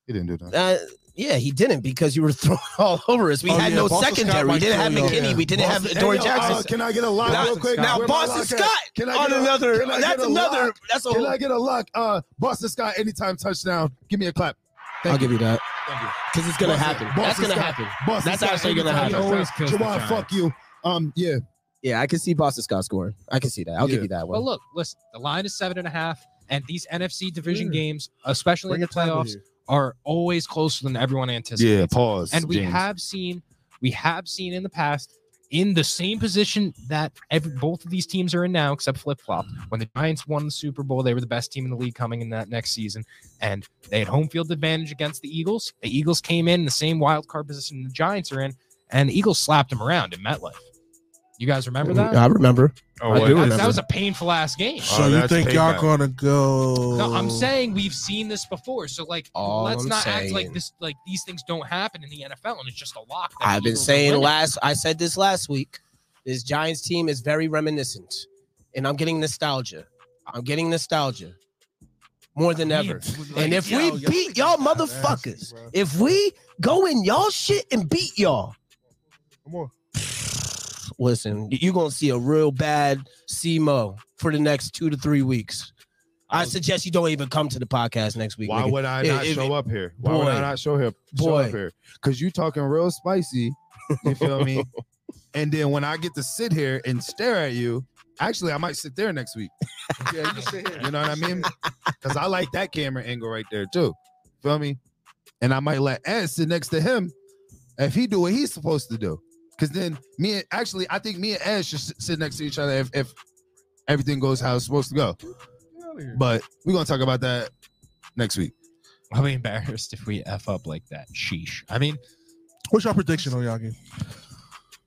[SPEAKER 2] he didn't do that.
[SPEAKER 1] uh, yeah, he didn't because you were thrown all over us. We
[SPEAKER 4] Oh,
[SPEAKER 1] had
[SPEAKER 4] yeah,
[SPEAKER 1] no
[SPEAKER 4] Boston Scott
[SPEAKER 1] secondary. We
[SPEAKER 4] might
[SPEAKER 1] didn't have
[SPEAKER 4] throw you.
[SPEAKER 1] McKinney. We didn't
[SPEAKER 2] Boston-
[SPEAKER 1] have
[SPEAKER 2] hey,
[SPEAKER 1] Dory
[SPEAKER 2] yo,
[SPEAKER 1] Jackson.
[SPEAKER 2] uh, can I get a lock
[SPEAKER 1] Now,
[SPEAKER 2] real quick?
[SPEAKER 3] Scott.
[SPEAKER 1] now
[SPEAKER 2] Where my
[SPEAKER 1] Boston
[SPEAKER 2] lock at?
[SPEAKER 1] Scott
[SPEAKER 2] Can I
[SPEAKER 1] on
[SPEAKER 2] get a-
[SPEAKER 1] another.
[SPEAKER 2] can I
[SPEAKER 1] that's
[SPEAKER 2] get a
[SPEAKER 1] another.
[SPEAKER 2] lock?
[SPEAKER 1] That's a
[SPEAKER 2] Can
[SPEAKER 1] whole.
[SPEAKER 2] I get a lock? Uh, Boston Scott, anytime touchdown. Give me a clap. Thank
[SPEAKER 1] I'll give you that
[SPEAKER 2] Thank you.
[SPEAKER 1] because it's gonna
[SPEAKER 2] Boston-
[SPEAKER 1] happen. That's
[SPEAKER 2] Boston
[SPEAKER 1] gonna
[SPEAKER 2] Scott.
[SPEAKER 1] happen.
[SPEAKER 2] Boston
[SPEAKER 1] That's
[SPEAKER 2] Scott,
[SPEAKER 1] actually gonna
[SPEAKER 2] anytime
[SPEAKER 1] happen.
[SPEAKER 2] touchdown.
[SPEAKER 3] Always kills the
[SPEAKER 2] Jawan, fuck
[SPEAKER 3] Giants.
[SPEAKER 2] you. Um, yeah.
[SPEAKER 1] Yeah, I can see Boston Scott scoring. I can see that.
[SPEAKER 2] I'll give Yeah.
[SPEAKER 1] you that
[SPEAKER 3] Well, look, listen. The line is seven and a half, and these NFC division games, especially
[SPEAKER 4] Bring
[SPEAKER 3] in
[SPEAKER 4] your
[SPEAKER 3] the
[SPEAKER 4] time
[SPEAKER 3] playoffs,
[SPEAKER 4] here.
[SPEAKER 3] are always closer than everyone anticipates.
[SPEAKER 2] Yeah, pause.
[SPEAKER 3] and we
[SPEAKER 2] James.
[SPEAKER 3] have seen we have seen in the past in the same position that every, both of these teams are in now except flip-flop when the giants won the super bowl they were the best team in the league coming in that next season and they had home field advantage against the eagles the eagles came in the same wild card position the giants are in and the eagles slapped them around in metlife you guys remember that
[SPEAKER 1] Mm, I remember.
[SPEAKER 2] Oh,
[SPEAKER 1] I
[SPEAKER 2] wait,
[SPEAKER 1] do
[SPEAKER 3] that,
[SPEAKER 2] that's-
[SPEAKER 3] that was a painful ass game
[SPEAKER 4] So
[SPEAKER 2] Oh,
[SPEAKER 4] you
[SPEAKER 2] that's
[SPEAKER 4] think y'all
[SPEAKER 2] payback.
[SPEAKER 4] gonna go?
[SPEAKER 3] no, I'm saying we've seen this before. So like,
[SPEAKER 1] All
[SPEAKER 3] let's
[SPEAKER 1] I'm
[SPEAKER 3] not act
[SPEAKER 1] saying-
[SPEAKER 3] like this. Like these things don't happen in the NFL, and it's just a lock. that the
[SPEAKER 1] I've been
[SPEAKER 3] Eagles are
[SPEAKER 1] saying
[SPEAKER 3] winning.
[SPEAKER 1] last. I said this last week. This Giants team is very reminiscent, and I'm getting nostalgia. I'm getting nostalgia more than ever. And if we beat y'all motherfuckers, if we go in y'all shit and beat y'all,
[SPEAKER 4] Come on.
[SPEAKER 1] listen, you're gonna see a real bad CMO for the next two to three weeks. I suggest you don't even come to the podcast next week.
[SPEAKER 2] Why
[SPEAKER 1] nigga.
[SPEAKER 2] would I not
[SPEAKER 1] If- if-
[SPEAKER 2] show up here? Why would
[SPEAKER 1] boy.
[SPEAKER 2] I not show here? Show
[SPEAKER 1] Boy.
[SPEAKER 2] up here because you talking real spicy. You feel me? And then when I get to sit here and stare at you, actually, I might sit there next week.
[SPEAKER 4] Yeah, you sit here.
[SPEAKER 2] You know what I mean? Because I like that camera angle right there too. Feel me? And I might let Ed sit next to him if he do what he's supposed to do. Because then me and actually, I think me and Ed should sit- sit next to each other if, if everything goes how it's supposed to go. But we're gonna talk about that next week.
[SPEAKER 3] I'll be embarrassed if we f up like that. Sheesh. I mean,
[SPEAKER 4] What's your prediction on y'all game?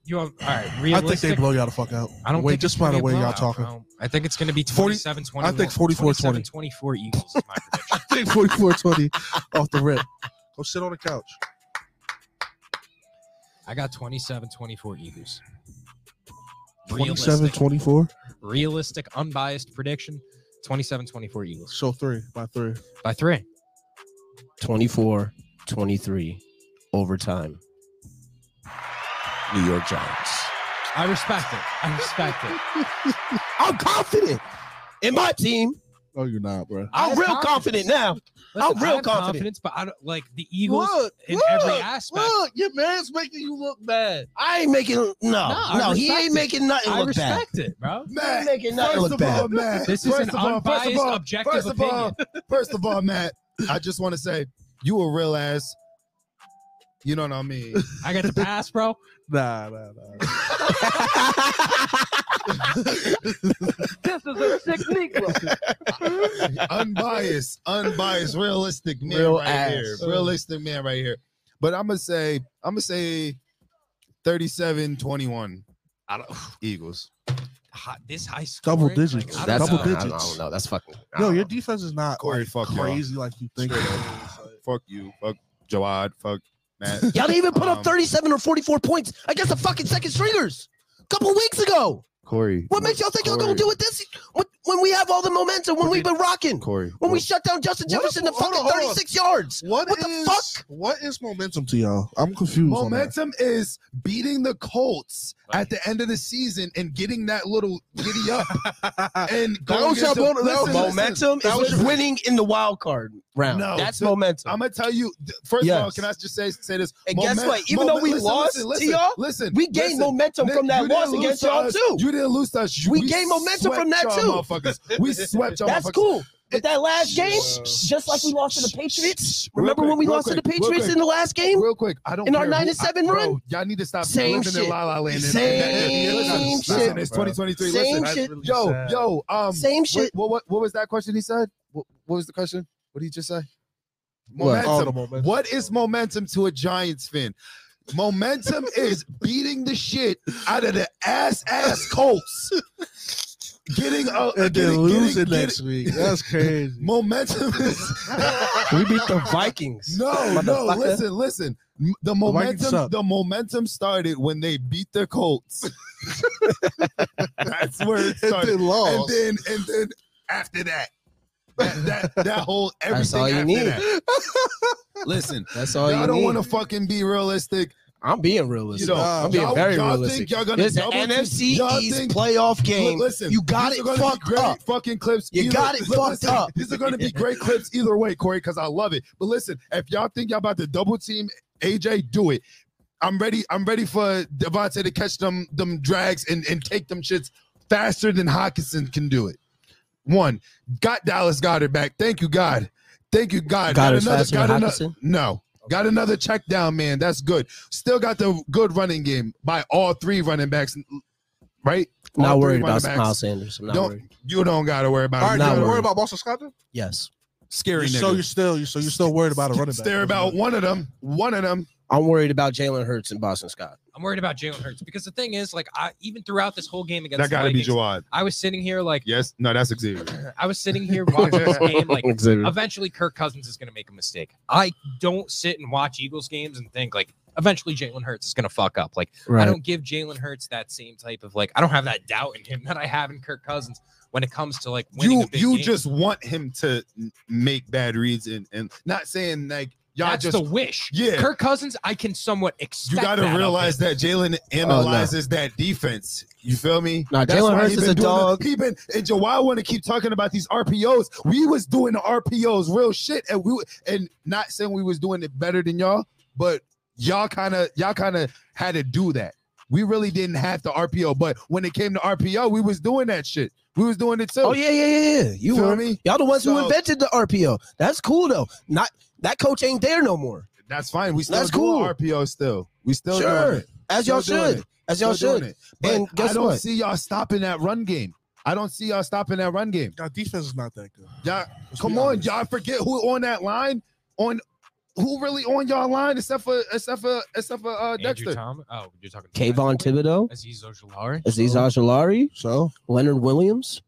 [SPEAKER 3] you have all
[SPEAKER 4] I
[SPEAKER 3] right.
[SPEAKER 4] think they
[SPEAKER 3] Realistic. I,
[SPEAKER 4] blow y'all the fuck out.
[SPEAKER 3] don't
[SPEAKER 4] Wait,
[SPEAKER 3] think
[SPEAKER 4] just
[SPEAKER 3] it's gonna
[SPEAKER 4] by the
[SPEAKER 3] be a
[SPEAKER 4] way y'all
[SPEAKER 3] blowout,
[SPEAKER 4] talking.
[SPEAKER 3] bro. I think it's going to be
[SPEAKER 4] 40
[SPEAKER 3] 27
[SPEAKER 4] I think 44-20.
[SPEAKER 3] 24 Eagles is my prediction.
[SPEAKER 4] I think 44-20 off the rip. Go sit on the couch.
[SPEAKER 3] I got 27 24 Eagles. Realistic,
[SPEAKER 4] 27-24.
[SPEAKER 3] realistic, unbiased prediction 27 24 Eagles
[SPEAKER 4] So three by three.
[SPEAKER 3] by three.
[SPEAKER 1] 24 23 overtime. New York Giants.
[SPEAKER 3] I respect it. I respect it.
[SPEAKER 1] I'm confident in my team.
[SPEAKER 4] No, you're not, bro.
[SPEAKER 3] I
[SPEAKER 1] I'm
[SPEAKER 3] have
[SPEAKER 1] real confident,
[SPEAKER 3] confidence.
[SPEAKER 1] now.
[SPEAKER 3] Listen,
[SPEAKER 1] I'm real
[SPEAKER 3] I have
[SPEAKER 1] confident.
[SPEAKER 3] confidence, but I don't like the Eagles
[SPEAKER 1] Look,
[SPEAKER 3] in
[SPEAKER 1] look,
[SPEAKER 3] every aspect.
[SPEAKER 1] Look, your man's making you look bad. I ain't making no,
[SPEAKER 3] I
[SPEAKER 1] no, he
[SPEAKER 3] respect
[SPEAKER 1] ain't
[SPEAKER 3] it.
[SPEAKER 1] making nothing
[SPEAKER 3] I
[SPEAKER 1] look bad.
[SPEAKER 3] respect it, bro.
[SPEAKER 1] He ain't
[SPEAKER 2] Matt,
[SPEAKER 1] making nothing
[SPEAKER 2] first
[SPEAKER 1] look
[SPEAKER 2] of
[SPEAKER 1] bad.
[SPEAKER 2] all, Matt.
[SPEAKER 3] This is
[SPEAKER 2] first
[SPEAKER 3] an
[SPEAKER 2] of all, first
[SPEAKER 3] unbiased,
[SPEAKER 2] of all,
[SPEAKER 3] objective
[SPEAKER 2] first of all,
[SPEAKER 3] opinion.
[SPEAKER 2] first of all, Matt, I just want to say you a real ass. You know what I mean?
[SPEAKER 3] I got the pass, bro.
[SPEAKER 4] Nah, nah, nah.
[SPEAKER 5] This is a sick Negro.
[SPEAKER 2] unbiased, unbiased, realistic man
[SPEAKER 1] Real
[SPEAKER 2] right
[SPEAKER 1] ass.
[SPEAKER 2] here. Realistic man right here. But I'm gonna say, I'm gonna say 37-21
[SPEAKER 3] I don't,
[SPEAKER 2] Eagles.
[SPEAKER 3] hot, this high
[SPEAKER 4] Double
[SPEAKER 3] scoring, like,
[SPEAKER 4] digits.
[SPEAKER 3] I don't
[SPEAKER 1] That's- I
[SPEAKER 4] Double
[SPEAKER 3] know.
[SPEAKER 1] don't- I
[SPEAKER 4] digits.
[SPEAKER 1] don't know. That's fucking. I
[SPEAKER 4] Yo,
[SPEAKER 1] don't
[SPEAKER 4] your
[SPEAKER 1] know.
[SPEAKER 4] defense is not
[SPEAKER 2] Corey,
[SPEAKER 4] like,
[SPEAKER 2] fuck y'all.
[SPEAKER 4] crazy like you think.
[SPEAKER 2] Straight
[SPEAKER 4] it
[SPEAKER 2] up.
[SPEAKER 4] is.
[SPEAKER 2] Fuck you. Fuck Jawad. Fuck Matt.
[SPEAKER 1] Y'all didn't even put
[SPEAKER 2] Um,
[SPEAKER 1] up 37 or 44 points against the fucking second stringers a couple weeks ago.
[SPEAKER 2] Corey.
[SPEAKER 1] What makes y'all think y'all gonna
[SPEAKER 2] Corey.
[SPEAKER 1] do it this when, when we have all the momentum, when we've been rocking,
[SPEAKER 2] Corey.
[SPEAKER 1] when we shut down Justin
[SPEAKER 4] What if-
[SPEAKER 1] Jefferson to
[SPEAKER 4] hold on,
[SPEAKER 1] fucking
[SPEAKER 4] hold on.
[SPEAKER 1] 36 yards? What the
[SPEAKER 4] is- What is momentum to y'all? I'm confused. on that.
[SPEAKER 2] Momentum is beating the Colts at the end of the season and getting that little giddy up and going
[SPEAKER 4] was your
[SPEAKER 2] into-
[SPEAKER 4] bonus- that
[SPEAKER 2] listen,
[SPEAKER 4] was-
[SPEAKER 2] listen,
[SPEAKER 1] Momentum
[SPEAKER 4] that was
[SPEAKER 1] is
[SPEAKER 4] your-
[SPEAKER 1] winning in the wild card round.
[SPEAKER 2] No,
[SPEAKER 1] That's
[SPEAKER 2] so-
[SPEAKER 1] momentum.
[SPEAKER 2] I'm gonna tell you. th- First of all,
[SPEAKER 1] Yes.
[SPEAKER 2] can I just say say this?
[SPEAKER 1] And guess
[SPEAKER 2] Momen-
[SPEAKER 1] what? Even though we lost
[SPEAKER 2] listen,
[SPEAKER 1] to
[SPEAKER 2] listen,
[SPEAKER 1] y'all,
[SPEAKER 2] listen,
[SPEAKER 1] we gained
[SPEAKER 2] listen.
[SPEAKER 1] momentum
[SPEAKER 2] Nick,
[SPEAKER 1] from that
[SPEAKER 2] you didn't
[SPEAKER 1] loss
[SPEAKER 2] lose
[SPEAKER 1] against
[SPEAKER 2] to
[SPEAKER 1] y'all
[SPEAKER 2] us.
[SPEAKER 1] too.
[SPEAKER 2] You didn't lose to us. You-
[SPEAKER 1] We gained momentum from
[SPEAKER 2] swept
[SPEAKER 1] that,
[SPEAKER 2] y'all
[SPEAKER 1] too.
[SPEAKER 2] motherfuckers. We swept y'all.
[SPEAKER 1] That's
[SPEAKER 2] motherfuckers.
[SPEAKER 1] cool. But that last game,
[SPEAKER 4] Shh.
[SPEAKER 1] just like we lost to the Patriots.
[SPEAKER 2] Real
[SPEAKER 1] Remember
[SPEAKER 2] quick,
[SPEAKER 1] when we
[SPEAKER 2] real
[SPEAKER 1] lost to
[SPEAKER 2] quick,
[SPEAKER 1] the
[SPEAKER 2] real
[SPEAKER 1] Patriots
[SPEAKER 2] quick.
[SPEAKER 1] in the last game?
[SPEAKER 2] Real quick, I don't
[SPEAKER 1] In our
[SPEAKER 2] care who-
[SPEAKER 1] nine and
[SPEAKER 2] I-
[SPEAKER 1] seven
[SPEAKER 2] bro,
[SPEAKER 1] run?
[SPEAKER 2] y'all need to stop
[SPEAKER 1] Same
[SPEAKER 2] living in
[SPEAKER 1] shit.
[SPEAKER 2] la la land.
[SPEAKER 1] Same
[SPEAKER 2] listen,
[SPEAKER 1] shit.
[SPEAKER 2] Listen, it's 2023.
[SPEAKER 1] Same
[SPEAKER 2] listen,
[SPEAKER 1] shit.
[SPEAKER 4] That's really
[SPEAKER 2] yo,
[SPEAKER 4] sad.
[SPEAKER 2] yo, um,
[SPEAKER 1] Same shit.
[SPEAKER 2] What, what, what, what was that question he said? What, what was the question? What did he just say?
[SPEAKER 4] What?
[SPEAKER 2] Momentum.
[SPEAKER 4] Oh, the momentum.
[SPEAKER 2] What is momentum to a Giants fan? Momentum is beating the shit out of the ass ass Colts. Getting a getting-
[SPEAKER 4] And then losing
[SPEAKER 2] getting-
[SPEAKER 4] next week. That's
[SPEAKER 2] getting-
[SPEAKER 4] crazy.
[SPEAKER 2] momentum is
[SPEAKER 1] We beat the Vikings.
[SPEAKER 2] no no
[SPEAKER 1] Motherfucker.
[SPEAKER 2] listen listen M- the
[SPEAKER 4] Vikings
[SPEAKER 2] momentum
[SPEAKER 4] suck.
[SPEAKER 2] the momentum started when they beat the Colts. That's where it
[SPEAKER 4] And
[SPEAKER 2] started.
[SPEAKER 4] then
[SPEAKER 2] and
[SPEAKER 4] lost.
[SPEAKER 2] then and then after that, that that, that whole everything
[SPEAKER 1] That's all you
[SPEAKER 2] after
[SPEAKER 1] need.
[SPEAKER 2] that. Listen,
[SPEAKER 1] That's all
[SPEAKER 2] y'all
[SPEAKER 1] you
[SPEAKER 2] don't
[SPEAKER 1] need.
[SPEAKER 2] want to fucking be realistic.
[SPEAKER 1] I'm being
[SPEAKER 2] You
[SPEAKER 1] realistic.
[SPEAKER 2] know,
[SPEAKER 4] Nah,
[SPEAKER 1] I'm being
[SPEAKER 2] y'all,
[SPEAKER 1] very
[SPEAKER 2] y'all Think
[SPEAKER 1] realistic.
[SPEAKER 2] y'all gonna
[SPEAKER 1] This is an
[SPEAKER 2] double team-
[SPEAKER 1] NFC
[SPEAKER 2] y'all
[SPEAKER 1] East
[SPEAKER 2] think-
[SPEAKER 1] playoff game.
[SPEAKER 2] Look, listen,
[SPEAKER 1] you got
[SPEAKER 2] these
[SPEAKER 1] it
[SPEAKER 2] are gonna be
[SPEAKER 1] fucked
[SPEAKER 2] great
[SPEAKER 1] up.
[SPEAKER 2] Fucking clips.
[SPEAKER 1] You
[SPEAKER 2] either-
[SPEAKER 1] got it
[SPEAKER 2] look,
[SPEAKER 1] fucked
[SPEAKER 2] listen,
[SPEAKER 1] up.
[SPEAKER 2] These are gonna be great clips either way, Corey, because I love it. But listen, if y'all think y'all about to double team AJ, do it. I'm ready. I'm ready for Devontae to catch them them drags and, and take them shits faster than Hawkinson can do it. One got Dallas Goddard back. Thank you God. Thank you God.
[SPEAKER 1] Goddard's
[SPEAKER 2] another-
[SPEAKER 1] faster than
[SPEAKER 2] got ano-
[SPEAKER 1] Hockinson?
[SPEAKER 2] No. Got another check down, man. That's good. Still got the good running game by all three running backs, right? All
[SPEAKER 1] Not
[SPEAKER 2] three
[SPEAKER 1] worried about
[SPEAKER 2] running backs.
[SPEAKER 1] Miles Sanders. I'm not
[SPEAKER 2] Don't-
[SPEAKER 1] worried.
[SPEAKER 2] You don't gotta worry about
[SPEAKER 4] All right,
[SPEAKER 2] it.
[SPEAKER 1] Not
[SPEAKER 4] don't worry
[SPEAKER 1] worried.
[SPEAKER 4] about Boston Scott. then?
[SPEAKER 1] Yes.
[SPEAKER 2] Scary
[SPEAKER 4] so you're
[SPEAKER 2] nigga.
[SPEAKER 4] still, you're, so you're still worried about a running back.
[SPEAKER 2] Stare about one of them. One of them.
[SPEAKER 1] I'm worried about Jalen Hurts and Boston Scott.
[SPEAKER 3] I'm worried about Jalen Hurts because the thing is, like, I even throughout this whole game against
[SPEAKER 2] That
[SPEAKER 3] the
[SPEAKER 2] gotta be
[SPEAKER 3] Vikings,
[SPEAKER 2] Jawad.
[SPEAKER 3] I was sitting here like
[SPEAKER 2] Yes. No, that's Xavier.
[SPEAKER 3] I was sitting here watching this game like
[SPEAKER 1] Xavier.
[SPEAKER 3] eventually Kirk Cousins is going to make a mistake. I don't sit and watch Eagles games and think like eventually Jalen Hurts is going to fuck up. Like I don't give Jalen Hurts that same type of like I don't have that doubt in him that I have in Kirk Cousins when it comes to like winning
[SPEAKER 2] You
[SPEAKER 3] a big
[SPEAKER 2] you
[SPEAKER 3] game.
[SPEAKER 2] just want him to n- make bad reads and, and not saying like y'all
[SPEAKER 3] that's
[SPEAKER 2] just
[SPEAKER 3] the wish.
[SPEAKER 2] Yeah.
[SPEAKER 3] Kirk Cousins I can somewhat expect.
[SPEAKER 2] you gotta
[SPEAKER 3] that of
[SPEAKER 2] realize
[SPEAKER 3] him.
[SPEAKER 2] that Jalen analyzes that defense. You feel me?
[SPEAKER 1] Oh, Nah,
[SPEAKER 2] That's
[SPEAKER 1] Jalen
[SPEAKER 2] why
[SPEAKER 1] Hurts
[SPEAKER 2] he
[SPEAKER 1] is
[SPEAKER 2] been doing
[SPEAKER 1] a
[SPEAKER 2] the-
[SPEAKER 1] dog.
[SPEAKER 2] He been and Jawad want to keep talking about these RPOs. We was doing the RPOs, real shit, and we and not saying we was doing it better than y'all, but y'all kind of y'all kind of had to do that. We really didn't have to RPO, but when it came to RPO, we was doing that shit. We was doing it too.
[SPEAKER 1] Oh yeah, yeah, yeah, yeah. You
[SPEAKER 2] Feel
[SPEAKER 1] were
[SPEAKER 2] me?
[SPEAKER 1] y'all the ones who
[SPEAKER 2] So-
[SPEAKER 1] invented the RPO. That's cool though. Not that coach ain't there no more.
[SPEAKER 2] That's fine. We still
[SPEAKER 1] That's
[SPEAKER 2] doing
[SPEAKER 1] cool.
[SPEAKER 2] RPO still. We still
[SPEAKER 1] Sure.
[SPEAKER 2] doing it.
[SPEAKER 1] As y'all
[SPEAKER 2] Still doing
[SPEAKER 1] should.
[SPEAKER 2] it.
[SPEAKER 1] As y'all
[SPEAKER 2] Still doing
[SPEAKER 1] should.
[SPEAKER 2] it. But
[SPEAKER 1] And guess
[SPEAKER 2] I don't
[SPEAKER 1] what?
[SPEAKER 2] see y'all stopping that run game. I don't see y'all stopping that run game.
[SPEAKER 4] Our defense is not that good.
[SPEAKER 2] Y'all,
[SPEAKER 4] Let's
[SPEAKER 2] come
[SPEAKER 4] be
[SPEAKER 2] on,
[SPEAKER 4] honest.
[SPEAKER 2] y'all forget who on that line on who really on y'all line except for except for except for uh,
[SPEAKER 3] Andrew
[SPEAKER 2] Dexter.
[SPEAKER 3] Tom. Oh, you're talking
[SPEAKER 1] Kayvon Thibodeau,
[SPEAKER 3] Aziz Ojolari.
[SPEAKER 1] Aziz Ajalari,
[SPEAKER 4] So
[SPEAKER 1] Leonard Williams.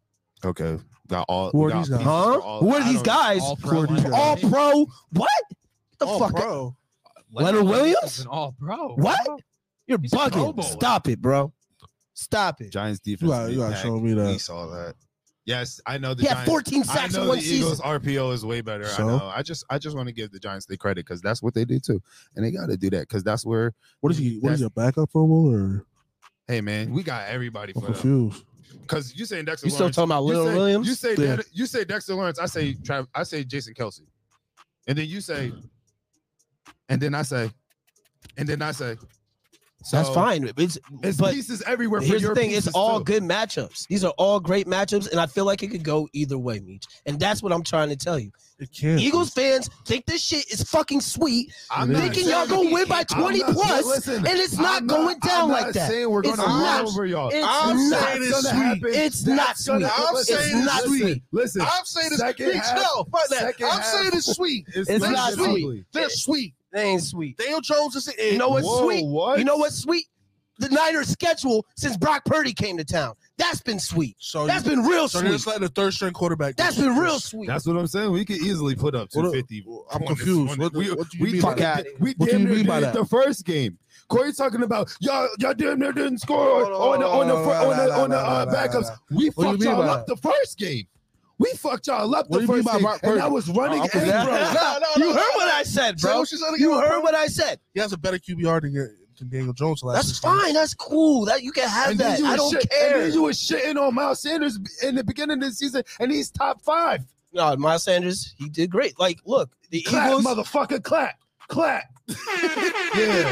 [SPEAKER 2] Okay, got all.
[SPEAKER 4] Who are these guys?
[SPEAKER 1] Huh? Who are these guys?
[SPEAKER 3] All
[SPEAKER 4] Poor
[SPEAKER 3] pro.
[SPEAKER 4] dude.
[SPEAKER 3] linebacker.
[SPEAKER 1] All pro? What? The
[SPEAKER 4] Oh,
[SPEAKER 1] fuck?
[SPEAKER 4] bro.
[SPEAKER 1] Leonard Williams?
[SPEAKER 3] is an all pro.
[SPEAKER 1] What?
[SPEAKER 3] bro.
[SPEAKER 1] You're
[SPEAKER 3] He's a Pro
[SPEAKER 1] bugging.
[SPEAKER 3] Bowler.
[SPEAKER 1] Stop it, bro. Stop it.
[SPEAKER 2] Giants
[SPEAKER 4] You gotta, you gotta show me that.
[SPEAKER 2] saw that. Yes, I know the
[SPEAKER 1] He had 14
[SPEAKER 2] I
[SPEAKER 1] sacks
[SPEAKER 2] know
[SPEAKER 1] in
[SPEAKER 2] the
[SPEAKER 1] one season.
[SPEAKER 2] Eagles RPO is way better.
[SPEAKER 4] So?
[SPEAKER 2] I know. I just I just want to give the Giants the credit because that's what they do too, and they got to do that because that's where
[SPEAKER 4] What is he? What is he a backup for? Will, Or
[SPEAKER 2] Hey man, we got everybody
[SPEAKER 4] I'm
[SPEAKER 2] for that.
[SPEAKER 4] confused.
[SPEAKER 2] Because you saying Dexter
[SPEAKER 1] You still
[SPEAKER 2] Lawrence,
[SPEAKER 1] talking about
[SPEAKER 2] you
[SPEAKER 1] Lil
[SPEAKER 2] say,
[SPEAKER 1] Williams?
[SPEAKER 2] You say
[SPEAKER 4] Yeah.
[SPEAKER 2] that, you say Dexter Lawrence. I say Trav, I say Jason Kelsey, and then you say, and then I say, and then I say. So
[SPEAKER 1] That's fine. It's,
[SPEAKER 2] It's
[SPEAKER 1] but
[SPEAKER 2] pieces everywhere. For
[SPEAKER 1] here's
[SPEAKER 2] your
[SPEAKER 1] the thing: it's
[SPEAKER 2] pieces,
[SPEAKER 1] all
[SPEAKER 2] too.
[SPEAKER 1] good matchups. These are all great matchups, and I feel like it could go either way, Meech. And that's what I'm trying to tell you.
[SPEAKER 4] It can't.
[SPEAKER 1] Eagles fans think this shit is fucking sweet,
[SPEAKER 2] I'm not
[SPEAKER 1] thinking y'all
[SPEAKER 2] saying-
[SPEAKER 1] gonna win by
[SPEAKER 2] I'm
[SPEAKER 1] 20
[SPEAKER 2] not-
[SPEAKER 1] plus,
[SPEAKER 2] listen,
[SPEAKER 1] and it's
[SPEAKER 2] I'm
[SPEAKER 1] not going down
[SPEAKER 2] I'm
[SPEAKER 1] like
[SPEAKER 2] not
[SPEAKER 1] that.
[SPEAKER 2] Saying we're
[SPEAKER 1] It's
[SPEAKER 2] gonna run
[SPEAKER 1] not-
[SPEAKER 2] over y'all.
[SPEAKER 1] it's
[SPEAKER 2] I'm
[SPEAKER 1] not
[SPEAKER 2] saying it's
[SPEAKER 1] sweet.
[SPEAKER 2] gonna happen.
[SPEAKER 1] It's not
[SPEAKER 2] That's gonna-
[SPEAKER 1] sweet.
[SPEAKER 6] I'm
[SPEAKER 2] listen,
[SPEAKER 6] saying it's
[SPEAKER 1] not
[SPEAKER 2] listen,
[SPEAKER 1] sweet.
[SPEAKER 2] Listen,
[SPEAKER 6] I'm saying it's
[SPEAKER 2] Second
[SPEAKER 6] big
[SPEAKER 2] half-
[SPEAKER 6] hell. Fuck that.
[SPEAKER 2] second
[SPEAKER 6] I'm
[SPEAKER 2] half-
[SPEAKER 6] saying it's sweet.
[SPEAKER 1] It's
[SPEAKER 2] less
[SPEAKER 1] not
[SPEAKER 2] than
[SPEAKER 1] sweet.
[SPEAKER 2] ugly.
[SPEAKER 6] They're sweet.
[SPEAKER 1] They ain't sweet.
[SPEAKER 6] Daniel Jones is
[SPEAKER 1] You
[SPEAKER 6] it.
[SPEAKER 1] know what's
[SPEAKER 2] Whoa,
[SPEAKER 1] sweet?
[SPEAKER 2] What?
[SPEAKER 1] You know what's sweet? The Niners' schedule since Brock Purdy came to town. That's been sweet.
[SPEAKER 2] Oh,
[SPEAKER 4] so
[SPEAKER 1] That's been real
[SPEAKER 4] so they're
[SPEAKER 1] sweet.
[SPEAKER 4] just letting the third string quarterback.
[SPEAKER 1] That's been real sweet.
[SPEAKER 2] That's what I'm saying. We could easily put up
[SPEAKER 4] What-
[SPEAKER 2] 250.
[SPEAKER 4] I'm
[SPEAKER 2] on this-
[SPEAKER 4] confused.
[SPEAKER 2] on
[SPEAKER 4] What-
[SPEAKER 2] this. we,
[SPEAKER 4] what do you
[SPEAKER 2] we
[SPEAKER 4] mean by
[SPEAKER 2] damn
[SPEAKER 1] that?
[SPEAKER 2] near- we
[SPEAKER 4] What do
[SPEAKER 2] damn
[SPEAKER 4] you
[SPEAKER 2] near
[SPEAKER 4] mean by
[SPEAKER 2] did it
[SPEAKER 4] that?
[SPEAKER 2] The first game. Corey talking about y'all. Y'all damn near didn't score
[SPEAKER 4] Hold
[SPEAKER 2] on,
[SPEAKER 4] on,
[SPEAKER 2] the on the
[SPEAKER 4] hold
[SPEAKER 2] fir-
[SPEAKER 4] on,
[SPEAKER 2] on the
[SPEAKER 4] hold on,
[SPEAKER 2] on the uh,
[SPEAKER 4] hold on, hold
[SPEAKER 2] backups.
[SPEAKER 4] on.
[SPEAKER 2] We
[SPEAKER 4] What do you
[SPEAKER 2] fucked
[SPEAKER 4] mean
[SPEAKER 2] y'all
[SPEAKER 4] by
[SPEAKER 2] up the first game. We fucked y'all up
[SPEAKER 4] What
[SPEAKER 2] the
[SPEAKER 4] do you mean
[SPEAKER 2] first
[SPEAKER 4] by
[SPEAKER 2] game,
[SPEAKER 4] Brock
[SPEAKER 2] and
[SPEAKER 4] Purdy?
[SPEAKER 2] I was running.
[SPEAKER 4] I'm
[SPEAKER 2] and
[SPEAKER 4] confused.
[SPEAKER 2] running.
[SPEAKER 6] No, no,
[SPEAKER 1] You
[SPEAKER 6] no,
[SPEAKER 1] heard
[SPEAKER 6] no,
[SPEAKER 1] what
[SPEAKER 6] no.
[SPEAKER 1] I said,
[SPEAKER 6] Say
[SPEAKER 1] bro.
[SPEAKER 6] what she said again,
[SPEAKER 1] You
[SPEAKER 6] bro.
[SPEAKER 1] heard what I said.
[SPEAKER 4] He has a better QBR than, than Daniel Jones. Last
[SPEAKER 1] That's
[SPEAKER 4] six games.
[SPEAKER 1] fine. That's cool. That you can have
[SPEAKER 2] And then
[SPEAKER 1] that.
[SPEAKER 2] you
[SPEAKER 1] I
[SPEAKER 2] was
[SPEAKER 1] don't
[SPEAKER 2] shit-
[SPEAKER 1] care.
[SPEAKER 2] And then you was shitting on Miles Sanders in the beginning of the season, and he's top five.
[SPEAKER 1] No, Miles Sanders, he did great. Like, look, the
[SPEAKER 2] Clap,
[SPEAKER 1] Eagles
[SPEAKER 2] motherfucker, clap, clap. yeah,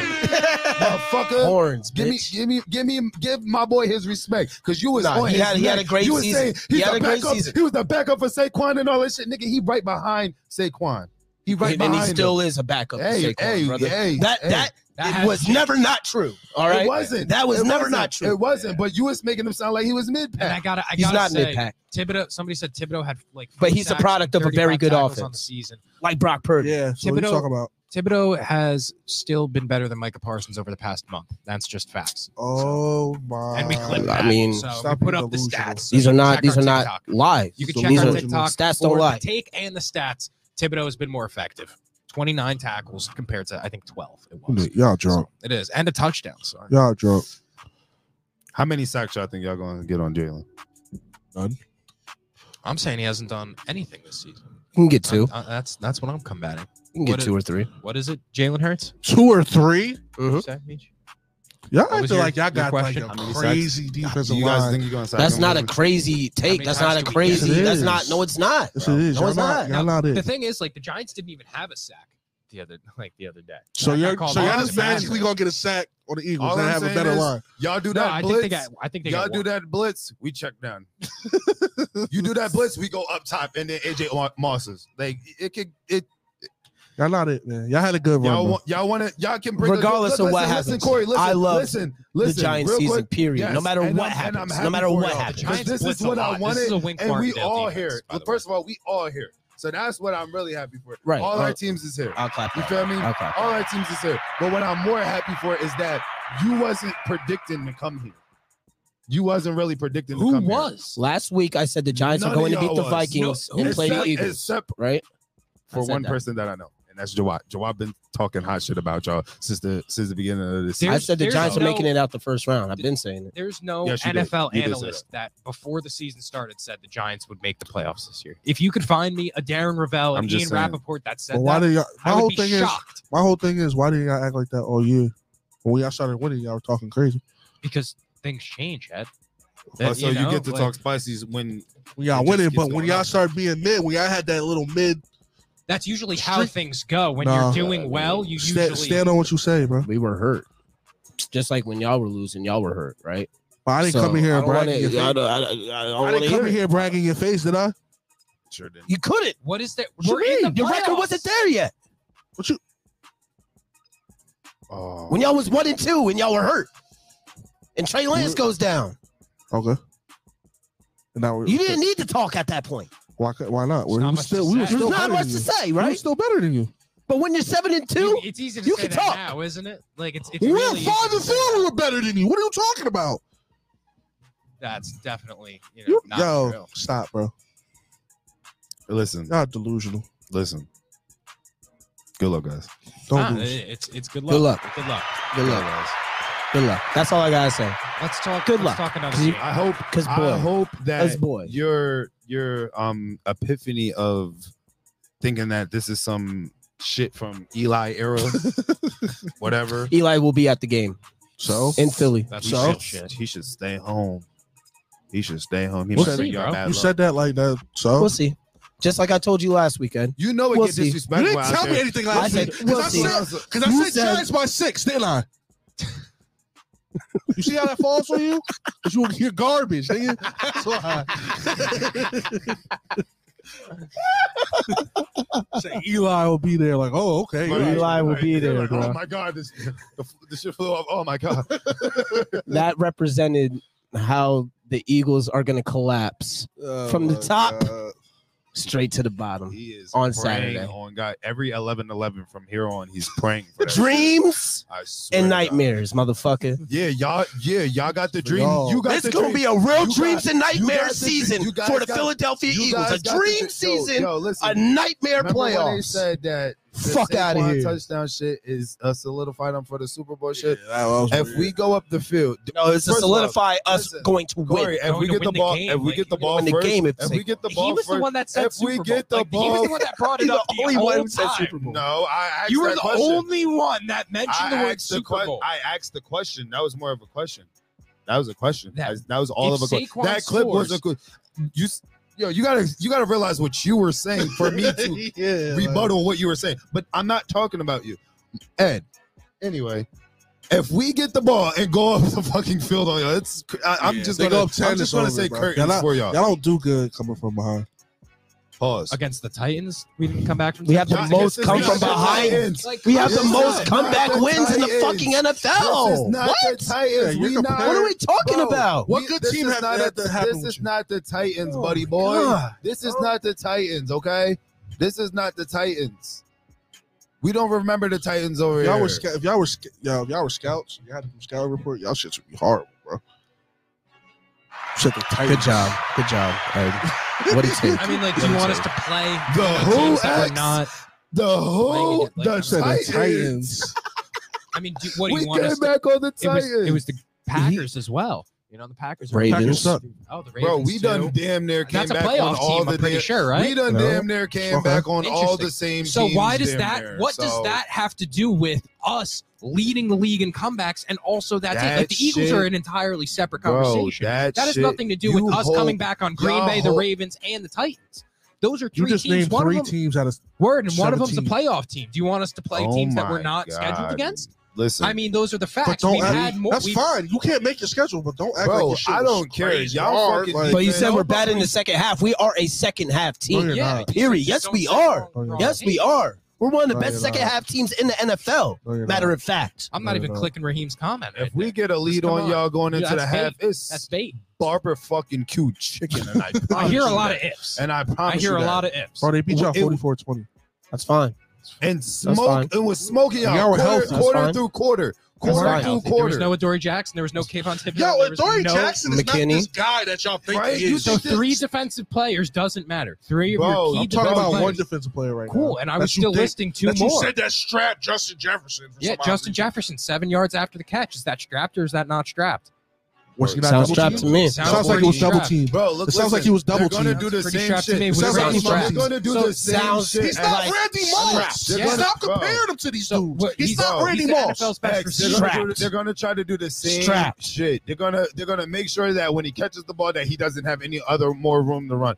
[SPEAKER 2] motherfucker.
[SPEAKER 1] horns.
[SPEAKER 2] Give me,
[SPEAKER 1] bitch.
[SPEAKER 2] give me, give me, give my boy his respect because you was
[SPEAKER 1] Nah,
[SPEAKER 2] on
[SPEAKER 1] he
[SPEAKER 2] his
[SPEAKER 1] had- he had
[SPEAKER 2] neck.
[SPEAKER 1] a great
[SPEAKER 2] you was
[SPEAKER 1] season.
[SPEAKER 2] Saying,
[SPEAKER 1] He
[SPEAKER 2] he's
[SPEAKER 1] had
[SPEAKER 2] the
[SPEAKER 1] a great
[SPEAKER 2] backup-
[SPEAKER 1] season.
[SPEAKER 2] He was the backup for Saquon and all that shit, nigga. He right behind Saquon. He right
[SPEAKER 1] and
[SPEAKER 2] behind.
[SPEAKER 1] he
[SPEAKER 2] him.
[SPEAKER 1] still is a backup. to
[SPEAKER 2] Hey,
[SPEAKER 1] Saquon,
[SPEAKER 2] hey,
[SPEAKER 1] brother.
[SPEAKER 2] hey,
[SPEAKER 1] that
[SPEAKER 2] hey.
[SPEAKER 1] that
[SPEAKER 3] That
[SPEAKER 1] it
[SPEAKER 3] has
[SPEAKER 1] was
[SPEAKER 3] changed.
[SPEAKER 1] never not true. All right,
[SPEAKER 2] It wasn't.
[SPEAKER 1] That was
[SPEAKER 2] It
[SPEAKER 1] never
[SPEAKER 2] wasn't.
[SPEAKER 1] not true.
[SPEAKER 2] It wasn't, but you was making him sound like he was mid
[SPEAKER 3] And I
[SPEAKER 2] pack.
[SPEAKER 3] gotta, I
[SPEAKER 1] he's
[SPEAKER 3] gotta
[SPEAKER 1] not
[SPEAKER 3] say,
[SPEAKER 1] mid pack
[SPEAKER 3] Thibodeau. Somebody said Thibodeau had like,
[SPEAKER 1] But
[SPEAKER 3] four
[SPEAKER 1] he's a
[SPEAKER 3] sacks
[SPEAKER 1] product
[SPEAKER 3] and
[SPEAKER 1] of a very
[SPEAKER 3] 35
[SPEAKER 1] good
[SPEAKER 3] tackles on the
[SPEAKER 1] offense.
[SPEAKER 3] season.
[SPEAKER 1] like Brock Purdy.
[SPEAKER 4] Yeah. So what are
[SPEAKER 3] Thibodeau-
[SPEAKER 4] you talking about?
[SPEAKER 3] Thibodeau has still been better than Micah Parsons over the past month. That's just facts.
[SPEAKER 4] Oh my.
[SPEAKER 3] and we clip
[SPEAKER 1] Uh, I
[SPEAKER 3] that.
[SPEAKER 1] mean,
[SPEAKER 3] so we
[SPEAKER 4] stop
[SPEAKER 3] put
[SPEAKER 4] being
[SPEAKER 3] up the
[SPEAKER 4] delusional.
[SPEAKER 3] stats.
[SPEAKER 1] These are not
[SPEAKER 3] Check
[SPEAKER 1] these
[SPEAKER 3] our
[SPEAKER 1] are not
[SPEAKER 3] TikTok.
[SPEAKER 1] lies.
[SPEAKER 3] You can
[SPEAKER 4] So
[SPEAKER 3] check
[SPEAKER 1] these
[SPEAKER 3] our
[SPEAKER 1] are,
[SPEAKER 3] TikTok.
[SPEAKER 1] Stats
[SPEAKER 3] for
[SPEAKER 1] don't lie.
[SPEAKER 3] The take and the stats. Thibodeau has been more effective. 29 tackles compared to I think 12. It was.
[SPEAKER 4] Look, Y'all drunk.
[SPEAKER 3] So it is, and a touchdown. So
[SPEAKER 4] Y'all drunk.
[SPEAKER 2] How many sacks y'all think y'all gonna get on Jalen?
[SPEAKER 3] I'm saying he hasn't done anything this season.
[SPEAKER 1] You can get
[SPEAKER 3] I-
[SPEAKER 1] two.
[SPEAKER 3] I- that's that's what I'm combating.
[SPEAKER 1] You can
[SPEAKER 3] What
[SPEAKER 1] get
[SPEAKER 3] is-
[SPEAKER 1] two or three.
[SPEAKER 3] What is it? Jalen Hurts.
[SPEAKER 1] Mm-hmm.
[SPEAKER 4] Two or three?
[SPEAKER 1] Mhm.
[SPEAKER 3] Say, Meech?
[SPEAKER 4] Y'all
[SPEAKER 3] was
[SPEAKER 4] acting
[SPEAKER 3] your-
[SPEAKER 4] like
[SPEAKER 3] your
[SPEAKER 4] y'all got like
[SPEAKER 3] question?
[SPEAKER 4] a
[SPEAKER 3] How many
[SPEAKER 4] crazy defensive
[SPEAKER 2] you guys
[SPEAKER 4] line.
[SPEAKER 2] think you're gonna sack
[SPEAKER 1] That's
[SPEAKER 2] him?
[SPEAKER 1] not a crazy take.
[SPEAKER 3] many
[SPEAKER 1] That's
[SPEAKER 3] times
[SPEAKER 1] not a
[SPEAKER 3] do we-
[SPEAKER 1] crazy.
[SPEAKER 4] It
[SPEAKER 1] That's
[SPEAKER 4] is.
[SPEAKER 1] not. No, it's not.
[SPEAKER 4] Yes, it is.
[SPEAKER 1] No,
[SPEAKER 4] y'all
[SPEAKER 1] it's
[SPEAKER 4] not.
[SPEAKER 1] not.
[SPEAKER 4] Y'all not
[SPEAKER 3] The
[SPEAKER 4] it.
[SPEAKER 3] thing is, like the Giants didn't even have a sack the other like the other day.
[SPEAKER 4] So
[SPEAKER 3] I
[SPEAKER 4] you're
[SPEAKER 3] call
[SPEAKER 4] so
[SPEAKER 3] it
[SPEAKER 4] y'all
[SPEAKER 3] out.
[SPEAKER 4] just magically gonna get a sack on the Eagles
[SPEAKER 2] All
[SPEAKER 4] and
[SPEAKER 2] I'm
[SPEAKER 4] have a
[SPEAKER 2] saying
[SPEAKER 4] better
[SPEAKER 2] is-
[SPEAKER 4] line.
[SPEAKER 2] Y'all do
[SPEAKER 3] No,
[SPEAKER 2] that
[SPEAKER 3] I
[SPEAKER 2] blitz.
[SPEAKER 3] think they got. I think they
[SPEAKER 2] Y'all
[SPEAKER 3] got.
[SPEAKER 2] do
[SPEAKER 3] one.
[SPEAKER 2] that blitz, we check down. you do that blitz, we go up top, and then AJ Mo- Mosses. Like it could, it
[SPEAKER 4] Y'all not it, man. Y'all had a good
[SPEAKER 2] y'all
[SPEAKER 4] run.
[SPEAKER 2] want y'all want to y'all can bring.
[SPEAKER 1] Regardless
[SPEAKER 2] listen,
[SPEAKER 1] of what
[SPEAKER 2] listen,
[SPEAKER 1] happens,
[SPEAKER 2] Corey, listen,
[SPEAKER 1] I love
[SPEAKER 2] listen, listen,
[SPEAKER 1] the Giants
[SPEAKER 2] real
[SPEAKER 1] season.
[SPEAKER 2] quick.
[SPEAKER 1] period. no
[SPEAKER 2] Yes,
[SPEAKER 1] matter
[SPEAKER 2] and
[SPEAKER 1] what
[SPEAKER 2] I'm- and I'm
[SPEAKER 1] happens. No
[SPEAKER 2] happy
[SPEAKER 1] matter
[SPEAKER 2] for
[SPEAKER 1] what
[SPEAKER 2] y'all.
[SPEAKER 1] happens.
[SPEAKER 2] Because
[SPEAKER 3] Giants
[SPEAKER 2] this
[SPEAKER 3] blitz
[SPEAKER 2] is
[SPEAKER 3] a
[SPEAKER 2] what
[SPEAKER 3] lot.
[SPEAKER 2] I
[SPEAKER 3] This
[SPEAKER 2] wanted,
[SPEAKER 3] is a Wink
[SPEAKER 2] and we
[SPEAKER 3] Martindale
[SPEAKER 2] all
[SPEAKER 3] defense,
[SPEAKER 2] here.
[SPEAKER 3] by the way.
[SPEAKER 2] First of all, we all here. So that's what I'm really happy for.
[SPEAKER 1] Right.
[SPEAKER 2] All
[SPEAKER 1] Uh,
[SPEAKER 2] our teams is here.
[SPEAKER 1] I'll clap.
[SPEAKER 2] You
[SPEAKER 1] that.
[SPEAKER 2] feel me?
[SPEAKER 1] I'll clap.
[SPEAKER 2] All our teams is here. But what I'm more happy for is that you wasn't predicting to come here. You wasn't really predicting to
[SPEAKER 3] Who
[SPEAKER 2] come here.
[SPEAKER 3] was?
[SPEAKER 1] Last week I said the Giants
[SPEAKER 2] None
[SPEAKER 1] are going
[SPEAKER 2] of
[SPEAKER 1] to
[SPEAKER 2] y'all
[SPEAKER 1] beat the
[SPEAKER 2] was.
[SPEAKER 1] Vikings
[SPEAKER 3] No,
[SPEAKER 1] and
[SPEAKER 3] who-
[SPEAKER 1] play the
[SPEAKER 2] Except-
[SPEAKER 1] Eagles,
[SPEAKER 2] Except
[SPEAKER 1] right?
[SPEAKER 2] for
[SPEAKER 1] said
[SPEAKER 2] one
[SPEAKER 1] that.
[SPEAKER 2] person that I know, and that's Jawad. Jawad been talking hot shit about y'all since the since the beginning of the
[SPEAKER 1] I
[SPEAKER 2] season.
[SPEAKER 3] There's-
[SPEAKER 1] said the
[SPEAKER 3] there's
[SPEAKER 1] Giants are
[SPEAKER 3] no-
[SPEAKER 1] making it out the first round. I've been saying it.
[SPEAKER 3] There's no
[SPEAKER 2] Yes, you did.
[SPEAKER 3] NFL
[SPEAKER 2] You did say
[SPEAKER 3] analyst that. before the season started said the Giants would make the playoffs this year. If you could find me a Darren Ravel
[SPEAKER 2] I'm
[SPEAKER 3] and Ian
[SPEAKER 2] just saying.
[SPEAKER 3] Rappaport that said
[SPEAKER 4] But why
[SPEAKER 3] that,
[SPEAKER 4] did y'all my
[SPEAKER 3] I would
[SPEAKER 4] whole
[SPEAKER 3] be
[SPEAKER 4] thing is
[SPEAKER 3] shocked
[SPEAKER 4] my whole thing is why did y'all act like that all year? When y'all started winning, y'all were talking crazy.
[SPEAKER 3] because things change, Ed.
[SPEAKER 2] Oh, so you,
[SPEAKER 3] know,
[SPEAKER 2] get to
[SPEAKER 3] like,
[SPEAKER 2] talk spices when
[SPEAKER 4] When
[SPEAKER 2] It
[SPEAKER 4] y'all
[SPEAKER 2] just
[SPEAKER 4] winning,
[SPEAKER 2] keeps
[SPEAKER 4] but when
[SPEAKER 2] going
[SPEAKER 4] y'all
[SPEAKER 2] up.
[SPEAKER 4] start being mid, when y'all had that little mid
[SPEAKER 3] That's usually how
[SPEAKER 4] Strict-
[SPEAKER 3] things go. When
[SPEAKER 4] Nah.
[SPEAKER 3] you're doing well, you
[SPEAKER 4] sta-
[SPEAKER 3] usually
[SPEAKER 4] stand on what you say, bro.
[SPEAKER 1] We were hurt. Just like when y'all were losing, y'all were hurt, right?
[SPEAKER 4] But I didn't
[SPEAKER 1] So,
[SPEAKER 4] come in here
[SPEAKER 1] I
[SPEAKER 4] and
[SPEAKER 1] don't
[SPEAKER 4] brag in
[SPEAKER 1] wanna-
[SPEAKER 4] your
[SPEAKER 1] I
[SPEAKER 4] face.
[SPEAKER 1] don't, I don't- I don't
[SPEAKER 4] I
[SPEAKER 1] wanna
[SPEAKER 4] didn't
[SPEAKER 1] hear
[SPEAKER 4] come in
[SPEAKER 1] it.
[SPEAKER 4] here bragging your face, did I?
[SPEAKER 2] sure did.
[SPEAKER 1] You couldn't.
[SPEAKER 3] What is that?
[SPEAKER 1] What
[SPEAKER 3] We're
[SPEAKER 1] you
[SPEAKER 3] in the
[SPEAKER 1] mean? Your record
[SPEAKER 3] playoffs.
[SPEAKER 1] wasn't there yet.
[SPEAKER 2] Oh,
[SPEAKER 1] When y'all was one and two, and y'all were hurt, and Trey Lance
[SPEAKER 4] You-
[SPEAKER 1] goes down,
[SPEAKER 4] Okay. And now we're
[SPEAKER 1] you didn't need to talk at that point.
[SPEAKER 4] why, ca- why not?
[SPEAKER 3] not
[SPEAKER 4] We're, we
[SPEAKER 3] much to
[SPEAKER 4] still we were
[SPEAKER 3] say.
[SPEAKER 1] There's
[SPEAKER 4] still
[SPEAKER 1] not
[SPEAKER 4] better
[SPEAKER 1] much
[SPEAKER 4] than
[SPEAKER 1] to
[SPEAKER 4] you.
[SPEAKER 1] say,
[SPEAKER 4] We were
[SPEAKER 1] right?
[SPEAKER 4] still better than you.
[SPEAKER 1] But when you're seven and two,
[SPEAKER 3] You- It's easy to
[SPEAKER 1] You
[SPEAKER 3] say
[SPEAKER 1] can
[SPEAKER 3] that
[SPEAKER 1] talk.
[SPEAKER 3] now, isn't it? Like it's, it's
[SPEAKER 4] We were
[SPEAKER 3] really easy
[SPEAKER 4] five
[SPEAKER 3] to
[SPEAKER 4] and
[SPEAKER 3] say
[SPEAKER 4] four.
[SPEAKER 3] that.
[SPEAKER 4] We were better than you. What are you talking about?
[SPEAKER 3] That's definitely you know
[SPEAKER 4] You-
[SPEAKER 3] not
[SPEAKER 4] Yo,
[SPEAKER 3] real.
[SPEAKER 4] stop, bro.
[SPEAKER 2] Oh, listen,
[SPEAKER 4] Y'all delusional.
[SPEAKER 2] listen. Good luck, guys.
[SPEAKER 4] Don't
[SPEAKER 3] Ah,
[SPEAKER 4] do this.
[SPEAKER 3] it- it's it's good luck.
[SPEAKER 1] Good
[SPEAKER 3] Good luck.
[SPEAKER 1] good luck, good luck. That's all I gotta say.
[SPEAKER 3] Let's talk.
[SPEAKER 1] Good
[SPEAKER 3] let's
[SPEAKER 1] luck.
[SPEAKER 3] Talk another
[SPEAKER 1] Cause you-
[SPEAKER 3] game.
[SPEAKER 2] I hope.
[SPEAKER 1] Cause
[SPEAKER 2] I
[SPEAKER 1] boy,
[SPEAKER 2] hope
[SPEAKER 1] us
[SPEAKER 2] that
[SPEAKER 1] boy,
[SPEAKER 2] your your um epiphany of thinking that this is some shit from Eli era, whatever.
[SPEAKER 1] Eli will be at the game.
[SPEAKER 4] So
[SPEAKER 1] in Philly.
[SPEAKER 3] That's
[SPEAKER 2] He
[SPEAKER 3] so
[SPEAKER 2] should- He should stay home. He should stay home. He
[SPEAKER 3] We'll
[SPEAKER 2] might
[SPEAKER 3] see,
[SPEAKER 2] bring y'all
[SPEAKER 3] bro.
[SPEAKER 2] bad
[SPEAKER 4] you
[SPEAKER 2] luck.
[SPEAKER 4] said that like that. So
[SPEAKER 1] We'll see. Just like I told you last weekend.
[SPEAKER 2] you know it
[SPEAKER 1] We'll
[SPEAKER 2] get
[SPEAKER 1] see.
[SPEAKER 4] you
[SPEAKER 2] disrespectful.
[SPEAKER 4] didn't
[SPEAKER 2] out
[SPEAKER 4] tell
[SPEAKER 2] there.
[SPEAKER 4] me anything
[SPEAKER 1] I
[SPEAKER 4] last
[SPEAKER 1] said,
[SPEAKER 4] week.
[SPEAKER 1] we'll
[SPEAKER 4] Because
[SPEAKER 1] see.
[SPEAKER 4] I said, because I
[SPEAKER 1] You
[SPEAKER 4] said,
[SPEAKER 1] said-
[SPEAKER 4] Giants by six, didn't I? You see how that falls for you? Because you, you're garbage, nigga. That's why. Say Eli will be there. Like, oh, okay.
[SPEAKER 1] Right. Eli will be
[SPEAKER 2] They're
[SPEAKER 1] there,
[SPEAKER 2] like,
[SPEAKER 1] bro.
[SPEAKER 2] Oh my god, this the, the shit flew off. Oh my god.
[SPEAKER 1] That represented how the Eagles are going to collapse
[SPEAKER 4] Oh,
[SPEAKER 1] From the
[SPEAKER 4] my
[SPEAKER 1] top.
[SPEAKER 4] God.
[SPEAKER 1] straight to the bottom.
[SPEAKER 2] He is
[SPEAKER 1] On
[SPEAKER 2] praying
[SPEAKER 1] Saturday.
[SPEAKER 2] on God every 11-11 from here on. He's praying for that shit.
[SPEAKER 1] Dreams
[SPEAKER 2] I swear
[SPEAKER 1] and
[SPEAKER 2] to God.
[SPEAKER 1] nightmares, motherfucker.
[SPEAKER 2] Yeah, y'all. Yeah, y'all got the
[SPEAKER 4] For
[SPEAKER 2] dream.
[SPEAKER 4] y'all.
[SPEAKER 2] You got
[SPEAKER 1] It's
[SPEAKER 2] the
[SPEAKER 1] gonna
[SPEAKER 2] dream.
[SPEAKER 1] be a real
[SPEAKER 2] You
[SPEAKER 1] dreams and
[SPEAKER 2] you
[SPEAKER 1] nightmare
[SPEAKER 2] guys-
[SPEAKER 1] season
[SPEAKER 2] you guys
[SPEAKER 1] for the
[SPEAKER 2] got-
[SPEAKER 1] Philadelphia
[SPEAKER 2] You
[SPEAKER 1] Eagles. A
[SPEAKER 2] guys got
[SPEAKER 1] dream
[SPEAKER 2] the dream. Yo,
[SPEAKER 1] season,
[SPEAKER 2] yo, listen,
[SPEAKER 1] a nightmare
[SPEAKER 2] remember when They
[SPEAKER 1] playoffs.
[SPEAKER 2] said that the
[SPEAKER 1] Fuck outta
[SPEAKER 2] Saquon
[SPEAKER 1] here.
[SPEAKER 2] Touchdown shit is a solidified them for the Super Bowl
[SPEAKER 4] Yeah,
[SPEAKER 2] shit.
[SPEAKER 4] that was
[SPEAKER 2] If
[SPEAKER 4] weird.
[SPEAKER 2] we go up the field,
[SPEAKER 1] no, it's to
[SPEAKER 2] First of all,
[SPEAKER 1] solidify us
[SPEAKER 2] listen,
[SPEAKER 1] going to win.
[SPEAKER 2] Corey, if
[SPEAKER 3] Going
[SPEAKER 2] we
[SPEAKER 3] to
[SPEAKER 2] get the
[SPEAKER 3] win the
[SPEAKER 2] ball,
[SPEAKER 3] game,
[SPEAKER 2] if we
[SPEAKER 3] like,
[SPEAKER 2] get the
[SPEAKER 3] you know,
[SPEAKER 2] ball
[SPEAKER 1] in the
[SPEAKER 2] first,
[SPEAKER 1] game, if
[SPEAKER 2] if we get the
[SPEAKER 3] he
[SPEAKER 2] ball
[SPEAKER 3] was the
[SPEAKER 2] first,
[SPEAKER 3] one that said
[SPEAKER 2] if we
[SPEAKER 3] Super
[SPEAKER 2] get the
[SPEAKER 3] Bowl. like, he was
[SPEAKER 2] ball-
[SPEAKER 3] the one that brought it
[SPEAKER 1] He's
[SPEAKER 3] up.
[SPEAKER 1] the only one
[SPEAKER 3] whole
[SPEAKER 1] who said
[SPEAKER 3] time.
[SPEAKER 1] Super Bowl.
[SPEAKER 2] no, I asked
[SPEAKER 3] You were
[SPEAKER 2] that
[SPEAKER 3] the
[SPEAKER 2] question.
[SPEAKER 3] only one that mentioned the
[SPEAKER 2] I
[SPEAKER 3] word
[SPEAKER 2] asked the
[SPEAKER 3] Super
[SPEAKER 2] que-
[SPEAKER 3] Bowl.
[SPEAKER 2] I asked the question. That was more of a question. That was a question.
[SPEAKER 3] That-
[SPEAKER 2] That, that was all
[SPEAKER 3] if
[SPEAKER 2] of a question.
[SPEAKER 3] Saquon
[SPEAKER 2] That clip was a
[SPEAKER 3] scores-
[SPEAKER 2] good. You, s- yo, you gotta you gotta realize what you were saying for me to
[SPEAKER 4] yeah, like-
[SPEAKER 2] rebuttal what you were saying. But I'm not talking about you, Ed. Anyway, if we get the ball and go up the fucking field on you, it's I, I'm
[SPEAKER 4] Yeah,
[SPEAKER 2] just
[SPEAKER 4] they
[SPEAKER 2] gonna
[SPEAKER 4] go up
[SPEAKER 2] I'm
[SPEAKER 4] 10
[SPEAKER 2] just
[SPEAKER 4] is
[SPEAKER 2] gonna
[SPEAKER 4] over,
[SPEAKER 2] say
[SPEAKER 4] bro.
[SPEAKER 2] curtains
[SPEAKER 4] Y'all not-
[SPEAKER 2] for y'all.
[SPEAKER 4] Y'all don't do good coming from behind.
[SPEAKER 2] Pause.
[SPEAKER 3] Against the Titans, we didn't come back from
[SPEAKER 1] We have the
[SPEAKER 3] Titans.
[SPEAKER 1] most
[SPEAKER 2] this is
[SPEAKER 1] come
[SPEAKER 2] not
[SPEAKER 1] from
[SPEAKER 2] the
[SPEAKER 1] behind.
[SPEAKER 2] Titans.
[SPEAKER 3] Like,
[SPEAKER 1] We have the
[SPEAKER 2] This is
[SPEAKER 1] most
[SPEAKER 2] not
[SPEAKER 1] comeback
[SPEAKER 2] the
[SPEAKER 1] wins in the
[SPEAKER 2] Titans.
[SPEAKER 1] fucking
[SPEAKER 2] This is
[SPEAKER 1] NFL.
[SPEAKER 2] not
[SPEAKER 1] What?
[SPEAKER 2] the Titans.
[SPEAKER 4] Yeah,
[SPEAKER 2] we
[SPEAKER 4] you're
[SPEAKER 2] not,
[SPEAKER 4] comparing-
[SPEAKER 1] What are we talking
[SPEAKER 2] Bro,
[SPEAKER 1] about?
[SPEAKER 4] What
[SPEAKER 2] we-
[SPEAKER 4] good
[SPEAKER 2] this
[SPEAKER 4] team
[SPEAKER 2] is
[SPEAKER 4] had
[SPEAKER 2] not
[SPEAKER 4] that
[SPEAKER 2] the-
[SPEAKER 4] to happen
[SPEAKER 2] This
[SPEAKER 4] with
[SPEAKER 2] is
[SPEAKER 4] you?
[SPEAKER 2] not the Titans,
[SPEAKER 1] Oh
[SPEAKER 2] buddy
[SPEAKER 1] my
[SPEAKER 2] boy.
[SPEAKER 1] God.
[SPEAKER 2] This is not the Titans, okay? This is not the Titans. We don't remember the Titans over
[SPEAKER 4] If y'all
[SPEAKER 2] here.
[SPEAKER 4] were sca- if y'all were sca- yo, if y'all were scouts, you had to do scout report. Y'all shits would be horrible, bro. Shit, the Titans.
[SPEAKER 1] Good job. Good job. Ed. What do you think?
[SPEAKER 3] I mean, like, do you want us to play
[SPEAKER 2] The
[SPEAKER 3] you know,
[SPEAKER 2] who
[SPEAKER 3] teams that
[SPEAKER 2] X?
[SPEAKER 3] we're not?
[SPEAKER 2] The who?
[SPEAKER 3] Like,
[SPEAKER 2] the
[SPEAKER 3] I
[SPEAKER 4] Said the
[SPEAKER 2] Titans.
[SPEAKER 4] Titans.
[SPEAKER 3] I mean, do, what do
[SPEAKER 2] We
[SPEAKER 3] you want us
[SPEAKER 2] came
[SPEAKER 3] to
[SPEAKER 2] back on the
[SPEAKER 3] it was,
[SPEAKER 2] Titans.
[SPEAKER 3] it was the Packers as well. You know, the Packers. are-
[SPEAKER 1] Ravens.
[SPEAKER 4] Packers suck.
[SPEAKER 3] Oh, the Ravens.
[SPEAKER 2] Bro, we
[SPEAKER 3] too.
[SPEAKER 2] done damn near came
[SPEAKER 3] That's a
[SPEAKER 2] back on
[SPEAKER 3] playoff
[SPEAKER 2] all
[SPEAKER 3] team.
[SPEAKER 2] the
[SPEAKER 3] I'm pretty
[SPEAKER 2] damn,
[SPEAKER 3] sure,
[SPEAKER 2] We
[SPEAKER 3] right?
[SPEAKER 2] done
[SPEAKER 4] No.
[SPEAKER 2] damn near came
[SPEAKER 4] Okay.
[SPEAKER 2] back on all
[SPEAKER 3] Interesting.
[SPEAKER 2] the same
[SPEAKER 3] So
[SPEAKER 2] teams
[SPEAKER 3] why does
[SPEAKER 2] damn
[SPEAKER 3] that?
[SPEAKER 2] near.
[SPEAKER 3] What does
[SPEAKER 2] So
[SPEAKER 3] that have to do with us leading the league in comebacks and also that, team?
[SPEAKER 2] That
[SPEAKER 3] Like the Eagles
[SPEAKER 2] shit-
[SPEAKER 3] are an entirely separate
[SPEAKER 2] Bro,
[SPEAKER 3] conversation.
[SPEAKER 2] that
[SPEAKER 3] that has
[SPEAKER 2] shit-
[SPEAKER 3] nothing to do
[SPEAKER 2] you
[SPEAKER 3] with us
[SPEAKER 2] hold-
[SPEAKER 3] coming back on Green
[SPEAKER 2] y'all
[SPEAKER 3] Bay, the
[SPEAKER 2] hold-
[SPEAKER 3] Ravens, and the Titans. Those are three
[SPEAKER 4] You just
[SPEAKER 3] teams.
[SPEAKER 4] named
[SPEAKER 3] one
[SPEAKER 4] three
[SPEAKER 3] of them,
[SPEAKER 4] teams out of
[SPEAKER 3] word, and one of them's a
[SPEAKER 4] 17.
[SPEAKER 3] playoff team. Do you want us to play
[SPEAKER 2] Oh
[SPEAKER 3] teams that we're
[SPEAKER 2] my
[SPEAKER 3] not scheduled
[SPEAKER 2] God.
[SPEAKER 3] against?
[SPEAKER 2] Listen,
[SPEAKER 3] I mean, those are the
[SPEAKER 4] but
[SPEAKER 3] facts.
[SPEAKER 4] don't
[SPEAKER 3] We've
[SPEAKER 4] act,
[SPEAKER 3] had more.
[SPEAKER 4] That's
[SPEAKER 3] we've-
[SPEAKER 4] fine. You can't make your schedule, but don't act
[SPEAKER 2] Bro,
[SPEAKER 4] like your shit
[SPEAKER 2] I
[SPEAKER 4] was
[SPEAKER 2] don't care.
[SPEAKER 4] crazy
[SPEAKER 2] Y'all
[SPEAKER 4] hard,
[SPEAKER 2] fucking
[SPEAKER 4] like-
[SPEAKER 1] But you
[SPEAKER 2] Man,
[SPEAKER 1] said
[SPEAKER 2] no,
[SPEAKER 1] we're
[SPEAKER 2] but
[SPEAKER 1] bad in
[SPEAKER 2] we-
[SPEAKER 1] the second half. We are a second half
[SPEAKER 4] No,
[SPEAKER 1] team.
[SPEAKER 4] you're
[SPEAKER 3] Yeah.
[SPEAKER 4] not.
[SPEAKER 1] Period. Yes,
[SPEAKER 3] Don't
[SPEAKER 1] we
[SPEAKER 3] say
[SPEAKER 1] are.
[SPEAKER 3] wrong, wrong
[SPEAKER 1] Yes, we
[SPEAKER 3] team.
[SPEAKER 1] are. We're one of the
[SPEAKER 4] No,
[SPEAKER 1] best
[SPEAKER 4] you're
[SPEAKER 1] second
[SPEAKER 4] not.
[SPEAKER 1] half teams in the NFL.
[SPEAKER 4] No, you're not.
[SPEAKER 1] Matter of fact.
[SPEAKER 3] I'm
[SPEAKER 4] No,
[SPEAKER 3] not even
[SPEAKER 4] no.
[SPEAKER 3] clicking Raheem's comment. right
[SPEAKER 2] if we
[SPEAKER 3] there.
[SPEAKER 2] get a lead
[SPEAKER 3] come
[SPEAKER 2] on
[SPEAKER 3] on.
[SPEAKER 2] y'all going
[SPEAKER 3] Yeah,
[SPEAKER 2] into the
[SPEAKER 3] that's
[SPEAKER 2] half,
[SPEAKER 3] that's
[SPEAKER 2] it's
[SPEAKER 3] bait.
[SPEAKER 2] barber fucking Q chicken, and I,
[SPEAKER 3] I
[SPEAKER 2] promise
[SPEAKER 3] hear a
[SPEAKER 2] you
[SPEAKER 3] lot
[SPEAKER 2] that.
[SPEAKER 3] of ifs.
[SPEAKER 2] and I
[SPEAKER 3] I
[SPEAKER 2] promise
[SPEAKER 3] hear
[SPEAKER 2] you
[SPEAKER 3] a
[SPEAKER 2] that.
[SPEAKER 3] lot of ifs.
[SPEAKER 4] Bro, they beat y'all
[SPEAKER 2] It-
[SPEAKER 4] 44-20.
[SPEAKER 1] That's fine.
[SPEAKER 2] and
[SPEAKER 1] fine.
[SPEAKER 2] smoke and was smoking y'all,
[SPEAKER 4] Y'all were
[SPEAKER 2] quarter,
[SPEAKER 4] healthy.
[SPEAKER 1] That's
[SPEAKER 2] quarter
[SPEAKER 1] fine.
[SPEAKER 2] through quarter,
[SPEAKER 1] That's
[SPEAKER 2] quarter
[SPEAKER 1] fine.
[SPEAKER 2] through
[SPEAKER 3] There was
[SPEAKER 2] quarter.
[SPEAKER 3] no Adoree Jackson. There was no Kavon Thibodeau.
[SPEAKER 4] Yo,
[SPEAKER 3] there was
[SPEAKER 4] Adoree
[SPEAKER 3] no-
[SPEAKER 4] Jackson is
[SPEAKER 1] McKinney.
[SPEAKER 4] not this guy that y'all think
[SPEAKER 2] Right?
[SPEAKER 4] he
[SPEAKER 2] You
[SPEAKER 4] is.
[SPEAKER 3] So
[SPEAKER 2] think that-
[SPEAKER 3] three defensive players doesn't matter. Three of
[SPEAKER 2] Bro,
[SPEAKER 3] your key
[SPEAKER 2] I'm
[SPEAKER 4] I'm talking
[SPEAKER 3] defensive
[SPEAKER 4] about one
[SPEAKER 3] players.
[SPEAKER 4] defensive player right now.
[SPEAKER 3] Cool, and I
[SPEAKER 4] That
[SPEAKER 3] was
[SPEAKER 4] you
[SPEAKER 3] still
[SPEAKER 4] think-
[SPEAKER 3] listing two
[SPEAKER 4] that you
[SPEAKER 3] more.
[SPEAKER 4] said that strap Justin Jefferson. For
[SPEAKER 3] Yeah,
[SPEAKER 4] some odd
[SPEAKER 3] Justin
[SPEAKER 4] reason.
[SPEAKER 3] Jefferson, seven yards after the catch. Is that strapped or is that not strapped?
[SPEAKER 4] Was he not
[SPEAKER 1] Sounds
[SPEAKER 4] double
[SPEAKER 1] strapped to
[SPEAKER 4] teamed?
[SPEAKER 1] me.
[SPEAKER 4] Sounds like it was double
[SPEAKER 3] Strapped.
[SPEAKER 4] teamed.
[SPEAKER 2] Bro, look,
[SPEAKER 4] It sounds like
[SPEAKER 2] listen,
[SPEAKER 4] he was double
[SPEAKER 2] They're
[SPEAKER 4] teamed.
[SPEAKER 2] gonna do the
[SPEAKER 3] Pretty
[SPEAKER 2] same
[SPEAKER 3] strapped to me
[SPEAKER 2] shit.
[SPEAKER 3] with
[SPEAKER 2] They're
[SPEAKER 4] Randy
[SPEAKER 2] gonna-
[SPEAKER 4] Moss.
[SPEAKER 2] they're gonna do
[SPEAKER 3] So
[SPEAKER 2] the same
[SPEAKER 1] sounds-
[SPEAKER 2] shit.
[SPEAKER 4] He's
[SPEAKER 2] as-
[SPEAKER 4] not
[SPEAKER 1] Like,
[SPEAKER 4] Randy
[SPEAKER 1] strapped.
[SPEAKER 4] Moss.
[SPEAKER 2] They're
[SPEAKER 4] Stop
[SPEAKER 2] gonna-
[SPEAKER 4] comparing him to these
[SPEAKER 3] So
[SPEAKER 4] dudes.
[SPEAKER 3] what-
[SPEAKER 4] He's,
[SPEAKER 3] he's-
[SPEAKER 4] not
[SPEAKER 2] bro,
[SPEAKER 4] Randy
[SPEAKER 3] he's the
[SPEAKER 4] Moss.
[SPEAKER 3] NFL's best
[SPEAKER 2] Facts. They're
[SPEAKER 1] receiver.
[SPEAKER 2] gonna, do,
[SPEAKER 1] Strapped.
[SPEAKER 2] they're gonna try to do the same
[SPEAKER 1] Strapped.
[SPEAKER 2] shit. They're gonna they're gonna make sure that when he catches the ball that he doesn't have any other more room to run.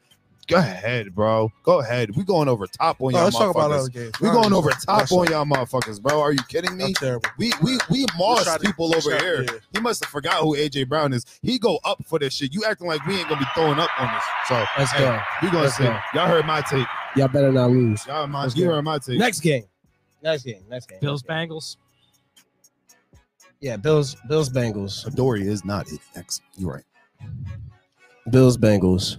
[SPEAKER 2] Go ahead, bro. Go ahead. We going over top on
[SPEAKER 4] Oh,
[SPEAKER 2] y'all
[SPEAKER 4] let's talk about
[SPEAKER 2] motherfuckers.
[SPEAKER 4] other games.
[SPEAKER 2] We going over top
[SPEAKER 4] That's
[SPEAKER 2] on y'all motherfuckers, bro. Are you kidding me?
[SPEAKER 4] That's terrible.
[SPEAKER 2] We we we
[SPEAKER 4] Try
[SPEAKER 2] moss
[SPEAKER 4] to-
[SPEAKER 2] people over
[SPEAKER 4] try-
[SPEAKER 2] here.
[SPEAKER 4] yeah.
[SPEAKER 2] He must have forgot who AJ Brown is. He go up for this shit. You acting like we ain't gonna be throwing up on this. So
[SPEAKER 1] Let's
[SPEAKER 2] hey,
[SPEAKER 1] go.
[SPEAKER 2] We gonna
[SPEAKER 1] Let's
[SPEAKER 2] see.
[SPEAKER 1] go.
[SPEAKER 2] Y'all heard my take.
[SPEAKER 1] Y'all better not lose.
[SPEAKER 2] Y'all heard my,
[SPEAKER 1] Let's
[SPEAKER 2] you
[SPEAKER 1] go.
[SPEAKER 2] heard my take.
[SPEAKER 1] Next game. Next game. Next game.
[SPEAKER 3] Bills, Bengals.
[SPEAKER 1] Yeah, Bills, Bills, Bengals.
[SPEAKER 2] Dory is not it. Next, you're right.
[SPEAKER 1] Bills, Bengals.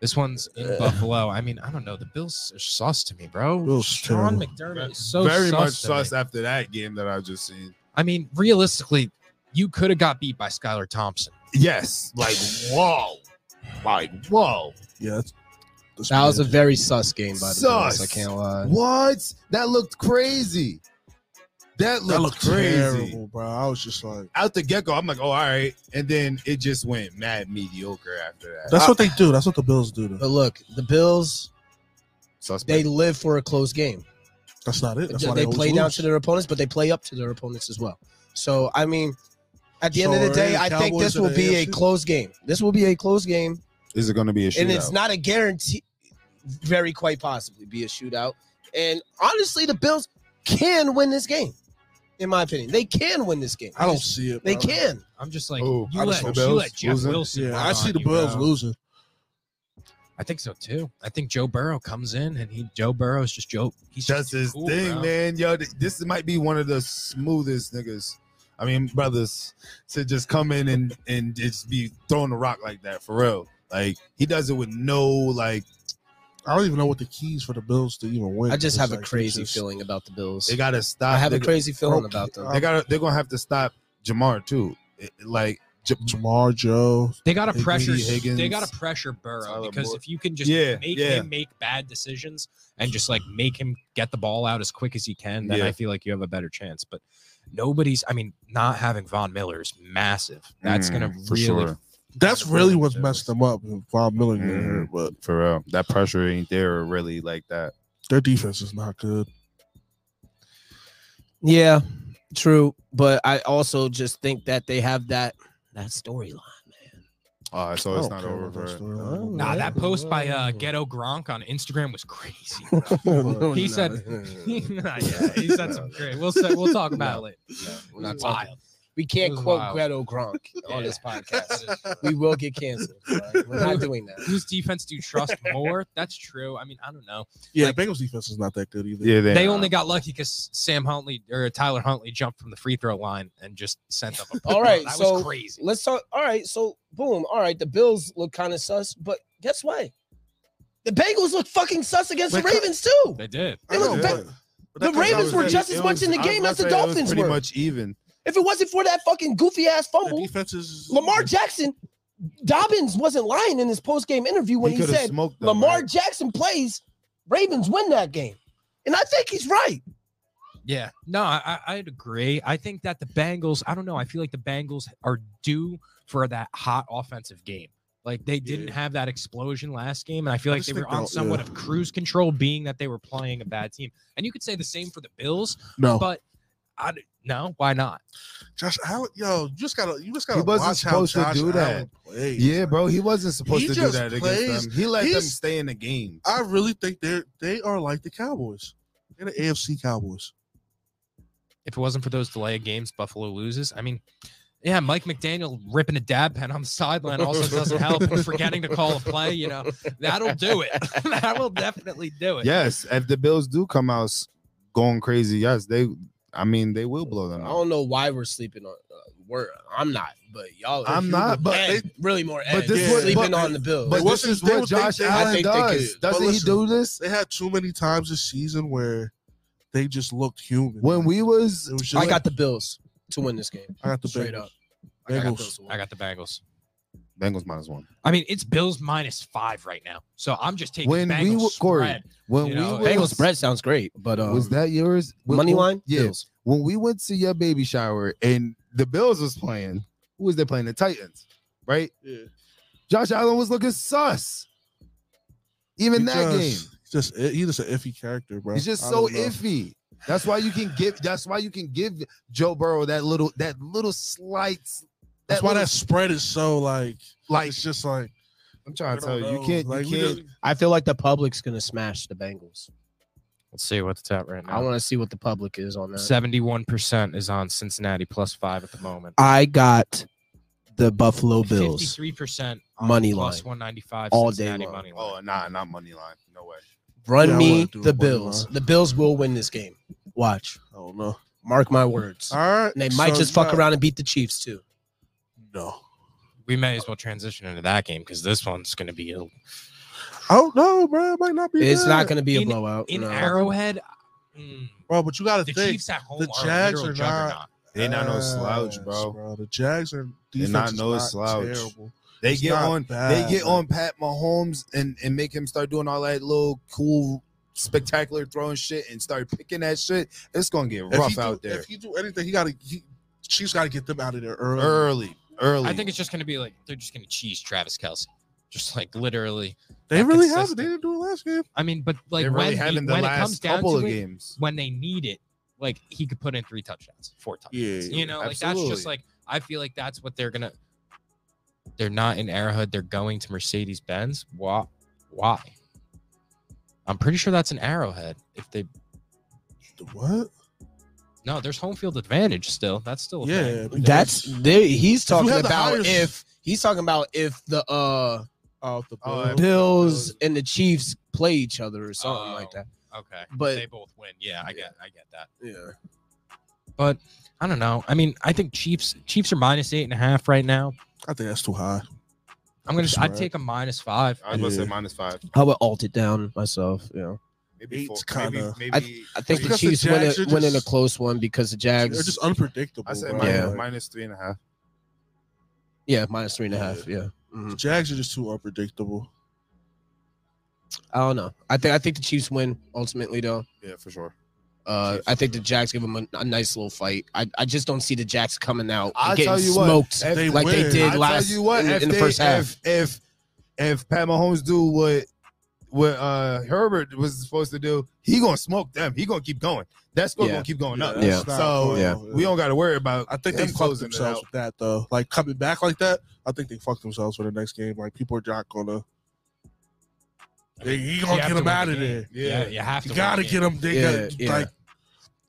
[SPEAKER 3] This one's in
[SPEAKER 1] Uh.
[SPEAKER 3] Buffalo. I mean, I don't know. The Bills are sus to me, bro.
[SPEAKER 4] Bills
[SPEAKER 3] Sean
[SPEAKER 4] terrible.
[SPEAKER 3] McDermott is so
[SPEAKER 2] Very
[SPEAKER 3] sus
[SPEAKER 2] much
[SPEAKER 3] to
[SPEAKER 2] sus
[SPEAKER 3] me.
[SPEAKER 2] after that game that I just seen.
[SPEAKER 3] I mean, realistically, you could have got beat by Skylar Thompson.
[SPEAKER 2] Yes. Like whoa. Like whoa.
[SPEAKER 4] Yeah, that's, that's
[SPEAKER 1] That was a
[SPEAKER 4] bad.
[SPEAKER 1] very sus game by the
[SPEAKER 2] Sus.
[SPEAKER 1] Bills. I can't lie.
[SPEAKER 2] What? That looked crazy. That looked,
[SPEAKER 4] that looked
[SPEAKER 2] crazy.
[SPEAKER 4] terrible, bro. I was just like,
[SPEAKER 2] Out the get go, I'm like, oh, all right. And then it just went mad mediocre after that.
[SPEAKER 4] that's what they do. That's what the Bills do.
[SPEAKER 1] But
[SPEAKER 4] Though.
[SPEAKER 1] look, the Bills,
[SPEAKER 2] Suspect.
[SPEAKER 1] they live for a close game.
[SPEAKER 4] That's not it. That's why
[SPEAKER 1] they
[SPEAKER 4] always
[SPEAKER 1] play down
[SPEAKER 4] lose.
[SPEAKER 1] to their opponents, but they play up to their opponents as well. So I mean, at the end of
[SPEAKER 4] So
[SPEAKER 1] the day,
[SPEAKER 4] are
[SPEAKER 1] I
[SPEAKER 4] the
[SPEAKER 1] think
[SPEAKER 4] Cowboys
[SPEAKER 1] this
[SPEAKER 4] in
[SPEAKER 1] will
[SPEAKER 4] the
[SPEAKER 1] be a
[SPEAKER 4] AFC?
[SPEAKER 1] close game. This will be a close game.
[SPEAKER 2] Is it going to be a shootout?
[SPEAKER 1] and it's not a guarantee. Very quite possibly be a shootout. And honestly, the Bills can win this game. In my opinion, they can win this game.
[SPEAKER 4] I don't see it.
[SPEAKER 1] They
[SPEAKER 4] bro.
[SPEAKER 1] can.
[SPEAKER 3] I'm just like
[SPEAKER 2] Ooh,
[SPEAKER 3] you,
[SPEAKER 2] Oh, I just
[SPEAKER 3] let,
[SPEAKER 2] hope
[SPEAKER 3] you
[SPEAKER 2] Bills
[SPEAKER 3] let Jeff
[SPEAKER 2] losing.
[SPEAKER 3] Wilson.
[SPEAKER 4] Yeah,
[SPEAKER 3] run
[SPEAKER 4] I see
[SPEAKER 3] on
[SPEAKER 4] the
[SPEAKER 3] you,
[SPEAKER 4] Bills
[SPEAKER 3] bro.
[SPEAKER 4] losing.
[SPEAKER 3] I think so too. I think Joe Burrow comes in and he Joe Burrow is just Joe. He's
[SPEAKER 2] That's
[SPEAKER 3] just too
[SPEAKER 2] his
[SPEAKER 3] cool,
[SPEAKER 2] thing,
[SPEAKER 3] bro.
[SPEAKER 2] man. Yo, th- this might be one of the smoothest niggas. I mean, brothers, to just come in and and just be throwing the rock like that for real. Like he does it with no like
[SPEAKER 4] I don't even know what the keys for the Bills to even win.
[SPEAKER 1] I just
[SPEAKER 4] It's
[SPEAKER 1] have a
[SPEAKER 4] like, it's
[SPEAKER 1] crazy
[SPEAKER 4] just-
[SPEAKER 1] feeling about the Bills.
[SPEAKER 2] they gotta stop.
[SPEAKER 1] I have
[SPEAKER 2] they,
[SPEAKER 1] a crazy feeling
[SPEAKER 4] Okay.
[SPEAKER 1] about them.
[SPEAKER 4] Uh,
[SPEAKER 2] they gotta they're gonna have to stop Jamar too. It- it- like J- J-
[SPEAKER 4] Jamar Joe.
[SPEAKER 3] They gotta
[SPEAKER 2] Higgins,
[SPEAKER 3] pressure. they
[SPEAKER 2] Higgins,
[SPEAKER 3] gotta pressure Burrow
[SPEAKER 2] Tyler
[SPEAKER 3] because
[SPEAKER 2] Moore.
[SPEAKER 3] if you can just
[SPEAKER 2] Yeah,
[SPEAKER 3] make
[SPEAKER 2] yeah.
[SPEAKER 3] him make bad decisions and just like make him get the ball out as quick as he can, then
[SPEAKER 2] Yeah.
[SPEAKER 3] I feel like you have a better chance. But nobody's. I mean, not having Von Miller is massive. That's
[SPEAKER 2] Mm,
[SPEAKER 3] gonna
[SPEAKER 2] for
[SPEAKER 3] really.
[SPEAKER 2] sure.
[SPEAKER 4] That's really what's messed
[SPEAKER 3] up.
[SPEAKER 4] them up. Von Miller, got
[SPEAKER 2] Mhm.
[SPEAKER 4] hurt, but
[SPEAKER 2] for real. That pressure ain't there really like that.
[SPEAKER 4] their defense is not good.
[SPEAKER 1] Yeah, true. But I also just think that they have that that storyline, man.
[SPEAKER 2] All right, Uh, so
[SPEAKER 4] I
[SPEAKER 2] it's
[SPEAKER 4] don't
[SPEAKER 2] not
[SPEAKER 4] care
[SPEAKER 2] over
[SPEAKER 4] about
[SPEAKER 2] for
[SPEAKER 4] that
[SPEAKER 2] it.
[SPEAKER 4] storyline.
[SPEAKER 3] Nah, that post by uh, Ghetto Gronk on Instagram was crazy. bro.
[SPEAKER 4] No,
[SPEAKER 3] he
[SPEAKER 4] no,
[SPEAKER 3] said,
[SPEAKER 4] no,
[SPEAKER 3] yeah, he said some great. We'll say, we'll talk about it later.
[SPEAKER 1] We're not
[SPEAKER 3] Wild.
[SPEAKER 1] talking. We
[SPEAKER 3] It
[SPEAKER 1] can't
[SPEAKER 3] was
[SPEAKER 1] quote
[SPEAKER 3] wild.
[SPEAKER 1] Gretel Gronk on
[SPEAKER 3] Yeah.
[SPEAKER 1] this podcast. we will get canceled. all right? We're not doing that.
[SPEAKER 3] Whose defense do you trust more? That's true. I mean, I don't know.
[SPEAKER 4] Yeah,
[SPEAKER 3] Like-
[SPEAKER 4] Bengals defense is not that good either.
[SPEAKER 2] Yeah,
[SPEAKER 3] They only got lucky because Sam Huntley or Tyler Huntley jumped from the free throw line and just sent up a.
[SPEAKER 1] All right,
[SPEAKER 3] that
[SPEAKER 1] so-
[SPEAKER 3] was crazy.
[SPEAKER 1] let's talk. All right, so boom. All right, the Bills look kind of sus, but guess what? The Bengals look fucking sus against the
[SPEAKER 4] Wait, co-
[SPEAKER 1] Ravens too.
[SPEAKER 3] They did.
[SPEAKER 4] I
[SPEAKER 1] It was
[SPEAKER 4] know,
[SPEAKER 1] ba-
[SPEAKER 4] but- but that
[SPEAKER 1] the Ravens
[SPEAKER 4] Cowboys
[SPEAKER 1] were
[SPEAKER 4] defense-
[SPEAKER 1] just as
[SPEAKER 2] it
[SPEAKER 1] much in the
[SPEAKER 2] I was
[SPEAKER 1] game
[SPEAKER 2] about
[SPEAKER 1] as
[SPEAKER 2] to
[SPEAKER 1] the
[SPEAKER 2] say, it was
[SPEAKER 1] Dolphins
[SPEAKER 2] pretty
[SPEAKER 1] were.
[SPEAKER 2] much even.
[SPEAKER 1] If it wasn't for that fucking goofy ass
[SPEAKER 4] their
[SPEAKER 1] fumble,
[SPEAKER 4] defense is
[SPEAKER 1] Lamar Jackson, Dobbins wasn't lying in his post game interview when he,
[SPEAKER 2] coulda
[SPEAKER 1] said
[SPEAKER 2] smoked them,
[SPEAKER 1] Lamar
[SPEAKER 2] right?
[SPEAKER 1] Jackson plays, Ravens win that game, and I think he's right.
[SPEAKER 3] Yeah. No, I, I- I'd agree. I think that the Bengals, I don't know. I feel like the Bengals are due for that hot offensive game. Like they didn't
[SPEAKER 4] Yeah.
[SPEAKER 3] have that explosion last game, and I feel like
[SPEAKER 4] just
[SPEAKER 3] they
[SPEAKER 4] think
[SPEAKER 3] were on
[SPEAKER 4] they'll-
[SPEAKER 3] somewhat
[SPEAKER 4] yeah.
[SPEAKER 3] of cruise control, being that they were playing a bad team. And you could say the same for the Bills,
[SPEAKER 1] Oh.
[SPEAKER 4] No,
[SPEAKER 3] but I d- no, why not?
[SPEAKER 4] Josh Allen. Yo, you just gotta, you just gotta.
[SPEAKER 2] He wasn't
[SPEAKER 4] watch how
[SPEAKER 2] supposed to
[SPEAKER 4] Josh
[SPEAKER 2] do that.
[SPEAKER 4] Allen plays.
[SPEAKER 2] Yeah, bro, he wasn't supposed
[SPEAKER 4] He
[SPEAKER 2] to do
[SPEAKER 4] just
[SPEAKER 2] that
[SPEAKER 4] plays-
[SPEAKER 2] against them. He let them
[SPEAKER 4] he's-
[SPEAKER 2] stay in the game.
[SPEAKER 4] I really think they're they are like the Cowboys. They're the AFC Cowboys.
[SPEAKER 3] If it wasn't for those delay of games, Buffalo loses. I mean, yeah, Mike McDaniel ripping a dab pen on the sideline also doesn't help. And forgetting to call a play, you know, that'll do it. that will definitely do it.
[SPEAKER 2] Yes, if the Bills do come out s- going crazy, yes, they. I mean, they will blow
[SPEAKER 1] I
[SPEAKER 2] them out.
[SPEAKER 1] don't know why we're sleeping on. Uh, we're I'm not, but y'all. are
[SPEAKER 2] I'm
[SPEAKER 1] human.
[SPEAKER 2] not, but
[SPEAKER 1] Ed, really more. Ed,
[SPEAKER 2] this
[SPEAKER 1] you're
[SPEAKER 4] what-
[SPEAKER 1] sleeping
[SPEAKER 2] but-
[SPEAKER 1] on the Bills.
[SPEAKER 2] But
[SPEAKER 4] They
[SPEAKER 2] this
[SPEAKER 4] wasn't-
[SPEAKER 2] is
[SPEAKER 4] they
[SPEAKER 2] what
[SPEAKER 4] would think
[SPEAKER 2] Josh
[SPEAKER 4] they-
[SPEAKER 1] I
[SPEAKER 2] Allen
[SPEAKER 1] think they
[SPEAKER 2] does.
[SPEAKER 1] could.
[SPEAKER 4] But
[SPEAKER 2] Doesn't he
[SPEAKER 4] listen,
[SPEAKER 2] do this?
[SPEAKER 4] They had too many times this season where they just looked human.
[SPEAKER 2] When we was
[SPEAKER 4] it was just
[SPEAKER 1] I got the Bills to win this game.
[SPEAKER 4] I got the
[SPEAKER 1] Straight
[SPEAKER 4] Bengals.
[SPEAKER 1] up. I got
[SPEAKER 4] Bengals.
[SPEAKER 1] Bills to win.
[SPEAKER 3] I got the Bengals.
[SPEAKER 2] Bengals minus one.
[SPEAKER 3] I mean, it's Bills minus five right now. So I'm just taking
[SPEAKER 2] When we
[SPEAKER 3] Bengals
[SPEAKER 2] were- Corey,
[SPEAKER 3] spread.
[SPEAKER 2] When
[SPEAKER 3] You
[SPEAKER 2] we
[SPEAKER 3] know,
[SPEAKER 2] was,
[SPEAKER 1] Bengals spread sounds great, but um,
[SPEAKER 2] was that yours? When-
[SPEAKER 1] money
[SPEAKER 2] when-
[SPEAKER 1] line.
[SPEAKER 2] Yeah,
[SPEAKER 1] Bills.
[SPEAKER 2] when we went to your baby shower and the Bills was playing, who was they playing? The Titans, right?
[SPEAKER 4] Yeah.
[SPEAKER 2] Josh Allen was looking sus. Even
[SPEAKER 4] He
[SPEAKER 2] that game,
[SPEAKER 4] just, Just he's just an iffy character, bro.
[SPEAKER 2] he's just
[SPEAKER 4] I
[SPEAKER 2] so
[SPEAKER 4] don't know.
[SPEAKER 2] iffy. That's why you can give. That's why you can give Joe Burrow that little, that little slight.
[SPEAKER 4] That's why
[SPEAKER 2] little
[SPEAKER 4] that spread is so like,
[SPEAKER 2] like.
[SPEAKER 4] it's just like
[SPEAKER 2] I'm trying to
[SPEAKER 4] I
[SPEAKER 2] tell
[SPEAKER 4] don't
[SPEAKER 2] you, you
[SPEAKER 4] know.
[SPEAKER 2] can't.
[SPEAKER 4] Like,
[SPEAKER 2] you
[SPEAKER 4] we
[SPEAKER 2] can't.
[SPEAKER 4] don't-
[SPEAKER 1] I feel like the public's gonna smash the Bengals.
[SPEAKER 3] Let's see what's at right
[SPEAKER 1] I want to see what the public is on that.
[SPEAKER 3] Seventy-one percent is on Cincinnati plus five at the moment.
[SPEAKER 1] I got the Buffalo Bills.
[SPEAKER 3] Fifty-three percent
[SPEAKER 1] Money
[SPEAKER 3] plus
[SPEAKER 1] line.
[SPEAKER 3] one ninety-five
[SPEAKER 1] All day
[SPEAKER 3] Cincinnati
[SPEAKER 1] long.
[SPEAKER 3] money line.
[SPEAKER 2] Oh, nah, not money line. No way.
[SPEAKER 1] Run
[SPEAKER 4] Yeah, I
[SPEAKER 1] me
[SPEAKER 4] wanna do
[SPEAKER 1] the
[SPEAKER 4] it, buddy,
[SPEAKER 1] Bills.
[SPEAKER 4] man.
[SPEAKER 1] The Bills will win this game. Watch.
[SPEAKER 4] I don't know.
[SPEAKER 1] Mark my words.
[SPEAKER 4] All right,
[SPEAKER 1] And they might
[SPEAKER 4] so
[SPEAKER 1] just
[SPEAKER 4] you
[SPEAKER 1] fuck
[SPEAKER 4] got-
[SPEAKER 1] around and beat the Chiefs too.
[SPEAKER 4] No,
[SPEAKER 3] We may as well transition into that game because this one's going to be a-
[SPEAKER 4] I don't know, bro. It might not be.
[SPEAKER 1] It's
[SPEAKER 4] bad.
[SPEAKER 1] not going to be a
[SPEAKER 3] In-
[SPEAKER 1] blowout.
[SPEAKER 3] in
[SPEAKER 1] no.
[SPEAKER 3] Arrowhead. mm,
[SPEAKER 4] bro. But you got
[SPEAKER 3] the
[SPEAKER 4] to think
[SPEAKER 3] Chiefs at home
[SPEAKER 4] the
[SPEAKER 3] are a
[SPEAKER 4] Jags
[SPEAKER 3] literal
[SPEAKER 4] are not-
[SPEAKER 3] juggernaut.
[SPEAKER 2] They not no slouch,
[SPEAKER 4] Yes,
[SPEAKER 2] bro.
[SPEAKER 4] The Jags are
[SPEAKER 2] They
[SPEAKER 4] defense
[SPEAKER 2] not
[SPEAKER 4] is
[SPEAKER 2] no
[SPEAKER 4] not
[SPEAKER 2] slouch.
[SPEAKER 4] Terrible.
[SPEAKER 2] They
[SPEAKER 4] It's
[SPEAKER 2] get
[SPEAKER 4] not
[SPEAKER 2] on.
[SPEAKER 4] bad,
[SPEAKER 2] they get
[SPEAKER 4] bro.
[SPEAKER 2] on Pat Mahomes and and make him start doing all that little cool, spectacular throwing shit and start picking that shit. It's gonna get
[SPEAKER 4] If
[SPEAKER 2] rough
[SPEAKER 4] he, do,
[SPEAKER 2] out there
[SPEAKER 4] if he do anything, he got to. Chiefs got to get them out of there early.
[SPEAKER 2] early, early.
[SPEAKER 3] I think it's just going to be like they're just going to cheese Travis Kelsey, just like literally.
[SPEAKER 4] They
[SPEAKER 3] not
[SPEAKER 4] really haven't.
[SPEAKER 3] consistent.
[SPEAKER 4] They didn't do it last game.
[SPEAKER 3] I mean, but
[SPEAKER 2] they
[SPEAKER 3] like
[SPEAKER 2] really
[SPEAKER 3] when,
[SPEAKER 2] had
[SPEAKER 3] we-
[SPEAKER 2] in the
[SPEAKER 3] when it comes
[SPEAKER 2] last
[SPEAKER 3] down
[SPEAKER 2] couple
[SPEAKER 3] to
[SPEAKER 2] of
[SPEAKER 3] it,
[SPEAKER 2] games.
[SPEAKER 3] when they need it, like he could put in three touchdowns, four touchdowns.
[SPEAKER 4] Yeah,
[SPEAKER 3] you know, like that's
[SPEAKER 2] absolutely.
[SPEAKER 3] just like I feel like that's what they're gonna. They're not in Arrowhead. They're going to Mercedes Benz. Why? Why? I'm pretty sure that's an Arrowhead. If they
[SPEAKER 4] What?
[SPEAKER 3] no, there's home field advantage still. That's still a
[SPEAKER 4] Yeah,
[SPEAKER 3] thing.
[SPEAKER 4] because-
[SPEAKER 7] That's there, he's talking
[SPEAKER 4] have the
[SPEAKER 7] about
[SPEAKER 4] highest-
[SPEAKER 7] if he's talking about if the uh
[SPEAKER 4] Oh, the
[SPEAKER 2] Oh,
[SPEAKER 4] Bills.
[SPEAKER 7] Bills and the Chiefs play each other or something
[SPEAKER 3] Oh.
[SPEAKER 7] like that.
[SPEAKER 3] okay.
[SPEAKER 7] But-
[SPEAKER 3] they both win. Yeah, I get, I get that.
[SPEAKER 7] Yeah.
[SPEAKER 3] But I don't know. I mean, I think Chiefs, Chiefs are minus eight and a half right now.
[SPEAKER 4] I think that's too high.
[SPEAKER 3] I'm gonna, I'd
[SPEAKER 4] Smart.
[SPEAKER 3] take a minus five.
[SPEAKER 2] I was going to
[SPEAKER 4] Yeah.
[SPEAKER 2] say minus five.
[SPEAKER 7] I would alt it down myself. You know,
[SPEAKER 2] Maybe four.
[SPEAKER 4] Eight's
[SPEAKER 2] Maybe,
[SPEAKER 4] kinda-
[SPEAKER 2] maybe
[SPEAKER 7] I think the
[SPEAKER 4] Because the
[SPEAKER 7] Chiefs win,
[SPEAKER 4] Jags
[SPEAKER 7] it,
[SPEAKER 4] are
[SPEAKER 7] win in a
[SPEAKER 4] just-
[SPEAKER 7] close one because the
[SPEAKER 4] They're
[SPEAKER 7] Jags.
[SPEAKER 4] just unpredictable.
[SPEAKER 2] I said
[SPEAKER 4] bro.
[SPEAKER 2] minus,
[SPEAKER 7] Yeah.
[SPEAKER 2] minus three and a half.
[SPEAKER 7] yeah, minus three and a half. Yeah. Mhm.
[SPEAKER 4] The Jags are just too unpredictable.
[SPEAKER 7] I don't know. I think I think the Chiefs win ultimately though.
[SPEAKER 2] Yeah, for sure.
[SPEAKER 7] Uh, I think the Jags give them a, a nice little fight. I, I just don't see the Jags coming out
[SPEAKER 2] I
[SPEAKER 7] and getting
[SPEAKER 2] tell you what,
[SPEAKER 7] smoked
[SPEAKER 2] if
[SPEAKER 4] they
[SPEAKER 7] like they
[SPEAKER 4] win,
[SPEAKER 7] did
[SPEAKER 2] I
[SPEAKER 7] last
[SPEAKER 2] tell you what,
[SPEAKER 7] in,
[SPEAKER 2] if
[SPEAKER 7] in the
[SPEAKER 2] they-
[SPEAKER 7] first half.
[SPEAKER 2] If, if if Pat Mahomes do what what uh Herbert was supposed to do, he gonna smoke them. He gonna keep going. That score
[SPEAKER 7] Yeah.
[SPEAKER 2] gonna keep
[SPEAKER 4] Oh,
[SPEAKER 2] going up.
[SPEAKER 7] Yeah.
[SPEAKER 4] that's not
[SPEAKER 2] So,
[SPEAKER 4] going
[SPEAKER 7] yeah.
[SPEAKER 4] on,
[SPEAKER 2] We don't gotta worry about
[SPEAKER 4] I think
[SPEAKER 2] them
[SPEAKER 4] they fucked
[SPEAKER 2] closing it
[SPEAKER 4] themselves
[SPEAKER 2] out.
[SPEAKER 4] with that though. Like coming back like that, I think they fucked themselves for the next game. Like people are not gonna. They, you
[SPEAKER 3] You
[SPEAKER 4] gonna
[SPEAKER 3] have
[SPEAKER 4] get
[SPEAKER 3] to
[SPEAKER 4] them
[SPEAKER 3] win
[SPEAKER 4] out
[SPEAKER 3] the
[SPEAKER 4] of
[SPEAKER 3] game.
[SPEAKER 4] there.
[SPEAKER 3] Yeah, you have to.
[SPEAKER 4] You
[SPEAKER 3] win
[SPEAKER 4] gotta
[SPEAKER 3] the
[SPEAKER 4] get
[SPEAKER 3] game.
[SPEAKER 4] them. They
[SPEAKER 7] Yeah,
[SPEAKER 4] got
[SPEAKER 7] yeah.
[SPEAKER 4] like.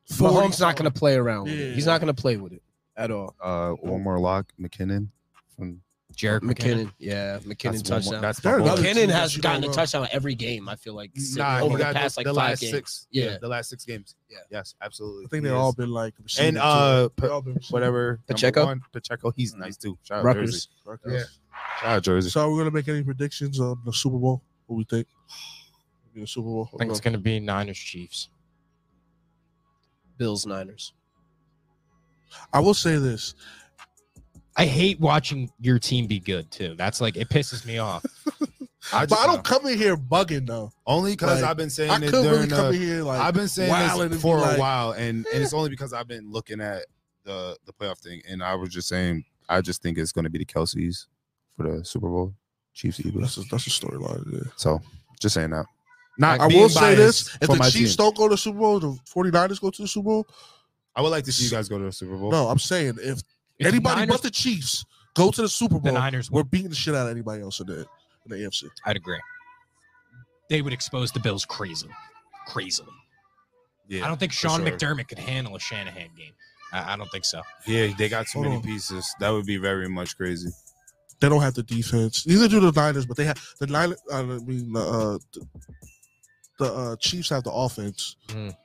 [SPEAKER 4] 40
[SPEAKER 7] Mahomes not gonna play around. With it. He's
[SPEAKER 4] Yeah.
[SPEAKER 7] not gonna play with it at all.
[SPEAKER 2] Uh, one more lock, McKinnon. From
[SPEAKER 3] Jarek McKinnon.
[SPEAKER 7] McKinnon, yeah, McKinnon
[SPEAKER 2] that's one more-
[SPEAKER 7] touchdown.
[SPEAKER 2] That's
[SPEAKER 4] They're
[SPEAKER 2] my
[SPEAKER 4] another
[SPEAKER 2] boy.
[SPEAKER 4] team
[SPEAKER 7] McKinnon
[SPEAKER 4] that
[SPEAKER 7] has
[SPEAKER 4] you
[SPEAKER 7] gotten
[SPEAKER 4] don't
[SPEAKER 7] a
[SPEAKER 4] know.
[SPEAKER 7] touchdown every game. I feel like si-
[SPEAKER 2] Nah,
[SPEAKER 7] over
[SPEAKER 2] he
[SPEAKER 7] the
[SPEAKER 2] got
[SPEAKER 7] past like
[SPEAKER 2] the
[SPEAKER 7] five
[SPEAKER 2] last
[SPEAKER 7] games.
[SPEAKER 2] six.
[SPEAKER 7] Yeah.
[SPEAKER 2] the last six games.
[SPEAKER 7] Yeah.
[SPEAKER 2] Yes, absolutely.
[SPEAKER 4] I think
[SPEAKER 2] He
[SPEAKER 4] they've
[SPEAKER 2] is.
[SPEAKER 4] all been like
[SPEAKER 2] and uh P-
[SPEAKER 4] They all been receiving.
[SPEAKER 2] whatever number
[SPEAKER 7] Pacheco?
[SPEAKER 2] one, Pacheco, he's nice too. Shout out Jersey.
[SPEAKER 7] Rutgers.
[SPEAKER 4] Rutgers.
[SPEAKER 2] Shout out Jersey.
[SPEAKER 4] So are we gonna make any predictions on the Super Bowl? What we think? The Super Bowl.
[SPEAKER 3] I think it's gonna be Niners Chiefs.
[SPEAKER 7] Bills, Niners.
[SPEAKER 4] I will say this.
[SPEAKER 3] I hate watching your team be good too. That's like it pisses me off.
[SPEAKER 2] I
[SPEAKER 4] but
[SPEAKER 2] just- uh,
[SPEAKER 4] I don't come in here bugging though.
[SPEAKER 2] Only because
[SPEAKER 4] Like,
[SPEAKER 2] I've been saying
[SPEAKER 4] I
[SPEAKER 2] it
[SPEAKER 4] could really
[SPEAKER 2] during
[SPEAKER 4] come
[SPEAKER 2] the-
[SPEAKER 4] in here like
[SPEAKER 2] I've been saying
[SPEAKER 4] wilding and be
[SPEAKER 2] this for
[SPEAKER 4] like-
[SPEAKER 2] a while, and, and it's only because I've been looking at the the playoff thing, and I was just saying I just think it's going to be the Kelseys for the Super Bowl, Chiefs
[SPEAKER 4] that's
[SPEAKER 2] Eagles.
[SPEAKER 4] a, that's a storyline. Yeah.
[SPEAKER 2] So just saying that. Not
[SPEAKER 4] I
[SPEAKER 2] being
[SPEAKER 4] will say
[SPEAKER 2] biased
[SPEAKER 4] this: if
[SPEAKER 2] for
[SPEAKER 4] the
[SPEAKER 2] my
[SPEAKER 4] Chiefs
[SPEAKER 2] team.
[SPEAKER 4] don't go to the Super Bowl, the 49ers go to the Super Bowl.
[SPEAKER 2] I would like to see you guys go to the Super Bowl.
[SPEAKER 4] No, I'm saying if
[SPEAKER 3] If
[SPEAKER 4] anybody
[SPEAKER 3] Niners-
[SPEAKER 4] but the Chiefs go to the Super
[SPEAKER 3] the
[SPEAKER 4] Bowl,
[SPEAKER 3] Niners
[SPEAKER 4] we're
[SPEAKER 3] would.
[SPEAKER 4] beating the shit out of anybody else in the in the AFC.
[SPEAKER 3] I'd agree. They would expose the Bills crazily, crazily.
[SPEAKER 2] yeah,
[SPEAKER 3] I don't think Sean
[SPEAKER 2] sure.
[SPEAKER 3] McDermott could handle a Shanahan game. I, I don't think so.
[SPEAKER 2] yeah, they got too
[SPEAKER 4] Hold
[SPEAKER 2] many
[SPEAKER 4] on.
[SPEAKER 2] pieces. That would be very much crazy.
[SPEAKER 4] They don't have the defense. Neither do the Niners, but they have the Niners. I mean, the, uh, the, the uh, Chiefs have the offense,
[SPEAKER 3] Mm.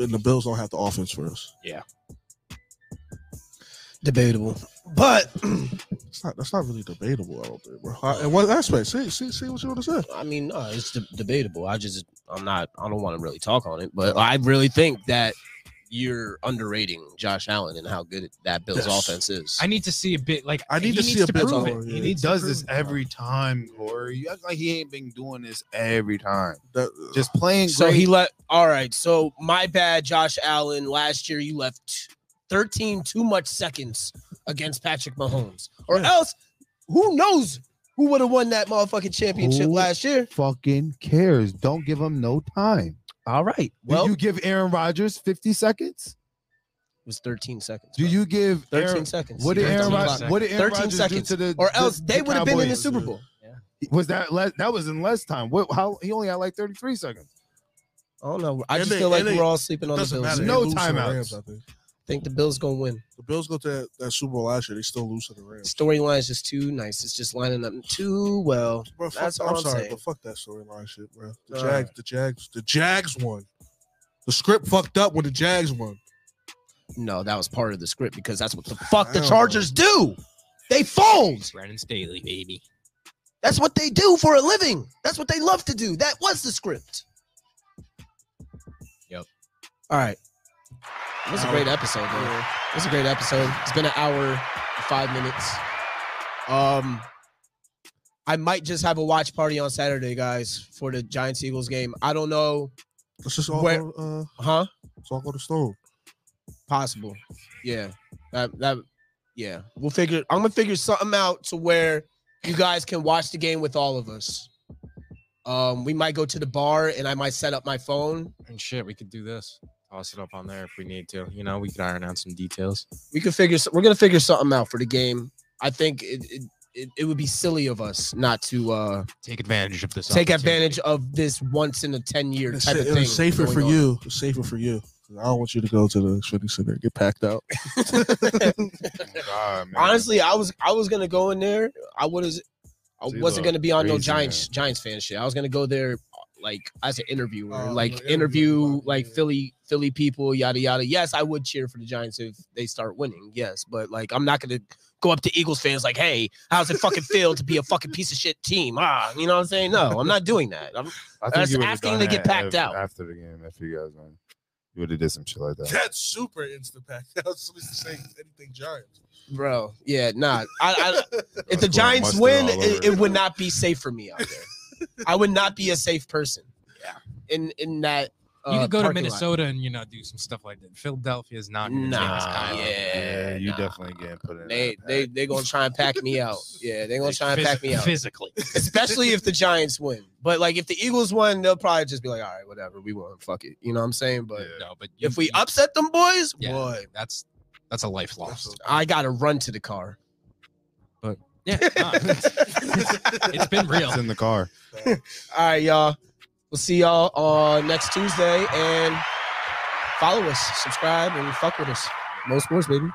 [SPEAKER 4] and the Bills don't have the offense for us.
[SPEAKER 7] Debatable, but
[SPEAKER 4] It's not. That's not really debatable. I don't think, bro. Uh, In what aspect? See, see, see what you want to say.
[SPEAKER 7] I mean, no, it's de- debatable. I just, I'm not, I don't want to really talk on it, but I really think that you're underrating Josh Allen and how good that Bills
[SPEAKER 4] Yes.
[SPEAKER 7] offense is.
[SPEAKER 3] I need to see a bit. Like
[SPEAKER 4] I need to
[SPEAKER 3] he needs
[SPEAKER 4] see a bit
[SPEAKER 3] prove
[SPEAKER 4] more,
[SPEAKER 3] it.
[SPEAKER 4] yeah.
[SPEAKER 3] He
[SPEAKER 2] He
[SPEAKER 3] needs to
[SPEAKER 2] does
[SPEAKER 3] prove
[SPEAKER 2] this
[SPEAKER 3] it.
[SPEAKER 2] every time, Corey. You act like he ain't been doing this every time.
[SPEAKER 4] That,
[SPEAKER 2] Just playing
[SPEAKER 7] so
[SPEAKER 2] great.
[SPEAKER 7] he let. All right, so my bad, Josh Allen. Last year you left 13 too much seconds against Patrick Mahomes, or
[SPEAKER 4] Yeah.
[SPEAKER 7] else who knows who would have won that motherfucking championship
[SPEAKER 2] Who-
[SPEAKER 7] last year?
[SPEAKER 2] fucking cares. Don't give him no time.
[SPEAKER 7] All right,
[SPEAKER 2] Do
[SPEAKER 7] well,
[SPEAKER 2] you give Aaron Rodgers 50 seconds?
[SPEAKER 7] it was 13 seconds.
[SPEAKER 2] Do
[SPEAKER 7] bro.
[SPEAKER 2] you give
[SPEAKER 7] 13
[SPEAKER 2] Aaron,
[SPEAKER 7] seconds?
[SPEAKER 2] what did
[SPEAKER 3] 13
[SPEAKER 2] Aaron, Rod-
[SPEAKER 3] seconds.
[SPEAKER 2] what did Aaron
[SPEAKER 7] 13
[SPEAKER 2] Rodgers
[SPEAKER 7] seconds.
[SPEAKER 2] do to the
[SPEAKER 7] or
[SPEAKER 2] the-
[SPEAKER 7] else
[SPEAKER 2] the
[SPEAKER 7] they would have been in the
[SPEAKER 2] Cowboys?
[SPEAKER 7] Super Bowl.
[SPEAKER 2] Was that le- that was in less time? What how he only had like 33 seconds.
[SPEAKER 7] I don't know. I
[SPEAKER 4] And
[SPEAKER 7] just
[SPEAKER 4] they-
[SPEAKER 7] feel like
[SPEAKER 4] and they-
[SPEAKER 7] we're all sleeping on the
[SPEAKER 4] doesn't
[SPEAKER 7] Bills.
[SPEAKER 4] matter. They
[SPEAKER 2] No
[SPEAKER 4] lose to the
[SPEAKER 2] timeouts.
[SPEAKER 4] Rams, I think.
[SPEAKER 7] think the Bills gonna win.
[SPEAKER 4] The Bills go to that, that Super Bowl last year. They still lose to the Rams.
[SPEAKER 7] Storyline is just too nice. It's just lining up too well.
[SPEAKER 4] Bro, fuck,
[SPEAKER 7] That's all
[SPEAKER 4] I'm,
[SPEAKER 7] I'm
[SPEAKER 4] sorry,
[SPEAKER 7] saying.
[SPEAKER 4] but fuck that storyline shit, bro. The
[SPEAKER 7] All
[SPEAKER 4] Jags, the Jags, the Jags won. The script fucked up when the Jags won.
[SPEAKER 7] No, that was part of the script because that's what the fuck the
[SPEAKER 4] Wow.
[SPEAKER 7] Chargers do. They fold.
[SPEAKER 3] Brandon Staley, baby.
[SPEAKER 7] That's what they do for a living. That's what they love to do. That was the script.
[SPEAKER 3] Yep.
[SPEAKER 7] All right. It was a
[SPEAKER 4] Hour.
[SPEAKER 7] great episode, man. It was a great episode. It's been an hour, and five minutes. Um, I might just have a watch party on Saturday, guys, for the Giants Eagles game. I don't know,
[SPEAKER 4] Let's just all,
[SPEAKER 7] Where-
[SPEAKER 4] go, uh,
[SPEAKER 7] huh?
[SPEAKER 4] let's all go to Stone.
[SPEAKER 7] Possible. Yeah. That that yeah. We'll figure I'm gonna figure something out to where you guys can watch the game with all of us. Um, we might go to the bar and I might set up my phone.
[SPEAKER 3] And shit, we could do this. toss it up on there if we need to. You know, we could iron out some details.
[SPEAKER 7] we could figure s- we're gonna figure something out for the game i think it it, it, it would be silly of us not to uh
[SPEAKER 3] Take advantage of this.
[SPEAKER 7] take advantage of this once in a 10 year
[SPEAKER 4] It's,
[SPEAKER 7] type of
[SPEAKER 4] it
[SPEAKER 7] thing
[SPEAKER 4] was safer
[SPEAKER 7] going
[SPEAKER 4] for
[SPEAKER 7] on.
[SPEAKER 4] you. It's safer for you. 'Cause I don't want you to go to the Xfinity Center and get packed out.
[SPEAKER 2] God, man.
[SPEAKER 7] honestly i was i was gonna go in there i would have i
[SPEAKER 2] See,
[SPEAKER 7] wasn't
[SPEAKER 2] look,
[SPEAKER 7] gonna be on no
[SPEAKER 2] crazy,
[SPEAKER 7] giants giants fan shit i was gonna go there like as an interviewer
[SPEAKER 4] Oh,
[SPEAKER 7] like
[SPEAKER 4] interview,
[SPEAKER 7] interview
[SPEAKER 4] fuck,
[SPEAKER 7] like
[SPEAKER 4] yeah.
[SPEAKER 7] philly philly people yada yada yes i would cheer for the giants if they start winning yes but like i'm not gonna go up to eagles fans like hey how's it fucking feel to be a fucking piece of shit team ah you know what i'm saying no i'm not doing that
[SPEAKER 2] I
[SPEAKER 7] I'm,
[SPEAKER 2] think
[SPEAKER 7] that's
[SPEAKER 2] you would've
[SPEAKER 7] after
[SPEAKER 2] done
[SPEAKER 7] they get
[SPEAKER 2] that
[SPEAKER 7] packed
[SPEAKER 2] if-
[SPEAKER 7] out.
[SPEAKER 2] after the game. If you guys won, you would have did some shit like that.
[SPEAKER 4] That's super instant packed out. Somebody's saying anything Giants.
[SPEAKER 7] bro yeah nah i, I if the
[SPEAKER 2] That's going
[SPEAKER 7] giants
[SPEAKER 2] mustard
[SPEAKER 7] win
[SPEAKER 2] all
[SPEAKER 7] it,
[SPEAKER 2] over
[SPEAKER 7] it
[SPEAKER 2] it.
[SPEAKER 7] would not be safe for me out there i would not be a safe person
[SPEAKER 3] Yeah.
[SPEAKER 7] in in that
[SPEAKER 3] you
[SPEAKER 7] uh,
[SPEAKER 3] could go to
[SPEAKER 7] parking lot.
[SPEAKER 3] Minnesota and you know do some stuff like that. Philadelphia is not going to
[SPEAKER 7] Nah, yeah,
[SPEAKER 2] you
[SPEAKER 7] nah.
[SPEAKER 2] definitely getting put in.
[SPEAKER 7] They
[SPEAKER 2] that
[SPEAKER 7] they
[SPEAKER 2] pack.
[SPEAKER 7] they gonna try and pack me out. Yeah, they gonna try and pack me out.
[SPEAKER 3] physically.
[SPEAKER 7] Especially if the Giants win. But like if the Eagles win, they'll probably just be like, all right, whatever, we won. Fuck it. You know what I'm saying? But
[SPEAKER 2] Yeah.
[SPEAKER 3] No, but
[SPEAKER 7] if we
[SPEAKER 3] you-
[SPEAKER 7] upset them boys,
[SPEAKER 3] Yeah.
[SPEAKER 7] boy,
[SPEAKER 3] that's that's a life lost.
[SPEAKER 7] I gotta run to the car.
[SPEAKER 3] Yeah, nah, it's been real.
[SPEAKER 2] It's in the car.
[SPEAKER 7] All right, y'all. We'll see y'all on next Tuesday and follow us, subscribe, and fuck with us. Most sports, baby.